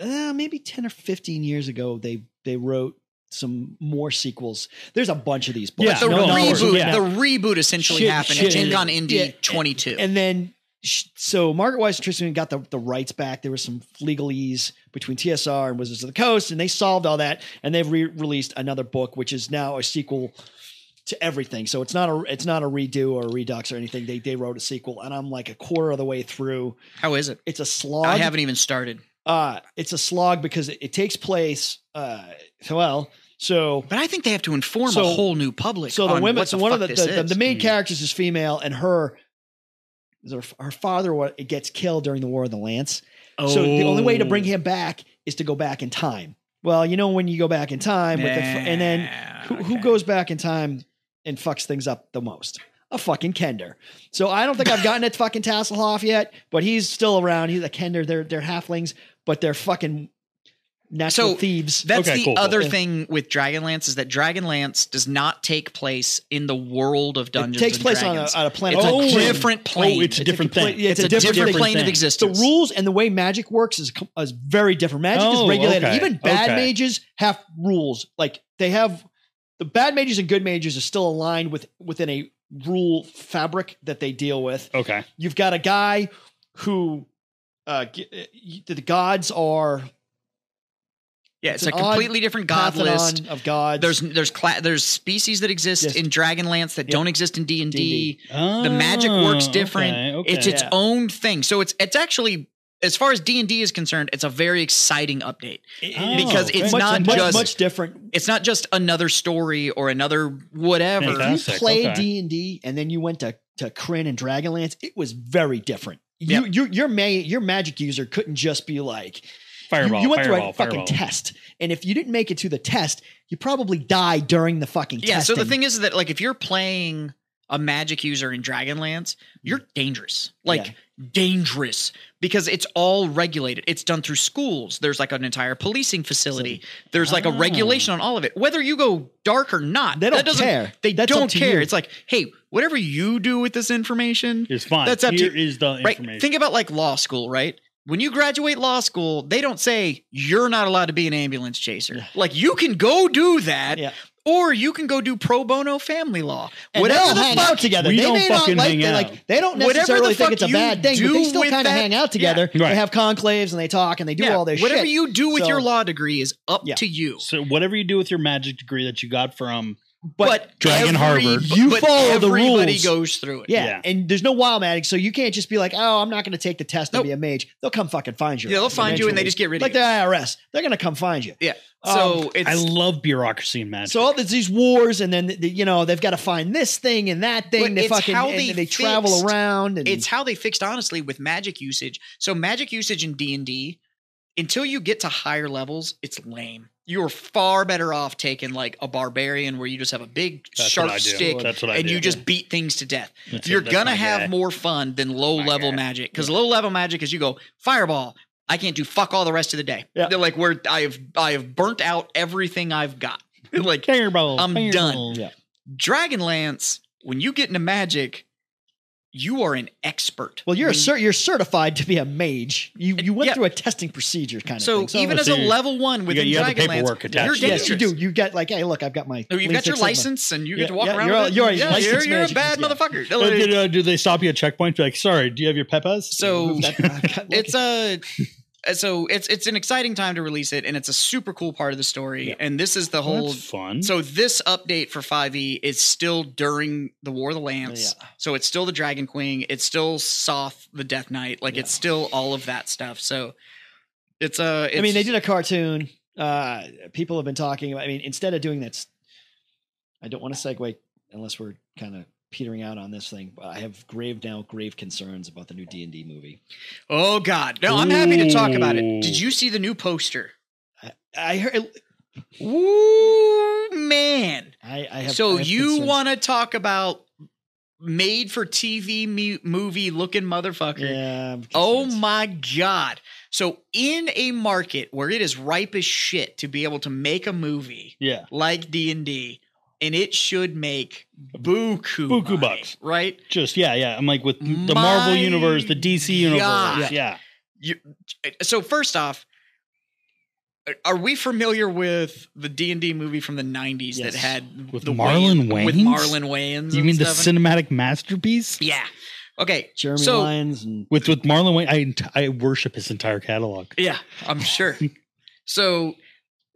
[SPEAKER 2] uh, maybe ten or fifteen years ago, they they wrote some more sequels. There's a bunch of these books.
[SPEAKER 3] Yeah,
[SPEAKER 1] The
[SPEAKER 3] no, no,
[SPEAKER 1] reboot,
[SPEAKER 3] yeah.
[SPEAKER 1] the reboot essentially
[SPEAKER 2] Shit,
[SPEAKER 1] happened
[SPEAKER 2] shit,
[SPEAKER 1] at Gen
[SPEAKER 2] yeah.
[SPEAKER 1] Con Indie
[SPEAKER 2] Yeah,
[SPEAKER 1] 22.
[SPEAKER 2] And then, sh- so Margaret Weiss and Tristan got the, the rights back. There was some legalese between TSR and Wizards of the Coast, and they solved all that. And they've re-released another book, which is now a sequel to everything. So it's not a it's not a redo or a redux or anything. They they wrote a sequel, and I'm like a quarter of the way through.
[SPEAKER 1] How is it?
[SPEAKER 2] It's a slog.
[SPEAKER 1] I haven't even started.
[SPEAKER 2] uh, it's a slog because it, it takes place. Uh, well, so
[SPEAKER 1] But I think they have to inform
[SPEAKER 2] So-
[SPEAKER 1] a whole new public.
[SPEAKER 2] so the
[SPEAKER 1] on
[SPEAKER 2] women
[SPEAKER 1] what
[SPEAKER 2] so one of the
[SPEAKER 1] fuck
[SPEAKER 2] the,
[SPEAKER 1] this
[SPEAKER 2] the,
[SPEAKER 1] is. Hmm.
[SPEAKER 2] the main
[SPEAKER 3] Mm.
[SPEAKER 2] characters is female and her is her, her father what it gets killed during the war of the lance so the only way to
[SPEAKER 1] Oh.
[SPEAKER 3] Oh.
[SPEAKER 2] bring him back is to go back in time well you know when you go back in time with the, f- and then who, who goes back in time and fucks things up the most a fucking Kender. So I don't think I've gotten at fucking Tasselhoff yet, but he's still around. He's a Kender. They're they're halflings, but they're fucking natural
[SPEAKER 1] So
[SPEAKER 2] thieves.
[SPEAKER 1] That's
[SPEAKER 3] Okay,
[SPEAKER 1] the
[SPEAKER 3] cool, cool.
[SPEAKER 1] other
[SPEAKER 2] Yeah.
[SPEAKER 1] thing with Dragonlance is that Dragonlance does not take place in the world of
[SPEAKER 2] It
[SPEAKER 1] Dungeons.
[SPEAKER 2] takes
[SPEAKER 1] and
[SPEAKER 2] place
[SPEAKER 1] Dragons.
[SPEAKER 2] on a, on a planet.
[SPEAKER 1] It's
[SPEAKER 3] Oh,
[SPEAKER 1] a
[SPEAKER 3] and-
[SPEAKER 1] different plane.
[SPEAKER 3] Oh, it's
[SPEAKER 2] It's
[SPEAKER 3] a
[SPEAKER 2] a
[SPEAKER 3] different
[SPEAKER 2] complete-
[SPEAKER 3] thing.
[SPEAKER 2] yeah,
[SPEAKER 1] It's a different, plane of
[SPEAKER 2] the
[SPEAKER 1] existence.
[SPEAKER 2] rules and the way magic works is, com- is very different. Magic
[SPEAKER 3] Oh,
[SPEAKER 2] is regulated.
[SPEAKER 3] okay,
[SPEAKER 2] Even bad
[SPEAKER 3] okay.
[SPEAKER 2] mages have rules. Like they have the bad mages and good mages are still aligned with within a rule fabric that they deal with.
[SPEAKER 3] Okay,
[SPEAKER 2] You've got a guy who uh, g- uh, y- the gods are
[SPEAKER 1] yeah, it's,
[SPEAKER 2] it's
[SPEAKER 1] a
[SPEAKER 2] an odd
[SPEAKER 1] completely different god
[SPEAKER 2] pantheon
[SPEAKER 1] list.
[SPEAKER 2] of gods.
[SPEAKER 1] There's there's cla- there's species that exist
[SPEAKER 2] Yes.
[SPEAKER 1] in Dragonlance that
[SPEAKER 2] Yep.
[SPEAKER 1] don't exist in D and D.
[SPEAKER 2] D&D.
[SPEAKER 1] The magic works different.
[SPEAKER 3] okay, Oh, okay.
[SPEAKER 1] It's its
[SPEAKER 2] Yeah.
[SPEAKER 1] own thing. So it's it's actually as far as D and D is concerned, it's a very exciting update.
[SPEAKER 3] Oh,
[SPEAKER 1] because it's
[SPEAKER 2] much,
[SPEAKER 1] not
[SPEAKER 2] much,
[SPEAKER 1] just-
[SPEAKER 2] much different.
[SPEAKER 1] It's not just another story or another whatever.
[SPEAKER 3] Fantastic.
[SPEAKER 2] you played
[SPEAKER 3] okay.
[SPEAKER 2] D and D and then you went to to Kryn and Dragonlance, it was very different. You your your ma- your magic user couldn't just be like you-
[SPEAKER 3] fireball.
[SPEAKER 2] you, went
[SPEAKER 3] fireball,
[SPEAKER 2] through a
[SPEAKER 3] fireball.
[SPEAKER 2] fucking test, and if you didn't make it to the test, you probably died during the fucking
[SPEAKER 1] Yeah.
[SPEAKER 2] testing.
[SPEAKER 1] So the thing is that like if you're playing a magic user in Dragonlance, you're dangerous. Like
[SPEAKER 2] Yeah.
[SPEAKER 1] dangerous because it's all regulated. It's done through schools. There's like an entire policing facility. There's like a
[SPEAKER 3] Ah.
[SPEAKER 1] regulation on all of it. Whether you go dark or not,
[SPEAKER 2] They
[SPEAKER 1] that
[SPEAKER 2] don't
[SPEAKER 1] doesn't
[SPEAKER 2] care.
[SPEAKER 1] they
[SPEAKER 2] That's up
[SPEAKER 1] don't
[SPEAKER 2] to
[SPEAKER 1] care.
[SPEAKER 2] you.
[SPEAKER 1] It's like, hey, whatever you do with this information,
[SPEAKER 3] It's fine.
[SPEAKER 1] That's up to
[SPEAKER 3] Here
[SPEAKER 1] you.
[SPEAKER 3] is the
[SPEAKER 1] right?
[SPEAKER 3] information.
[SPEAKER 1] Think about like law school, right? When you graduate law school, they don't say you're not allowed to be an ambulance chaser.
[SPEAKER 2] Yeah.
[SPEAKER 1] Like you can go do that,
[SPEAKER 2] Yeah.
[SPEAKER 1] or you can go do pro bono family law.
[SPEAKER 2] And
[SPEAKER 1] whatever
[SPEAKER 2] they'll
[SPEAKER 1] the
[SPEAKER 2] hang
[SPEAKER 1] fuck-
[SPEAKER 2] out together.
[SPEAKER 3] We
[SPEAKER 2] they
[SPEAKER 3] don't
[SPEAKER 2] may not
[SPEAKER 3] fucking
[SPEAKER 2] like,
[SPEAKER 3] hang
[SPEAKER 2] they
[SPEAKER 3] out.
[SPEAKER 2] like they don't
[SPEAKER 1] Whatever the
[SPEAKER 2] necessarily think
[SPEAKER 1] fuck
[SPEAKER 2] it's a
[SPEAKER 1] you
[SPEAKER 2] bad thing, but
[SPEAKER 1] do
[SPEAKER 2] they still
[SPEAKER 1] with
[SPEAKER 2] kind of
[SPEAKER 1] that-
[SPEAKER 2] hang out together.
[SPEAKER 3] Yeah. Right.
[SPEAKER 2] They have conclaves and they talk and they do
[SPEAKER 1] Yeah,
[SPEAKER 2] all their
[SPEAKER 1] whatever
[SPEAKER 2] shit.
[SPEAKER 1] you do with
[SPEAKER 2] So-
[SPEAKER 1] your law degree is up
[SPEAKER 2] Yeah.
[SPEAKER 1] to you.
[SPEAKER 3] so whatever you do with your magic degree that you got from
[SPEAKER 2] but,
[SPEAKER 3] Dragon Harvard.
[SPEAKER 1] but
[SPEAKER 2] You follow the
[SPEAKER 1] Everybody
[SPEAKER 2] rules.
[SPEAKER 1] goes through it.
[SPEAKER 2] yeah,
[SPEAKER 3] yeah.
[SPEAKER 2] and there's no wild magic, so you can't just be like, "Oh, I'm not going to take the test to
[SPEAKER 1] Nope.
[SPEAKER 2] be a mage." They'll come fucking find you.
[SPEAKER 1] Yeah, they'll find you and they
[SPEAKER 2] eventually.
[SPEAKER 1] just get rid of
[SPEAKER 2] like the
[SPEAKER 1] you.
[SPEAKER 2] IRS. They're gonna come find you. Um,
[SPEAKER 1] So it's
[SPEAKER 3] I love bureaucracy and magic.
[SPEAKER 2] So all there's these wars, and then the, you know they've got to find this thing and that thing.
[SPEAKER 1] But
[SPEAKER 2] they
[SPEAKER 1] it's
[SPEAKER 2] fucking
[SPEAKER 1] how
[SPEAKER 2] and
[SPEAKER 1] they
[SPEAKER 2] they travel
[SPEAKER 1] fixed-
[SPEAKER 2] around. And
[SPEAKER 1] it's how they fixed honestly with magic usage. So magic usage in D&D until you get to higher levels, it's lame. You're far better off taking like a barbarian where you just have a big
[SPEAKER 3] That's
[SPEAKER 1] sharp
[SPEAKER 3] what I do.
[SPEAKER 1] stick
[SPEAKER 3] That's what I
[SPEAKER 1] and
[SPEAKER 3] do.
[SPEAKER 1] you just beat things to death.
[SPEAKER 3] That's-
[SPEAKER 1] You're
[SPEAKER 3] that's
[SPEAKER 1] going to
[SPEAKER 3] my
[SPEAKER 1] have
[SPEAKER 3] guy.
[SPEAKER 1] more fun than low
[SPEAKER 3] My
[SPEAKER 1] level
[SPEAKER 3] guy.
[SPEAKER 1] magic cuz low level magic is you go fireball I can't do fuck all the rest of the day.
[SPEAKER 2] Yeah.
[SPEAKER 1] They're like where I have I have burnt out everything I've got. *laughs* like
[SPEAKER 3] Fireball.
[SPEAKER 1] I'm done.
[SPEAKER 3] fireball.
[SPEAKER 2] Yeah.
[SPEAKER 1] Dragonlance, when you get into magic, you are an expert.
[SPEAKER 2] Well, you're a
[SPEAKER 1] When-
[SPEAKER 2] cer- you're certified to be a mage. You you went
[SPEAKER 1] Yeah.
[SPEAKER 2] through a testing procedure kind of
[SPEAKER 1] so
[SPEAKER 2] thing.
[SPEAKER 1] even as
[SPEAKER 3] so
[SPEAKER 1] a
[SPEAKER 3] you-
[SPEAKER 1] level one within
[SPEAKER 3] you have the
[SPEAKER 1] Dragonlance,
[SPEAKER 3] paperwork attached
[SPEAKER 1] you're
[SPEAKER 3] to it.
[SPEAKER 1] dangerous.
[SPEAKER 2] yes, you do. You got like, hey, look, I've got my.
[SPEAKER 1] No, you've
[SPEAKER 2] Lean
[SPEAKER 1] got your
[SPEAKER 2] Six Sigma.
[SPEAKER 1] license, and you get
[SPEAKER 2] Yeah,
[SPEAKER 1] to walk
[SPEAKER 2] yeah,
[SPEAKER 1] around.
[SPEAKER 2] you're
[SPEAKER 1] with
[SPEAKER 2] a-
[SPEAKER 1] it.
[SPEAKER 2] you're a
[SPEAKER 1] yeah,
[SPEAKER 2] licensed
[SPEAKER 1] you're, you're a
[SPEAKER 2] magician,
[SPEAKER 1] bad
[SPEAKER 2] yeah.
[SPEAKER 1] motherfucker.
[SPEAKER 3] Uh, did, uh, do they stop you at checkpoint? Be Like, sorry, do you have your
[SPEAKER 1] *laughs*
[SPEAKER 3] pepas?
[SPEAKER 2] *laughs*
[SPEAKER 1] So
[SPEAKER 2] That- I've got-
[SPEAKER 1] it's a so it's it's an exciting time to release it, and it's a super cool part of the story.
[SPEAKER 3] Yeah.
[SPEAKER 1] And this is the
[SPEAKER 3] Well,
[SPEAKER 1] whole
[SPEAKER 3] that's fun.
[SPEAKER 1] So this update for 5e is still during the War of the Lamps. So it's still the Dragon Queen. It's still Soth the Death Knight. Like it's still all of that stuff. So it's a. Uh, it's,
[SPEAKER 2] I mean, they did a cartoon. Uh, people have been talking about. I mean, instead of doing that, s- I don't want to segue unless we're kind of petering out on this thing. But I have grave now grave concerns about the new D and D movie.
[SPEAKER 1] Oh God! No, I'm happy to talk about
[SPEAKER 3] Ooh.
[SPEAKER 1] it. Did you see the new poster?
[SPEAKER 2] I heard.
[SPEAKER 1] Ooh man!
[SPEAKER 2] I, I have. I
[SPEAKER 1] so
[SPEAKER 2] have
[SPEAKER 1] you
[SPEAKER 2] concerns.
[SPEAKER 1] want to talk about made for TV mu- movie looking motherfucker?
[SPEAKER 2] Yeah. I have
[SPEAKER 1] Oh
[SPEAKER 2] concerns.
[SPEAKER 1] my God. So, in a market where it is ripe as shit to be able to make a movie
[SPEAKER 3] yeah,
[SPEAKER 1] like D&D, and it should make buku
[SPEAKER 3] Buku
[SPEAKER 1] money,
[SPEAKER 3] bucks.
[SPEAKER 1] right?
[SPEAKER 3] just yeah, yeah. I'm like with the Marvel
[SPEAKER 1] My
[SPEAKER 3] universe, the DC universe.
[SPEAKER 1] God.
[SPEAKER 3] Yeah,
[SPEAKER 1] You, so, first off, are we familiar with the D&D movie from the 90s
[SPEAKER 2] Yes.
[SPEAKER 1] that had
[SPEAKER 3] With
[SPEAKER 1] the
[SPEAKER 3] Marlon
[SPEAKER 1] Wayans- With
[SPEAKER 3] Wayans?
[SPEAKER 1] Marlon Wayans.
[SPEAKER 3] you
[SPEAKER 1] and
[SPEAKER 3] mean the
[SPEAKER 1] stuff?
[SPEAKER 3] cinematic masterpiece
[SPEAKER 1] Yeah. Okay.
[SPEAKER 2] Jeremy
[SPEAKER 1] so-
[SPEAKER 2] Lyons and
[SPEAKER 3] with with Marlon Wayne? I I worship his entire catalog.
[SPEAKER 1] Yeah, I'm
[SPEAKER 3] *laughs*
[SPEAKER 1] sure. so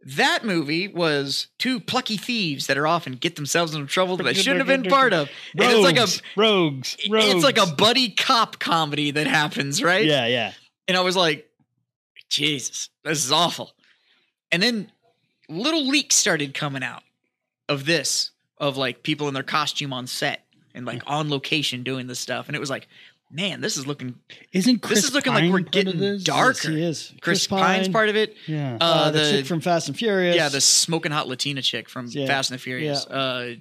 [SPEAKER 1] that movie was two plucky thieves that are off and get themselves into trouble that they shouldn't have been part of. And it's like a
[SPEAKER 3] Rogues, rogues, rogues.
[SPEAKER 1] it's like a buddy cop comedy that happens, right?
[SPEAKER 3] yeah, yeah.
[SPEAKER 1] And I was like, Jesus, this is awful. And then little leaks started coming out of this, of like people in their costume on set and like on location doing this stuff. And it was like, man, this is looking
[SPEAKER 3] Isn't Chris
[SPEAKER 1] is looking like
[SPEAKER 3] Pine
[SPEAKER 1] we're
[SPEAKER 3] part of
[SPEAKER 1] getting
[SPEAKER 3] this?
[SPEAKER 1] dark.
[SPEAKER 2] yes, he is
[SPEAKER 1] Chris, Pine's part of it.
[SPEAKER 3] Yeah,
[SPEAKER 1] Uh,
[SPEAKER 2] Uh, the,
[SPEAKER 1] the,
[SPEAKER 2] chick from Fast and Furious.
[SPEAKER 1] Yeah, the smoking hot Latina chick from
[SPEAKER 2] Yeah.
[SPEAKER 1] Fast and the Furious. Uh,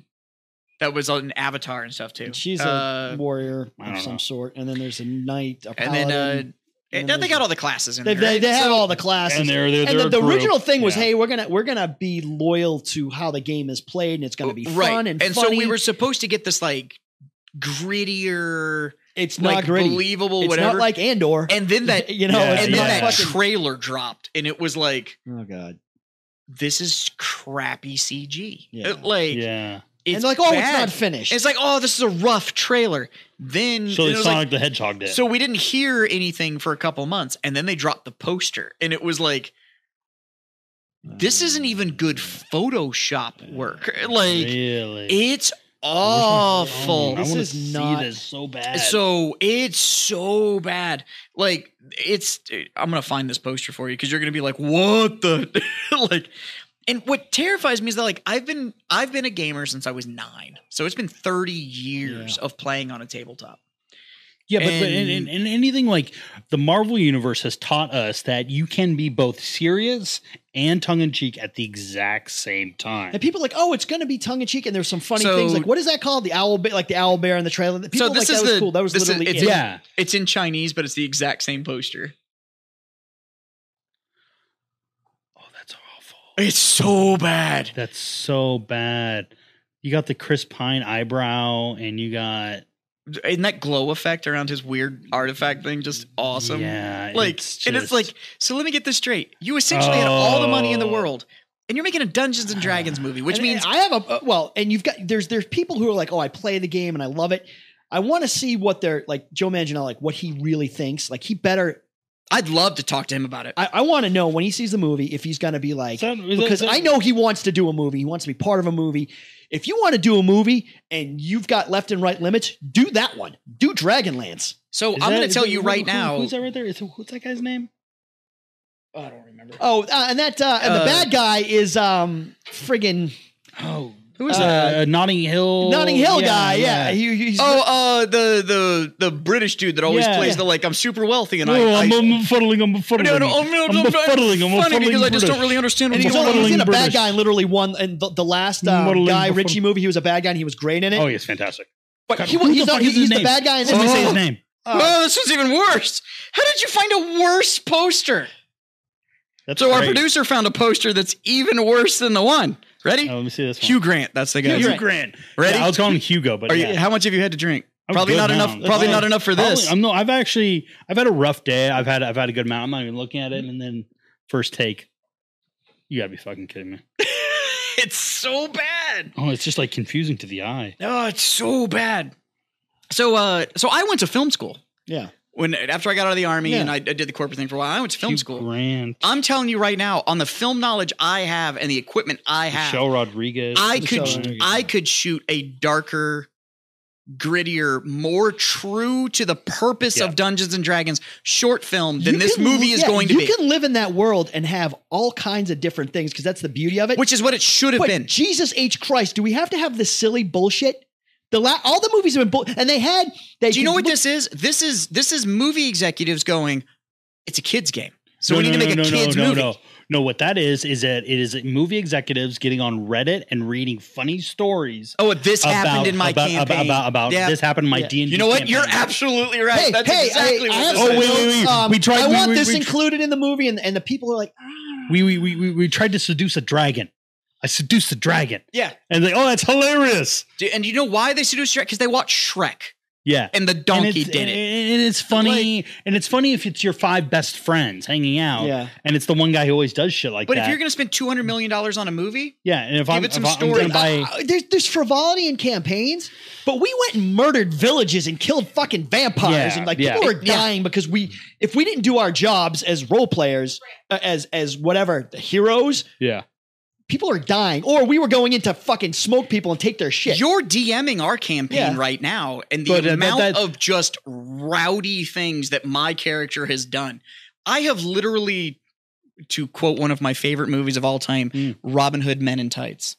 [SPEAKER 1] that was on Avatar and stuff too.
[SPEAKER 2] And She's a
[SPEAKER 1] uh,
[SPEAKER 2] warrior
[SPEAKER 3] I
[SPEAKER 2] of
[SPEAKER 3] don't
[SPEAKER 2] some
[SPEAKER 3] know.
[SPEAKER 2] sort, and then there's a knight, a
[SPEAKER 1] and
[SPEAKER 2] paladin.
[SPEAKER 1] then uh,
[SPEAKER 2] and
[SPEAKER 1] now they
[SPEAKER 2] there's-
[SPEAKER 1] got all the classes in
[SPEAKER 2] they,
[SPEAKER 1] there.
[SPEAKER 2] they,
[SPEAKER 1] right?
[SPEAKER 2] they have
[SPEAKER 1] So-
[SPEAKER 2] all the classes.
[SPEAKER 3] and they're, they're,
[SPEAKER 2] and the,
[SPEAKER 3] they're
[SPEAKER 2] the
[SPEAKER 3] a group.
[SPEAKER 2] original thing was,
[SPEAKER 3] Yeah.
[SPEAKER 2] hey, we're gonna we're gonna be loyal to how the game is played, and it's gonna be fun
[SPEAKER 1] right.
[SPEAKER 2] and,
[SPEAKER 1] and so
[SPEAKER 2] funny.
[SPEAKER 1] we were supposed to get this like grittier,
[SPEAKER 2] it's not
[SPEAKER 1] like
[SPEAKER 2] gritty.
[SPEAKER 1] believable,
[SPEAKER 2] it's
[SPEAKER 1] whatever.
[SPEAKER 2] not like Andor.
[SPEAKER 1] and then
[SPEAKER 2] *laughs*
[SPEAKER 1] that,
[SPEAKER 2] you know,
[SPEAKER 3] Yeah,
[SPEAKER 2] it's
[SPEAKER 1] and
[SPEAKER 2] not
[SPEAKER 1] then
[SPEAKER 3] yeah.
[SPEAKER 1] that
[SPEAKER 2] fucking.
[SPEAKER 1] trailer dropped, and it was like,
[SPEAKER 2] oh god.
[SPEAKER 1] this is crappy CG.
[SPEAKER 2] Yeah.
[SPEAKER 1] It, like,
[SPEAKER 3] Yeah,
[SPEAKER 1] it's
[SPEAKER 2] and they're like, oh, it's
[SPEAKER 1] bad.
[SPEAKER 2] not finished.
[SPEAKER 1] It's like, oh, this is a rough trailer. Then
[SPEAKER 3] so
[SPEAKER 1] then
[SPEAKER 3] they
[SPEAKER 1] it was
[SPEAKER 3] Sonic
[SPEAKER 1] like,
[SPEAKER 3] the Hedgehog did.
[SPEAKER 1] So we didn't hear anything for a couple months, and then they dropped the poster, and it was like, this
[SPEAKER 3] Mm.
[SPEAKER 1] isn't even good Photoshop work. Like,
[SPEAKER 3] really,
[SPEAKER 1] it's awful.
[SPEAKER 3] I
[SPEAKER 2] This
[SPEAKER 3] wanna
[SPEAKER 2] is
[SPEAKER 3] see
[SPEAKER 2] not-
[SPEAKER 3] this so bad.
[SPEAKER 1] So it's so bad. Like, it's. I'm gonna find this poster for you because you're gonna be like, what the, *laughs* like. And what terrifies me is that like I've been I've been a gamer since I was nine, so it's been thirty years of playing on a tabletop.
[SPEAKER 3] Yeah, but, but
[SPEAKER 1] And-
[SPEAKER 3] and, and, and anything like the Marvel universe has taught us that you can be both serious and tongue in cheek at the exact same time.
[SPEAKER 2] and people are like, oh, it's gonna be tongue in cheek, and there's some funny
[SPEAKER 1] So-
[SPEAKER 2] things like what is that called? The owl, bear, like the owl bear in the trailer. People
[SPEAKER 1] So
[SPEAKER 2] were
[SPEAKER 1] this
[SPEAKER 2] like,
[SPEAKER 1] is
[SPEAKER 2] that was
[SPEAKER 1] the-
[SPEAKER 2] cool. That was
[SPEAKER 1] this is-
[SPEAKER 2] literally
[SPEAKER 1] it's
[SPEAKER 2] it.
[SPEAKER 1] in-
[SPEAKER 3] yeah,
[SPEAKER 1] It's in Chinese, but it's the exact same poster.
[SPEAKER 3] Oh, that's awful.
[SPEAKER 1] It's so bad.
[SPEAKER 3] That's so bad. You got the Chris Pine eyebrow, and you got
[SPEAKER 1] Isn't that glow effect around his weird artifact thing just awesome?
[SPEAKER 3] Yeah,
[SPEAKER 1] Like, and it's
[SPEAKER 3] just-
[SPEAKER 1] like, so let me get this straight. You essentially had all the money in the
[SPEAKER 3] Oh.
[SPEAKER 1] world, and you're making a Dungeons and Dragons movie, which
[SPEAKER 2] And
[SPEAKER 1] means
[SPEAKER 2] I have a uh, well, and you've got there's there's people who are like, oh, I play the game and I love it. I want to see what they're like Joe Manganiello, like what he really thinks. Like he better.
[SPEAKER 1] I'd love to talk to him about it.
[SPEAKER 2] I, I want to know when he sees the movie if he's gonna be like
[SPEAKER 3] Is that- is that-
[SPEAKER 2] because
[SPEAKER 3] that-
[SPEAKER 2] I know he wants to do a movie. He wants to be part of a movie. If you want to do a movie and you've got left and right limits, do that one. Do Dragonlance.
[SPEAKER 1] so I'm
[SPEAKER 3] is that-
[SPEAKER 1] going to
[SPEAKER 3] is
[SPEAKER 1] tell
[SPEAKER 3] that-
[SPEAKER 1] you
[SPEAKER 3] who-
[SPEAKER 1] right
[SPEAKER 3] who-
[SPEAKER 1] now.
[SPEAKER 3] Who's that right there? Is, what's that guy's name? Oh, I don't remember.
[SPEAKER 2] Oh, uh, and that uh, and the
[SPEAKER 1] Uh,
[SPEAKER 2] bad guy is um friggin'
[SPEAKER 3] Oh,
[SPEAKER 1] who is
[SPEAKER 3] was
[SPEAKER 1] that?
[SPEAKER 3] uh, Notting Hill?
[SPEAKER 2] Notting Hill guy. Yeah, He, he's
[SPEAKER 1] Oh, uh, the the the British dude that always
[SPEAKER 3] Yeah.
[SPEAKER 1] plays the like I'm super wealthy and
[SPEAKER 3] No,
[SPEAKER 1] I, I
[SPEAKER 3] Oh, I'm, I'm fuddling. I'm fuddling.
[SPEAKER 1] no, no, I'm, I'm, I'm,
[SPEAKER 3] befuddling, I'm
[SPEAKER 1] funny because I just
[SPEAKER 3] befuddling
[SPEAKER 1] don't really understand
[SPEAKER 2] And
[SPEAKER 1] what's
[SPEAKER 2] he's,
[SPEAKER 1] going
[SPEAKER 2] only,
[SPEAKER 1] on.
[SPEAKER 2] he's in a
[SPEAKER 3] British.
[SPEAKER 2] bad guy and literally won. And the, the last um,
[SPEAKER 3] Muddling
[SPEAKER 2] Guy
[SPEAKER 3] before-
[SPEAKER 2] Ritchie movie, he was a bad guy and he was great in it.
[SPEAKER 3] Oh, he's fantastic.
[SPEAKER 2] but he,
[SPEAKER 3] Who
[SPEAKER 2] was
[SPEAKER 3] the
[SPEAKER 2] he's, not,
[SPEAKER 3] fuck is
[SPEAKER 2] he's
[SPEAKER 3] his
[SPEAKER 2] the
[SPEAKER 3] name?
[SPEAKER 2] bad guy in this.
[SPEAKER 3] Somebody
[SPEAKER 1] Oh.
[SPEAKER 3] say his name.
[SPEAKER 1] oh, this was even worse. How did you find a worse poster?
[SPEAKER 3] That's
[SPEAKER 1] So our
[SPEAKER 3] great.
[SPEAKER 1] producer found a poster that's even worse than the one. Ready?
[SPEAKER 3] Oh, let me see this one.
[SPEAKER 1] Hugh Grant. That's the guy.
[SPEAKER 3] Hugh
[SPEAKER 2] Grant.
[SPEAKER 3] Grant.
[SPEAKER 1] Ready?
[SPEAKER 3] Yeah, I was calling him Hugo, but
[SPEAKER 1] Are you,
[SPEAKER 3] yeah.
[SPEAKER 1] how much have you had to drink?
[SPEAKER 3] I'm
[SPEAKER 1] Probably
[SPEAKER 3] good
[SPEAKER 1] not
[SPEAKER 3] now.
[SPEAKER 1] enough.
[SPEAKER 3] That's
[SPEAKER 1] Probably
[SPEAKER 3] it.
[SPEAKER 1] not enough for
[SPEAKER 3] Probably-
[SPEAKER 1] this.
[SPEAKER 3] I'm no. I've actually I've had a rough day. I've had I've had a good amount. I'm not even looking at it. And then first take, you gotta be fucking kidding me.
[SPEAKER 1] *laughs* it's so bad.
[SPEAKER 3] Oh, it's just like confusing to the eye.
[SPEAKER 1] Oh, it's so bad. So, uh, so I went to film school
[SPEAKER 2] Yeah.
[SPEAKER 1] when after I got out of the army
[SPEAKER 2] Yeah.
[SPEAKER 1] and I, I did the corporate thing for a while. I went to film
[SPEAKER 3] Hugh
[SPEAKER 1] school.
[SPEAKER 3] Grant,
[SPEAKER 1] I'm telling you right now, on the film knowledge I have and the equipment I have,
[SPEAKER 3] Michelle Rodriguez.
[SPEAKER 1] I
[SPEAKER 2] Michelle
[SPEAKER 1] could
[SPEAKER 2] Rodriguez.
[SPEAKER 1] I could shoot a darker, grittier, more true to the purpose
[SPEAKER 3] Yeah.
[SPEAKER 1] of Dungeons and Dragons short film than
[SPEAKER 2] You
[SPEAKER 1] this
[SPEAKER 2] can-
[SPEAKER 1] movie is
[SPEAKER 2] yeah,
[SPEAKER 1] going to
[SPEAKER 2] you
[SPEAKER 1] be,
[SPEAKER 2] can live in that world and have all kinds of different things because that's the beauty of it.
[SPEAKER 1] which is what it should have
[SPEAKER 2] But
[SPEAKER 1] been.
[SPEAKER 2] Jesus H. Christ, do we have to have this silly bullshit? The la- all the movies have been bull- and they had they.
[SPEAKER 1] Do you know what this is? This is this is movie executives going, it's a kids game. So
[SPEAKER 3] No,
[SPEAKER 1] we need
[SPEAKER 3] no,
[SPEAKER 1] to
[SPEAKER 3] no,
[SPEAKER 1] make
[SPEAKER 3] no,
[SPEAKER 1] a
[SPEAKER 3] no,
[SPEAKER 1] kids
[SPEAKER 3] no,
[SPEAKER 1] movie.
[SPEAKER 3] No, no, what that is is that it is movie executives getting on Reddit and reading funny stories
[SPEAKER 1] Oh, this happened in my
[SPEAKER 3] about,
[SPEAKER 1] campaign.
[SPEAKER 3] About, about, about
[SPEAKER 1] Yeah.
[SPEAKER 3] this happened in my
[SPEAKER 2] Yeah.
[SPEAKER 3] D and D.
[SPEAKER 1] You know what? You're absolutely right.
[SPEAKER 2] Hey,
[SPEAKER 1] That's
[SPEAKER 2] hey,
[SPEAKER 1] exactly
[SPEAKER 2] I,
[SPEAKER 1] what
[SPEAKER 2] I have
[SPEAKER 1] this
[SPEAKER 3] Oh,
[SPEAKER 2] some
[SPEAKER 1] is.
[SPEAKER 3] wait, wait,
[SPEAKER 2] notes.
[SPEAKER 3] wait.
[SPEAKER 2] Um,
[SPEAKER 3] We tried-
[SPEAKER 2] I
[SPEAKER 3] we-
[SPEAKER 2] want
[SPEAKER 3] we-
[SPEAKER 2] this
[SPEAKER 3] we-
[SPEAKER 2] included in the movie, and, and the people are like,
[SPEAKER 3] we, we we we we tried to seduce a dragon. I seduced a dragon,
[SPEAKER 1] Yeah.
[SPEAKER 3] and they oh that's hilarious.
[SPEAKER 1] Do- And you know why they seduced Shrek? Because they watched Shrek
[SPEAKER 3] Yeah.
[SPEAKER 1] and the donkey
[SPEAKER 3] and it's,
[SPEAKER 1] did it.
[SPEAKER 3] And it's funny, and it's funny if it's your five best friends hanging out,
[SPEAKER 2] Yeah.
[SPEAKER 3] and it's the one guy who always does shit like
[SPEAKER 1] But
[SPEAKER 3] that.
[SPEAKER 1] if you're going to spend two hundred million dollars on a movie,
[SPEAKER 3] yeah, and if
[SPEAKER 1] give
[SPEAKER 3] I'm,
[SPEAKER 1] it some
[SPEAKER 3] if I'm
[SPEAKER 1] story.
[SPEAKER 3] gonna buy,
[SPEAKER 2] "Ah, there's there's frivolity in campaigns, but we went and murdered villages and killed fucking vampires,
[SPEAKER 3] Yeah,
[SPEAKER 2] and like
[SPEAKER 3] yeah.
[SPEAKER 2] people were
[SPEAKER 1] Yeah.
[SPEAKER 2] dying because we if we didn't do our jobs as role players, uh, as as whatever the heroes,
[SPEAKER 3] yeah,
[SPEAKER 2] people are dying, or we were going in to fucking smoke people and take their shit.
[SPEAKER 1] you're DMing our campaign
[SPEAKER 2] Yeah.
[SPEAKER 1] right now, and the
[SPEAKER 3] But, uh, that-
[SPEAKER 1] amount
[SPEAKER 3] that-
[SPEAKER 1] of just rowdy things that my character has done. I have literally, to quote one of my favorite movies of all time,
[SPEAKER 3] Mm.
[SPEAKER 1] Robin Hood Men in Tights.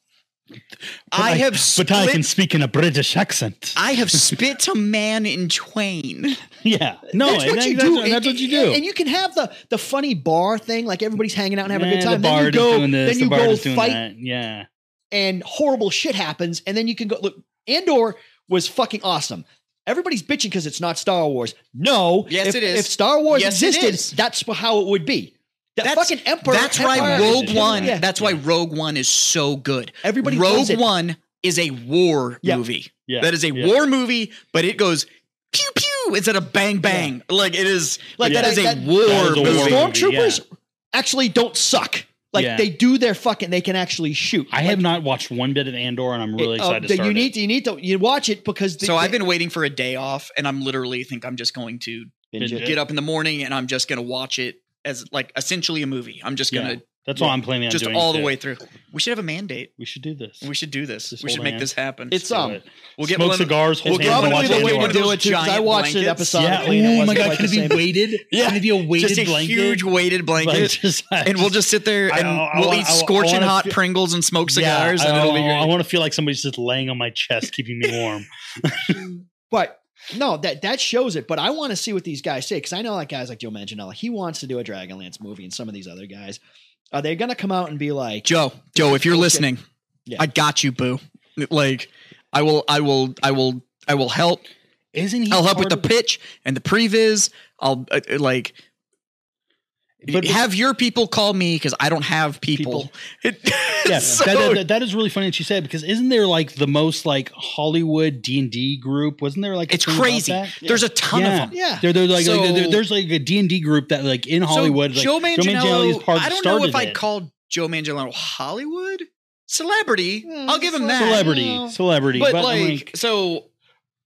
[SPEAKER 1] I, have split.
[SPEAKER 3] but I can speak in a British accent. *laughs*
[SPEAKER 1] I have spit a man in twain.
[SPEAKER 3] yeah, no,
[SPEAKER 2] that's
[SPEAKER 3] and
[SPEAKER 2] what
[SPEAKER 3] that-
[SPEAKER 2] you
[SPEAKER 3] that's,
[SPEAKER 2] do.
[SPEAKER 3] and that's
[SPEAKER 2] And-
[SPEAKER 3] what you do.
[SPEAKER 2] And, you can have the the funny bar thing, like everybody's hanging out and having a
[SPEAKER 3] Nah,
[SPEAKER 2] good time.
[SPEAKER 3] The
[SPEAKER 2] Then you
[SPEAKER 3] bard is
[SPEAKER 2] go,
[SPEAKER 3] doing this.
[SPEAKER 2] then you
[SPEAKER 3] the bard
[SPEAKER 2] go
[SPEAKER 3] is doing
[SPEAKER 2] fight,
[SPEAKER 3] that. Yeah,
[SPEAKER 2] and horrible shit happens, and then you can go look. Andor was fucking awesome. Everybody's bitching because it's not Star Wars. No,
[SPEAKER 1] Yes,
[SPEAKER 2] if,
[SPEAKER 1] it is.
[SPEAKER 2] If Star Wars
[SPEAKER 1] Yes, it
[SPEAKER 2] existed,
[SPEAKER 1] is.
[SPEAKER 2] that's how it would be. That
[SPEAKER 1] That's-
[SPEAKER 2] fucking emperor.
[SPEAKER 1] that's
[SPEAKER 2] Empire
[SPEAKER 1] why
[SPEAKER 2] is-
[SPEAKER 1] Rogue
[SPEAKER 2] yeah,
[SPEAKER 1] One.
[SPEAKER 2] yeah.
[SPEAKER 1] That's why Rogue One is so good.
[SPEAKER 2] Everybody
[SPEAKER 1] Rogue
[SPEAKER 2] loves it.
[SPEAKER 1] One is a war
[SPEAKER 2] Yeah.
[SPEAKER 1] movie.
[SPEAKER 3] yeah.
[SPEAKER 1] That is a
[SPEAKER 3] yeah.
[SPEAKER 1] war movie, but it goes pew pew instead of bang bang. Like it is like
[SPEAKER 2] Like,
[SPEAKER 1] that is
[SPEAKER 2] that-
[SPEAKER 1] a
[SPEAKER 2] that-
[SPEAKER 1] war
[SPEAKER 3] That is a
[SPEAKER 2] The
[SPEAKER 3] war
[SPEAKER 1] movie.
[SPEAKER 3] movie.
[SPEAKER 2] stormtroopers actually don't suck. Like
[SPEAKER 3] Yeah.
[SPEAKER 2] they do their fucking. They can actually shoot.
[SPEAKER 3] I have not watched one bit of Andor, and I'm really
[SPEAKER 2] It- uh,
[SPEAKER 3] excited. to
[SPEAKER 2] then
[SPEAKER 3] start
[SPEAKER 2] you
[SPEAKER 3] it.
[SPEAKER 2] need to you need to you watch it because the,
[SPEAKER 1] So I've
[SPEAKER 2] the-
[SPEAKER 1] been waiting for a day off, and I'm literally think I'm just going to
[SPEAKER 2] binge it.
[SPEAKER 3] Yeah.
[SPEAKER 1] get up in the morning and I'm just gonna watch it as like essentially a movie. I'm just gonna
[SPEAKER 3] That's all I'm planning on
[SPEAKER 1] just
[SPEAKER 3] doing.
[SPEAKER 1] all the
[SPEAKER 3] too.
[SPEAKER 1] way through. We should have a mandate.
[SPEAKER 3] We should do this.
[SPEAKER 1] We should do this.
[SPEAKER 3] Just
[SPEAKER 1] we should
[SPEAKER 3] hold
[SPEAKER 1] make
[SPEAKER 3] hands.
[SPEAKER 1] this happen.
[SPEAKER 2] It's
[SPEAKER 3] Do
[SPEAKER 2] um,
[SPEAKER 3] it.
[SPEAKER 1] we'll
[SPEAKER 3] smoke
[SPEAKER 1] one of-
[SPEAKER 3] cigars. Hold
[SPEAKER 1] we'll get
[SPEAKER 3] hands and
[SPEAKER 1] one
[SPEAKER 3] watch
[SPEAKER 1] of the way
[SPEAKER 3] Andor.
[SPEAKER 1] to do
[SPEAKER 2] it too, 'cause I
[SPEAKER 1] Giant
[SPEAKER 2] watched it
[SPEAKER 1] blankets.
[SPEAKER 3] Yeah.
[SPEAKER 2] episodically. and it
[SPEAKER 3] Oh my
[SPEAKER 2] wasn't
[SPEAKER 3] god.
[SPEAKER 2] quite
[SPEAKER 3] Can
[SPEAKER 2] the
[SPEAKER 3] it
[SPEAKER 2] same.
[SPEAKER 3] be
[SPEAKER 1] *laughs*
[SPEAKER 3] weighted?
[SPEAKER 1] Yeah.
[SPEAKER 3] Can it be a weighted
[SPEAKER 1] just a
[SPEAKER 3] blanket?
[SPEAKER 1] huge weighted blanket.
[SPEAKER 3] Like, *laughs* just-
[SPEAKER 1] *laughs* and we'll just sit there
[SPEAKER 3] I-
[SPEAKER 1] and
[SPEAKER 3] I- I
[SPEAKER 1] we'll
[SPEAKER 3] wa-
[SPEAKER 1] eat
[SPEAKER 3] I wa- I
[SPEAKER 1] scorching
[SPEAKER 3] wanna
[SPEAKER 1] hot
[SPEAKER 3] feel-
[SPEAKER 1] Pringles and smoke cigars,
[SPEAKER 3] Yeah,
[SPEAKER 1] and
[SPEAKER 3] I,
[SPEAKER 1] it'll be great.
[SPEAKER 3] I want to feel like somebody's just laying on my chest, keeping me warm.
[SPEAKER 1] *laughs*
[SPEAKER 2] But no, that that shows it. But I want to see what these guys say because I know like guys like Joe Manganiello. He wants to do a Dragonlance movie, and some of these other guys are they going to come out and be like,
[SPEAKER 1] Joe, Joe, if you're
[SPEAKER 2] Bullshit.
[SPEAKER 1] listening,
[SPEAKER 2] Yeah.
[SPEAKER 1] I got you, boo. Like, I will, I will, I will, I will help.
[SPEAKER 3] Isn't he?
[SPEAKER 1] I'll help with
[SPEAKER 3] part
[SPEAKER 1] the pitch and the previs. I'll uh, uh, like.
[SPEAKER 3] But-
[SPEAKER 1] have your people call me because I don't have *laughs* people. It-
[SPEAKER 3] of-
[SPEAKER 1] *laughs*
[SPEAKER 3] Yeah,
[SPEAKER 1] so-
[SPEAKER 3] that- that- that- that is really funny that you said because isn't there like the most like Hollywood D and D group? Wasn't there like a
[SPEAKER 1] it's
[SPEAKER 3] thing about
[SPEAKER 1] crazy.
[SPEAKER 3] that?
[SPEAKER 1] There's a ton
[SPEAKER 3] Yeah.
[SPEAKER 1] of them.
[SPEAKER 2] yeah,
[SPEAKER 3] There, there's like,
[SPEAKER 1] So-
[SPEAKER 3] like there- there's like a D and D group that like in Hollywood.
[SPEAKER 1] so
[SPEAKER 3] like,
[SPEAKER 1] Joe Manganiello.
[SPEAKER 3] is part
[SPEAKER 1] I
[SPEAKER 3] that
[SPEAKER 1] don't know if
[SPEAKER 3] started
[SPEAKER 1] I'd
[SPEAKER 3] it.
[SPEAKER 1] call Joe Manganiello Hollywood celebrity. I'll give him that.
[SPEAKER 3] Hmm, celebrity, celebrity,
[SPEAKER 1] but,
[SPEAKER 3] I'm
[SPEAKER 1] like, so.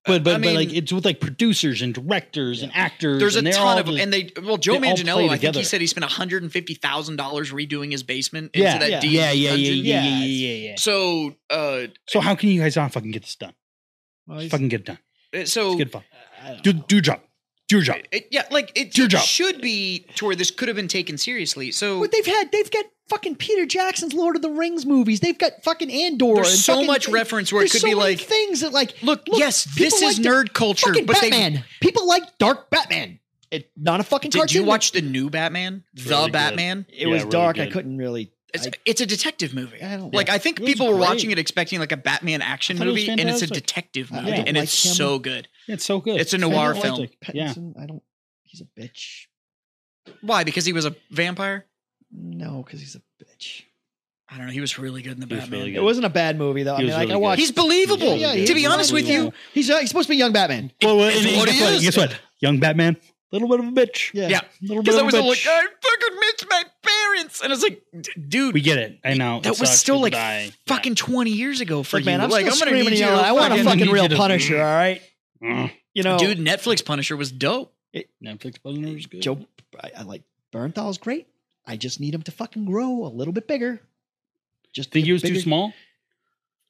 [SPEAKER 3] but but,
[SPEAKER 1] I
[SPEAKER 3] but like
[SPEAKER 1] mean-
[SPEAKER 3] it's with like producers and directors and actors.
[SPEAKER 1] There's a
[SPEAKER 3] and they're
[SPEAKER 1] ton
[SPEAKER 3] all
[SPEAKER 1] of them,
[SPEAKER 3] just-
[SPEAKER 1] and they well Joe
[SPEAKER 3] they all play
[SPEAKER 1] Manganiello. I think he
[SPEAKER 3] together.
[SPEAKER 1] said he spent 150 thousand dollars redoing his basement
[SPEAKER 3] yeah,
[SPEAKER 1] into that
[SPEAKER 2] yeah.
[SPEAKER 1] D&D
[SPEAKER 3] yeah, yeah, yeah,
[SPEAKER 1] dungeon.
[SPEAKER 3] yeah, yeah,
[SPEAKER 2] Yeah.
[SPEAKER 3] yeah, yeah.
[SPEAKER 1] So, uh,
[SPEAKER 3] So how can you guys not fucking get this done?
[SPEAKER 2] Well,
[SPEAKER 3] Just
[SPEAKER 2] he's-
[SPEAKER 3] fucking get it done. It's
[SPEAKER 1] so
[SPEAKER 3] good fun.
[SPEAKER 2] I don't
[SPEAKER 3] Do
[SPEAKER 2] know.
[SPEAKER 3] do your job. Do your job.
[SPEAKER 1] it, yeah, like it,
[SPEAKER 3] Your
[SPEAKER 1] it
[SPEAKER 3] job.
[SPEAKER 1] should be to where this could have been taken seriously. So
[SPEAKER 2] But they've had they've got fucking Peter Jackson's Lord of the Rings movies. They've got fucking Andor.
[SPEAKER 1] there's
[SPEAKER 2] and
[SPEAKER 1] so
[SPEAKER 2] fucking-
[SPEAKER 1] much reference where it
[SPEAKER 2] there's
[SPEAKER 1] could
[SPEAKER 2] so
[SPEAKER 1] be
[SPEAKER 2] many
[SPEAKER 1] like,
[SPEAKER 2] things that like
[SPEAKER 1] look, yes,
[SPEAKER 2] people
[SPEAKER 1] this is
[SPEAKER 2] like the
[SPEAKER 1] nerd culture,
[SPEAKER 2] fucking
[SPEAKER 1] but
[SPEAKER 2] Batman. people like dark Batman. It not a fucking
[SPEAKER 1] they did
[SPEAKER 2] cartoon.
[SPEAKER 1] you watch the new Batman, the
[SPEAKER 3] Really good.
[SPEAKER 1] Batman?
[SPEAKER 2] It
[SPEAKER 3] Yeah,
[SPEAKER 2] was
[SPEAKER 3] really
[SPEAKER 2] dark. I
[SPEAKER 3] good.
[SPEAKER 2] couldn't really.
[SPEAKER 1] It's,
[SPEAKER 2] I-
[SPEAKER 1] it's a detective movie.
[SPEAKER 2] I don't-
[SPEAKER 1] Like I think
[SPEAKER 3] It was
[SPEAKER 1] people were
[SPEAKER 3] great.
[SPEAKER 1] watching it expecting like a Batman action
[SPEAKER 3] I thought it was
[SPEAKER 1] movie, and it's a
[SPEAKER 3] fantastic.
[SPEAKER 1] detective
[SPEAKER 2] I
[SPEAKER 1] movie,
[SPEAKER 3] don't
[SPEAKER 1] and
[SPEAKER 2] like
[SPEAKER 1] it's
[SPEAKER 2] him.
[SPEAKER 1] so good.
[SPEAKER 3] It's so good.
[SPEAKER 1] It's a noir
[SPEAKER 2] Pattinson,
[SPEAKER 1] film.
[SPEAKER 3] Yeah.
[SPEAKER 2] Pattinson, I don't. He's a bitch.
[SPEAKER 1] Why? Because he was a vampire.
[SPEAKER 2] No, because he's a bitch.
[SPEAKER 1] I don't know. He was really good in the
[SPEAKER 3] He was
[SPEAKER 1] Batman.
[SPEAKER 3] really
[SPEAKER 2] It wasn't a bad movie though. I
[SPEAKER 3] He
[SPEAKER 2] mean,
[SPEAKER 3] was
[SPEAKER 2] like
[SPEAKER 3] really
[SPEAKER 2] I
[SPEAKER 3] good.
[SPEAKER 2] watched.
[SPEAKER 1] He's believable.
[SPEAKER 3] Yeah, yeah,
[SPEAKER 1] to be
[SPEAKER 3] he's
[SPEAKER 1] honest with you,
[SPEAKER 3] unbelievable.
[SPEAKER 2] He's, uh, he's supposed to be young Batman.
[SPEAKER 3] Well, well, and
[SPEAKER 1] it's what
[SPEAKER 3] guess,
[SPEAKER 1] he
[SPEAKER 3] what,
[SPEAKER 1] is.
[SPEAKER 3] guess what? Young Batman, little bit of a bitch.
[SPEAKER 2] Yeah.
[SPEAKER 1] yeah,
[SPEAKER 3] little bit
[SPEAKER 1] because I
[SPEAKER 3] of a
[SPEAKER 1] was all like,
[SPEAKER 3] bitch.
[SPEAKER 1] I fucking missed my parents, and it's like, d- dude,
[SPEAKER 3] we get it. I know it
[SPEAKER 1] "Oh." that was
[SPEAKER 3] sucks.
[SPEAKER 1] still
[SPEAKER 3] People
[SPEAKER 1] like
[SPEAKER 3] die.
[SPEAKER 1] fucking twenty years ago for
[SPEAKER 2] Like, man,
[SPEAKER 1] you.
[SPEAKER 2] I'm
[SPEAKER 1] like,
[SPEAKER 2] still
[SPEAKER 1] I'm gonna
[SPEAKER 2] screaming
[SPEAKER 1] need
[SPEAKER 2] and
[SPEAKER 1] you.
[SPEAKER 2] yelling.
[SPEAKER 1] to
[SPEAKER 2] I want a
[SPEAKER 1] fucking-
[SPEAKER 2] fucking
[SPEAKER 3] need
[SPEAKER 2] real
[SPEAKER 3] you to-
[SPEAKER 2] Punisher. All right,
[SPEAKER 3] Yeah. Ugh.
[SPEAKER 2] you know,
[SPEAKER 1] dude. Netflix Punisher was dope.
[SPEAKER 3] Netflix Punisher is good.
[SPEAKER 2] Joe. I, I like Bernthal's great. I just need him to fucking grow a little bit bigger. Just
[SPEAKER 3] Think
[SPEAKER 2] get
[SPEAKER 3] he was
[SPEAKER 2] bigger.
[SPEAKER 3] too small?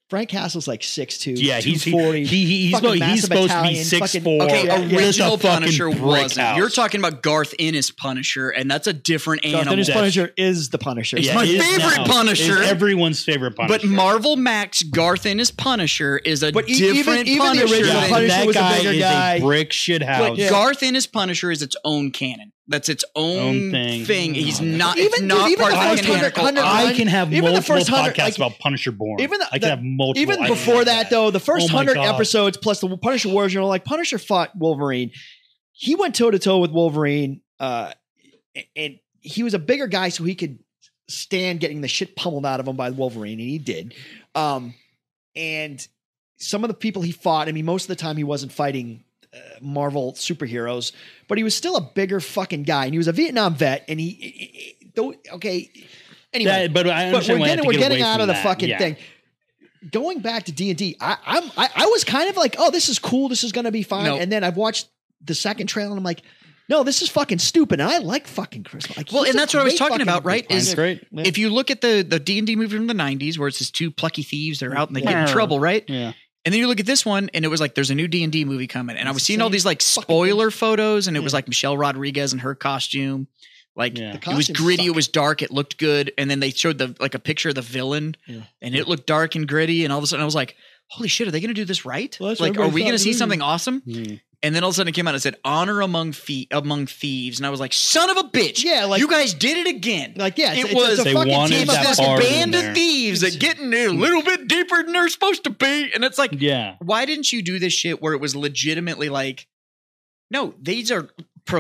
[SPEAKER 2] Frank Castle's like 6'2",
[SPEAKER 3] Yeah, he's he,
[SPEAKER 2] 240.
[SPEAKER 3] he, he- he's
[SPEAKER 2] fucking
[SPEAKER 3] supposed, he's
[SPEAKER 2] massive
[SPEAKER 3] supposed to be
[SPEAKER 2] Italian,
[SPEAKER 3] six
[SPEAKER 2] fucking-
[SPEAKER 3] four.
[SPEAKER 1] Okay,
[SPEAKER 2] yeah, yeah.
[SPEAKER 1] original Punisher wasn't. You're talking about Garth Ennis Punisher, and that's a different
[SPEAKER 2] Darth
[SPEAKER 1] animal.
[SPEAKER 2] Vader's
[SPEAKER 3] That's-
[SPEAKER 2] Punisher is the Punisher.
[SPEAKER 1] It's my favorite Punisher.
[SPEAKER 3] everyone's favorite Punisher.
[SPEAKER 1] But Marvel Max Garth Ennis Punisher is a
[SPEAKER 2] But e- even-
[SPEAKER 1] different
[SPEAKER 2] even the
[SPEAKER 1] Punisher.
[SPEAKER 2] original
[SPEAKER 1] than-
[SPEAKER 3] yeah,
[SPEAKER 2] Punisher
[SPEAKER 3] that
[SPEAKER 2] was a
[SPEAKER 3] guy
[SPEAKER 2] bigger
[SPEAKER 3] is
[SPEAKER 2] guy.
[SPEAKER 3] a brick shit
[SPEAKER 1] But
[SPEAKER 3] house.
[SPEAKER 1] Garth Ennis Punisher is its own canon. That's its own,
[SPEAKER 3] Own thing.
[SPEAKER 1] thing. He's
[SPEAKER 3] Oh.
[SPEAKER 1] not
[SPEAKER 2] Even-
[SPEAKER 1] it's
[SPEAKER 2] dude,
[SPEAKER 1] not
[SPEAKER 2] even
[SPEAKER 1] part
[SPEAKER 2] the
[SPEAKER 1] of the
[SPEAKER 2] first hundred-
[SPEAKER 1] canonical.
[SPEAKER 2] hundred-
[SPEAKER 1] I-
[SPEAKER 3] I can have
[SPEAKER 2] even the
[SPEAKER 3] multiple
[SPEAKER 2] first hundred-
[SPEAKER 3] podcasts
[SPEAKER 2] like-
[SPEAKER 3] about Punisher Born.
[SPEAKER 2] even the-
[SPEAKER 3] I can
[SPEAKER 2] the-
[SPEAKER 3] have multiple.
[SPEAKER 2] Even
[SPEAKER 3] I can
[SPEAKER 2] before
[SPEAKER 3] have
[SPEAKER 2] that, though, the first
[SPEAKER 3] Oh my
[SPEAKER 2] hundred
[SPEAKER 3] God.
[SPEAKER 2] episodes plus the Punisher Wars, you know, like Punisher fought Wolverine. He went toe to toe with Wolverine, uh, and he was a bigger guy, so he could stand getting the shit pummeled out of him by Wolverine, and he did. Um, and some of the people he fought, I mean, most of the time he wasn't fighting uh, Marvel superheroes, but he was still a bigger fucking guy, and he was a Vietnam vet, and he, though, okay. Anyway,
[SPEAKER 3] That- but I
[SPEAKER 2] but we're
[SPEAKER 3] understand why I have
[SPEAKER 2] getting
[SPEAKER 3] to
[SPEAKER 2] we're
[SPEAKER 3] get
[SPEAKER 2] getting
[SPEAKER 3] away
[SPEAKER 2] out
[SPEAKER 3] from
[SPEAKER 2] of the
[SPEAKER 3] that.
[SPEAKER 2] fucking
[SPEAKER 3] Yeah.
[SPEAKER 2] thing. Going back to D and D, I, I'm I, I was kind of like, oh, this is cool, this is gonna be fine.
[SPEAKER 1] No.
[SPEAKER 2] And then I've watched the second trailer, and I'm like, no, this is fucking stupid. And I like fucking Chris. Like,
[SPEAKER 1] Well,
[SPEAKER 2] he's
[SPEAKER 1] and
[SPEAKER 2] a
[SPEAKER 1] that's what I was
[SPEAKER 2] great
[SPEAKER 1] talking
[SPEAKER 2] fucking-
[SPEAKER 1] about, right?
[SPEAKER 3] Mine's
[SPEAKER 1] Is
[SPEAKER 3] great.
[SPEAKER 2] Yeah.
[SPEAKER 1] if you look at the the D and D movie from the '90s, where it's these two plucky thieves that are out and they get in
[SPEAKER 3] Yeah.
[SPEAKER 1] trouble, right?
[SPEAKER 3] Yeah.
[SPEAKER 1] And then you look at this one, and it was like there's a new D and D movie coming, and I
[SPEAKER 2] It's
[SPEAKER 1] was
[SPEAKER 2] the
[SPEAKER 1] seeing all
[SPEAKER 2] same
[SPEAKER 1] these like
[SPEAKER 2] fucking
[SPEAKER 1] spoiler photos, and it was
[SPEAKER 2] Yeah.
[SPEAKER 1] like Michelle Rodriguez in her costume, like
[SPEAKER 3] Yeah.
[SPEAKER 2] The
[SPEAKER 1] it was
[SPEAKER 2] costumes
[SPEAKER 1] gritty,
[SPEAKER 2] suck.
[SPEAKER 1] it was dark, it looked good, and then they showed the like a picture of the villain,
[SPEAKER 2] Yeah.
[SPEAKER 1] and it looked dark and gritty, and all of a sudden I was like, holy shit, are they gonna do this right?
[SPEAKER 2] Well, that's what
[SPEAKER 1] like, are
[SPEAKER 2] everybody
[SPEAKER 1] we
[SPEAKER 2] thought
[SPEAKER 1] gonna see
[SPEAKER 2] too.
[SPEAKER 1] something awesome?
[SPEAKER 3] Mm.
[SPEAKER 1] And then all of a sudden it came out and it said honor among thie- among thieves, and I was like, son of a bitch,
[SPEAKER 2] Yeah, like-
[SPEAKER 1] you guys did it again.
[SPEAKER 2] Like, yeah, it's-
[SPEAKER 1] It
[SPEAKER 2] it's- it's
[SPEAKER 1] was-
[SPEAKER 2] a
[SPEAKER 3] They
[SPEAKER 2] fucking
[SPEAKER 3] wanted
[SPEAKER 2] team
[SPEAKER 1] it's
[SPEAKER 2] of
[SPEAKER 3] that
[SPEAKER 1] this
[SPEAKER 2] fucking-
[SPEAKER 3] bar to
[SPEAKER 1] band
[SPEAKER 3] there.
[SPEAKER 1] of thieves that get in there a
[SPEAKER 2] Mm.
[SPEAKER 1] little bit deeper than they're supposed to be, and it's like
[SPEAKER 3] Yeah.
[SPEAKER 1] why didn't you do this shit where it was legitimately like no these are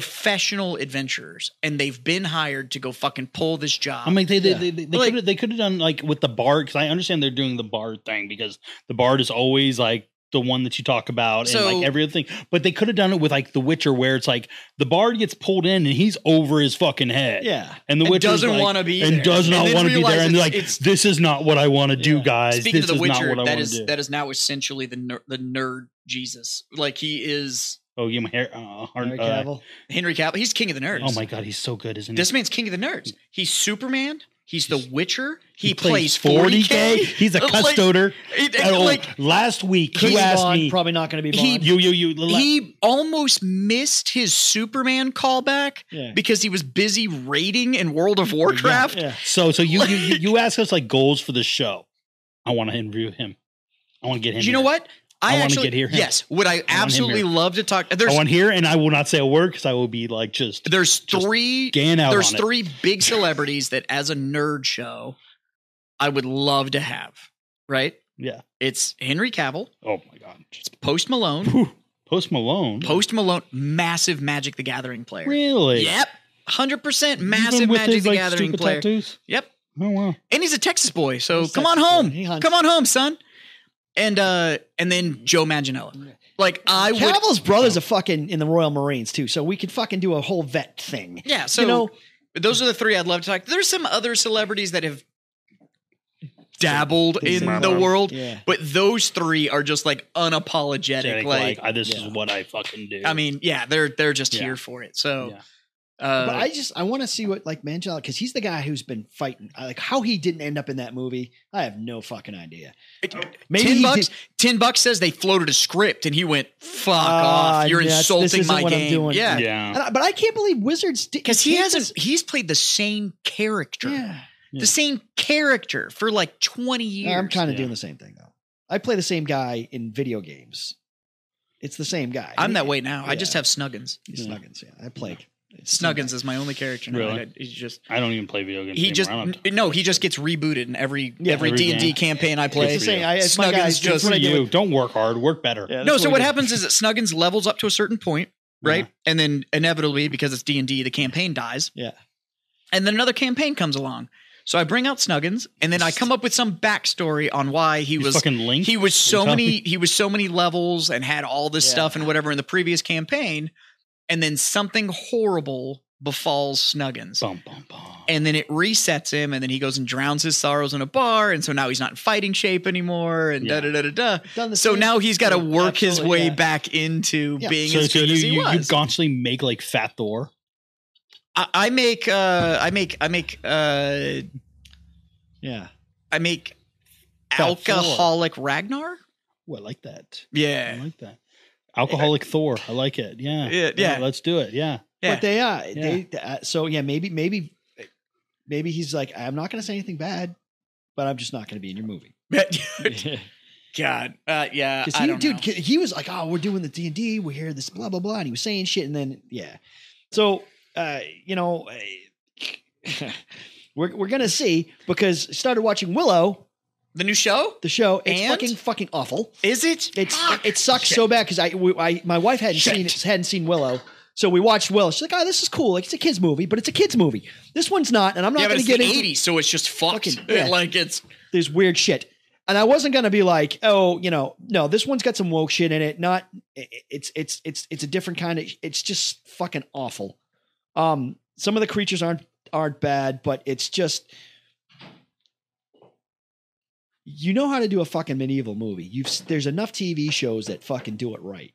[SPEAKER 1] professional adventurers and they've been hired to go fucking pull this job
[SPEAKER 3] I mean, they they
[SPEAKER 2] Yeah.
[SPEAKER 3] they, they,
[SPEAKER 1] Like-
[SPEAKER 3] could they could have done like with the bard because I understand they're doing the bard thing because the bard is always like the one that you talk about and
[SPEAKER 1] So-
[SPEAKER 3] like every other thing. But they could have done it with like The Witcher where it's like the bard gets pulled in and he's over his fucking head.
[SPEAKER 2] Yeah,
[SPEAKER 3] And the
[SPEAKER 1] And
[SPEAKER 3] Witcher
[SPEAKER 1] doesn't
[SPEAKER 3] like,
[SPEAKER 1] wanna be
[SPEAKER 3] and
[SPEAKER 1] there.
[SPEAKER 3] does
[SPEAKER 1] And
[SPEAKER 3] not
[SPEAKER 1] then
[SPEAKER 3] want to be
[SPEAKER 1] realize
[SPEAKER 3] there. And they're like,
[SPEAKER 1] it's- it's-
[SPEAKER 3] this is not what I want to do,
[SPEAKER 2] Yeah.
[SPEAKER 3] guys.
[SPEAKER 1] speaking
[SPEAKER 3] this
[SPEAKER 1] of the
[SPEAKER 3] is
[SPEAKER 1] witcher
[SPEAKER 3] not what I
[SPEAKER 1] that
[SPEAKER 3] want
[SPEAKER 1] is
[SPEAKER 3] to do.
[SPEAKER 1] that is now essentially the ner- the nerd jesus like he is
[SPEAKER 3] oh, you my hair. Uh,
[SPEAKER 2] Henry
[SPEAKER 3] hard, uh,
[SPEAKER 2] Cavill.
[SPEAKER 1] henry cavill he's king of the nerds
[SPEAKER 3] oh my god, he's so good, isn't
[SPEAKER 1] this
[SPEAKER 3] he?
[SPEAKER 1] man's king of the nerds he's superman he's the witcher he, plays
[SPEAKER 3] 40K.
[SPEAKER 1] 40k
[SPEAKER 3] He's a
[SPEAKER 1] Like,
[SPEAKER 3] custoder.
[SPEAKER 1] *laughs* it- it-
[SPEAKER 3] And, oh,
[SPEAKER 1] like
[SPEAKER 3] last week,
[SPEAKER 2] He's
[SPEAKER 3] you asked
[SPEAKER 2] Bond,
[SPEAKER 3] me.
[SPEAKER 2] probably not going to be
[SPEAKER 1] He-
[SPEAKER 2] Bond.
[SPEAKER 3] you, you, you. the la-
[SPEAKER 1] he almost missed his superman callback
[SPEAKER 2] yeah.
[SPEAKER 1] *laughs* because he was busy raiding in World of Warcraft.
[SPEAKER 2] yeah.
[SPEAKER 3] So so you you, you you ask us like goals for the show. I want to interview him. I want to get him.
[SPEAKER 1] Do you know
[SPEAKER 3] here.
[SPEAKER 1] what?
[SPEAKER 3] I wanna
[SPEAKER 1] actually
[SPEAKER 3] get here.
[SPEAKER 1] Yes, would I, absolutely
[SPEAKER 3] here.
[SPEAKER 1] love to talk?
[SPEAKER 3] I
[SPEAKER 1] There's
[SPEAKER 3] want here, and I will not say a word because I will be like just
[SPEAKER 1] there's
[SPEAKER 3] just
[SPEAKER 1] three
[SPEAKER 3] gan out.
[SPEAKER 1] there's
[SPEAKER 3] on it.
[SPEAKER 1] three
[SPEAKER 3] *laughs*
[SPEAKER 1] big celebrities that as a nerd show I would love to have. Right?
[SPEAKER 3] Yeah.
[SPEAKER 1] It's Henry Cavill,
[SPEAKER 3] Oh my god. Just-
[SPEAKER 1] Post Malone,
[SPEAKER 3] whew. Post Malone.
[SPEAKER 1] Post Malone, massive Magic the Gathering player.
[SPEAKER 3] really?
[SPEAKER 1] Yep, hundred percent
[SPEAKER 3] Even
[SPEAKER 1] massive
[SPEAKER 3] with
[SPEAKER 1] Magic
[SPEAKER 3] his,
[SPEAKER 1] the
[SPEAKER 3] like,
[SPEAKER 1] Gathering
[SPEAKER 3] stupid
[SPEAKER 1] player.
[SPEAKER 3] tattoos?
[SPEAKER 1] Yep.
[SPEAKER 3] Oh wow.
[SPEAKER 1] and he's a Texas boy, so
[SPEAKER 2] He's
[SPEAKER 1] come
[SPEAKER 2] Texas
[SPEAKER 1] on home,
[SPEAKER 2] boy. He hunts.
[SPEAKER 1] come on home, son. And uh, and then Joe Manganiello, like I would,
[SPEAKER 2] Cavill's brother's a fucking in the Royal Marines too, so we could fucking do a whole vet thing.
[SPEAKER 1] yeah. So
[SPEAKER 2] you know,
[SPEAKER 1] those are the three I'd love to talk. There's some other celebrities that have dabbled in the world,
[SPEAKER 2] yeah.
[SPEAKER 1] but those three are just like unapologetic.
[SPEAKER 3] Like,
[SPEAKER 1] Like,
[SPEAKER 3] I, this
[SPEAKER 2] yeah.
[SPEAKER 3] is what I fucking do.
[SPEAKER 1] I mean, yeah, they're they're just
[SPEAKER 3] Yeah.
[SPEAKER 1] here for it. So,
[SPEAKER 3] Yeah.
[SPEAKER 1] uh,
[SPEAKER 2] but I just I want to see what like Mangala because he's the guy who's been fighting. I- Like how he didn't end up in that movie, I have no fucking idea. Maybe
[SPEAKER 1] ten
[SPEAKER 2] he
[SPEAKER 1] bucks.
[SPEAKER 2] did-
[SPEAKER 1] Ten bucks says they floated a script, and he went, "Fuck
[SPEAKER 2] Ah,
[SPEAKER 1] off! You're
[SPEAKER 2] yeah, this
[SPEAKER 1] insulting
[SPEAKER 2] isn't
[SPEAKER 1] my
[SPEAKER 2] what I'm
[SPEAKER 1] game."
[SPEAKER 2] doing.
[SPEAKER 1] Yeah,
[SPEAKER 3] yeah.
[SPEAKER 2] And I- but I can't believe Wizards did
[SPEAKER 1] because he hasn't. He's played the same character.
[SPEAKER 2] Yeah,
[SPEAKER 3] Yeah.
[SPEAKER 1] the same character for like 20 years.
[SPEAKER 2] I'm kind of
[SPEAKER 3] Yeah.
[SPEAKER 2] doing the same thing though. I play the same guy in video games. It's the same guy.
[SPEAKER 1] I'm that way now. I just
[SPEAKER 2] Yeah.
[SPEAKER 1] have Snuggins.
[SPEAKER 2] He's
[SPEAKER 3] Yeah.
[SPEAKER 2] Snuggins. Yeah, I play. it's the same
[SPEAKER 1] Snuggins is my only character now.
[SPEAKER 3] Really?
[SPEAKER 1] I- He's just
[SPEAKER 3] I don't even play video games.
[SPEAKER 1] he just
[SPEAKER 3] anymore. I don't have
[SPEAKER 1] n- no, he just gets rebooted in every
[SPEAKER 2] Yeah,
[SPEAKER 1] every
[SPEAKER 3] every
[SPEAKER 1] D and D
[SPEAKER 3] game.
[SPEAKER 1] campaign I
[SPEAKER 2] guy. It's
[SPEAKER 1] play.
[SPEAKER 2] the same. I, it's my
[SPEAKER 1] Snuggins
[SPEAKER 2] guy.
[SPEAKER 1] just-
[SPEAKER 2] Just
[SPEAKER 3] to.
[SPEAKER 2] what I
[SPEAKER 3] Good
[SPEAKER 2] do
[SPEAKER 3] for you.
[SPEAKER 2] with-
[SPEAKER 3] don't work hard. Work better.
[SPEAKER 2] Yeah,
[SPEAKER 1] No,
[SPEAKER 2] that's
[SPEAKER 1] so
[SPEAKER 2] I
[SPEAKER 1] what
[SPEAKER 2] do.
[SPEAKER 1] happens is that Snuggins levels up to a certain point, right?
[SPEAKER 3] Yeah.
[SPEAKER 1] And then inevitably, because it's D and D, the campaign dies.
[SPEAKER 2] Yeah.
[SPEAKER 1] and then another campaign comes along. So I bring out Snuggins, and then I come up with some backstory on why he
[SPEAKER 3] He's
[SPEAKER 1] was
[SPEAKER 3] fucking linked.
[SPEAKER 1] he was so
[SPEAKER 3] You're telling
[SPEAKER 1] many he was so many levels and had all this
[SPEAKER 2] Yeah.
[SPEAKER 1] stuff and whatever in the previous campaign, and then something horrible befalls Snuggins.
[SPEAKER 3] Bum, bum, bum.
[SPEAKER 1] And then it resets him, and then he goes and drowns his sorrows in a bar, and so now he's not in fighting shape anymore, and da
[SPEAKER 3] Yeah.
[SPEAKER 1] da da da da.
[SPEAKER 2] Done the
[SPEAKER 1] So
[SPEAKER 2] same-
[SPEAKER 1] now he's got to
[SPEAKER 2] Yeah,
[SPEAKER 1] work his
[SPEAKER 2] absolutely,
[SPEAKER 1] way
[SPEAKER 2] yeah.
[SPEAKER 1] back into
[SPEAKER 2] Yeah.
[SPEAKER 1] being
[SPEAKER 3] so,
[SPEAKER 1] as
[SPEAKER 3] so
[SPEAKER 1] good
[SPEAKER 3] you,
[SPEAKER 1] as he
[SPEAKER 3] you, you
[SPEAKER 1] was.
[SPEAKER 3] constantly make like Fat Thor.
[SPEAKER 1] I, I make, uh, I make, I make, uh,
[SPEAKER 2] Yeah.
[SPEAKER 1] I make
[SPEAKER 3] Fat
[SPEAKER 1] alcoholic Ragnar.
[SPEAKER 3] Ooh, I like that. I
[SPEAKER 1] Yeah,
[SPEAKER 3] like that. Alcoholic Thor. I like it. Yeah.
[SPEAKER 1] Yeah, yeah.
[SPEAKER 3] Let's do
[SPEAKER 1] *laughs*
[SPEAKER 3] it. Yeah. *laughs*
[SPEAKER 1] Yeah.
[SPEAKER 2] But they are. They, uh, so yeah, maybe maybe eh, maybe he's like, I'm not going to say anything bad, but I'm just not going to be in your movie.
[SPEAKER 1] God, uh, yeah,
[SPEAKER 2] Because
[SPEAKER 1] I
[SPEAKER 2] he,
[SPEAKER 1] don't
[SPEAKER 2] dude,
[SPEAKER 1] know.
[SPEAKER 2] ki- he was like, "Oh, we're doing the D and D. We're here, this blah blah blah," and he was saying shit, and then yeah. So, uh, you know, eh, *laughs* we're we're gonna see because I started watching Willow,
[SPEAKER 1] the new show
[SPEAKER 2] the show. It's
[SPEAKER 1] And?
[SPEAKER 2] fucking fucking awful.
[SPEAKER 1] is it?
[SPEAKER 2] It's
[SPEAKER 1] Fuck.
[SPEAKER 2] it sucks so bad because I, we- I my wife hadn't seen it, hadn't seen Willow. So we watched Willow. She's like, "Oh, this is cool. Like it's a kids movie, but it's a kids movie. This one's not." And I'm not
[SPEAKER 1] yeah, but
[SPEAKER 2] gonna
[SPEAKER 1] it's
[SPEAKER 2] get
[SPEAKER 1] the
[SPEAKER 2] into
[SPEAKER 1] '80s, so it's just fucked. *laughs*
[SPEAKER 2] Fucking- yeah.
[SPEAKER 1] like it's
[SPEAKER 2] there's weird shit. And I wasn't gonna be like, oh, you know, no, this one's got some woke shit in it. Not, i- i- it's it's it's it's a different kind of. It's just fucking awful. Um, some of the creatures aren't aren't bad, but it's just. You know how to do a fucking medieval movie. You've s- there's enough TV shows that fucking do it right.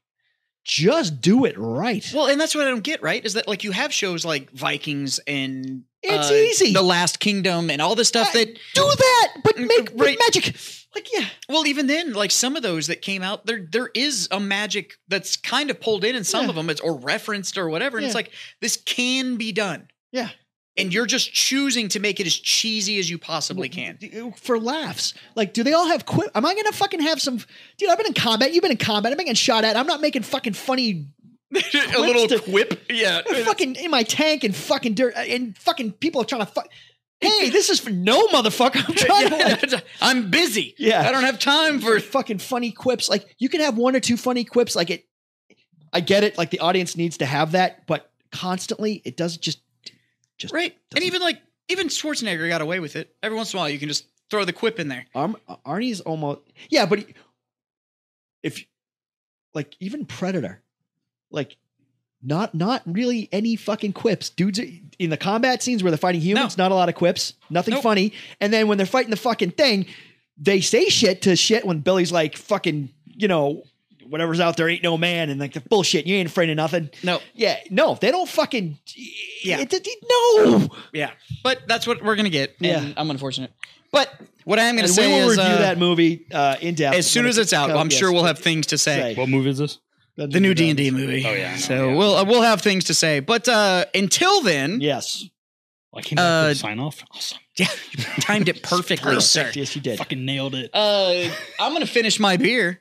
[SPEAKER 2] Just do it right.
[SPEAKER 1] well, and that's what I don't get. Right? Is that like you have shows like Vikings and
[SPEAKER 2] It's
[SPEAKER 1] uh,
[SPEAKER 2] easy.
[SPEAKER 1] The Last Kingdom, and all this stuff
[SPEAKER 2] I-
[SPEAKER 1] that
[SPEAKER 2] do that, but make but
[SPEAKER 1] mm, Right.
[SPEAKER 2] magic. Like yeah,
[SPEAKER 1] Well, even then, like some of those that came out, there there is a magic that's kind of pulled in in some
[SPEAKER 2] Yeah.
[SPEAKER 1] of them, it's or referenced or whatever. And it's
[SPEAKER 2] Yeah.
[SPEAKER 1] like this can be done.
[SPEAKER 2] Yeah.
[SPEAKER 1] And you're just choosing to make it as cheesy as you possibly can.
[SPEAKER 2] uh, for laughs. Like, do they all have quip? Am I gonna fucking have some? Dude, I've been in combat. You've been in combat. I've been getting shot at. I'm not making fucking funny.
[SPEAKER 1] *laughs* a little
[SPEAKER 2] to-
[SPEAKER 1] quip. Yeah.
[SPEAKER 2] I'm fucking in my tank and fucking dirt uh, and fucking people are trying to fuck.
[SPEAKER 1] *laughs*
[SPEAKER 2] Hey, this is for no motherfucker. I'm trying to. Like,
[SPEAKER 1] I'm busy.
[SPEAKER 2] *laughs* Yeah.
[SPEAKER 1] I don't have time for
[SPEAKER 2] fucking funny quips. Like you can have one or two funny quips. Like it, I get it. Like the audience needs to have that, but constantly it doesn't just. Just
[SPEAKER 1] *laughs* right. And even like even Schwarzenegger got away with it. Every once in a while you can just throw the quip in there.
[SPEAKER 2] Arm, uh, Arnie's almost yeah, but he- if like even Predator, like not not really any fucking quips. Dudes are- in the combat scenes where they're fighting humans, not a lot of quips, nothing
[SPEAKER 1] Nope.
[SPEAKER 2] funny. And then when they're fighting the fucking thing, they say shit to shit when Billy's like fucking you know whatever's out there ain't no man and like the bullshit you ain't afraid of nothing.
[SPEAKER 1] No.
[SPEAKER 2] Yeah, no, they don't fucking
[SPEAKER 1] Yeah.
[SPEAKER 2] It, it- no.
[SPEAKER 1] Yeah. But that's what we're gonna get.
[SPEAKER 2] Yeah.
[SPEAKER 1] And I'm unfortunate. But what I am gonna
[SPEAKER 2] And
[SPEAKER 1] say
[SPEAKER 2] we will
[SPEAKER 1] is
[SPEAKER 2] review
[SPEAKER 1] uh,
[SPEAKER 2] that movie uh, in depth
[SPEAKER 1] as soon
[SPEAKER 2] when
[SPEAKER 1] as
[SPEAKER 2] it
[SPEAKER 1] it's out,
[SPEAKER 2] comes-
[SPEAKER 1] I'm
[SPEAKER 2] yes.
[SPEAKER 1] sure we'll have things to say.
[SPEAKER 2] Say.
[SPEAKER 3] What movie is this?
[SPEAKER 1] the new D and D movie.
[SPEAKER 3] Oh, yeah, I know,
[SPEAKER 1] so
[SPEAKER 3] yeah.
[SPEAKER 1] we'll uh, we'll have things to say, but uh, until then,
[SPEAKER 2] Yes.
[SPEAKER 3] Oh, I came back
[SPEAKER 1] Uh,
[SPEAKER 3] with a sign off. Awesome.
[SPEAKER 1] *laughs* timed it perfectly, sir.
[SPEAKER 2] Yes, you did.
[SPEAKER 3] Fucking nailed it.
[SPEAKER 1] Uh, I'm gonna finish my beer,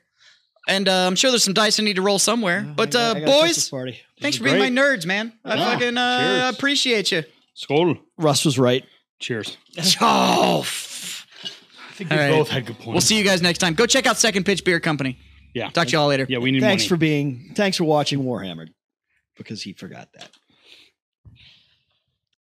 [SPEAKER 1] and uh, I'm sure there's some dice I need to roll somewhere. but
[SPEAKER 2] Oh, I
[SPEAKER 1] uh,
[SPEAKER 2] gotta- I gotta catch this
[SPEAKER 1] boys,
[SPEAKER 2] party.
[SPEAKER 1] thanks
[SPEAKER 3] is
[SPEAKER 1] for being my
[SPEAKER 3] great.
[SPEAKER 1] nerds, man. I
[SPEAKER 3] Yeah.
[SPEAKER 1] fucking uh,
[SPEAKER 3] Cheers.
[SPEAKER 1] appreciate *laughs* you.
[SPEAKER 3] Skull.
[SPEAKER 2] Russ was right.
[SPEAKER 3] Cheers.
[SPEAKER 1] oh, f-
[SPEAKER 3] I think
[SPEAKER 1] All
[SPEAKER 3] we
[SPEAKER 1] right.
[SPEAKER 3] both had good points.
[SPEAKER 1] we'll see you guys next time. Go check out Second Pitch Beer Company.
[SPEAKER 3] Yeah.
[SPEAKER 1] Talk to y'all later.
[SPEAKER 3] Yeah, we need
[SPEAKER 2] Thanks
[SPEAKER 3] money.
[SPEAKER 2] for being. Thanks for watching Warhammered, because he forgot that.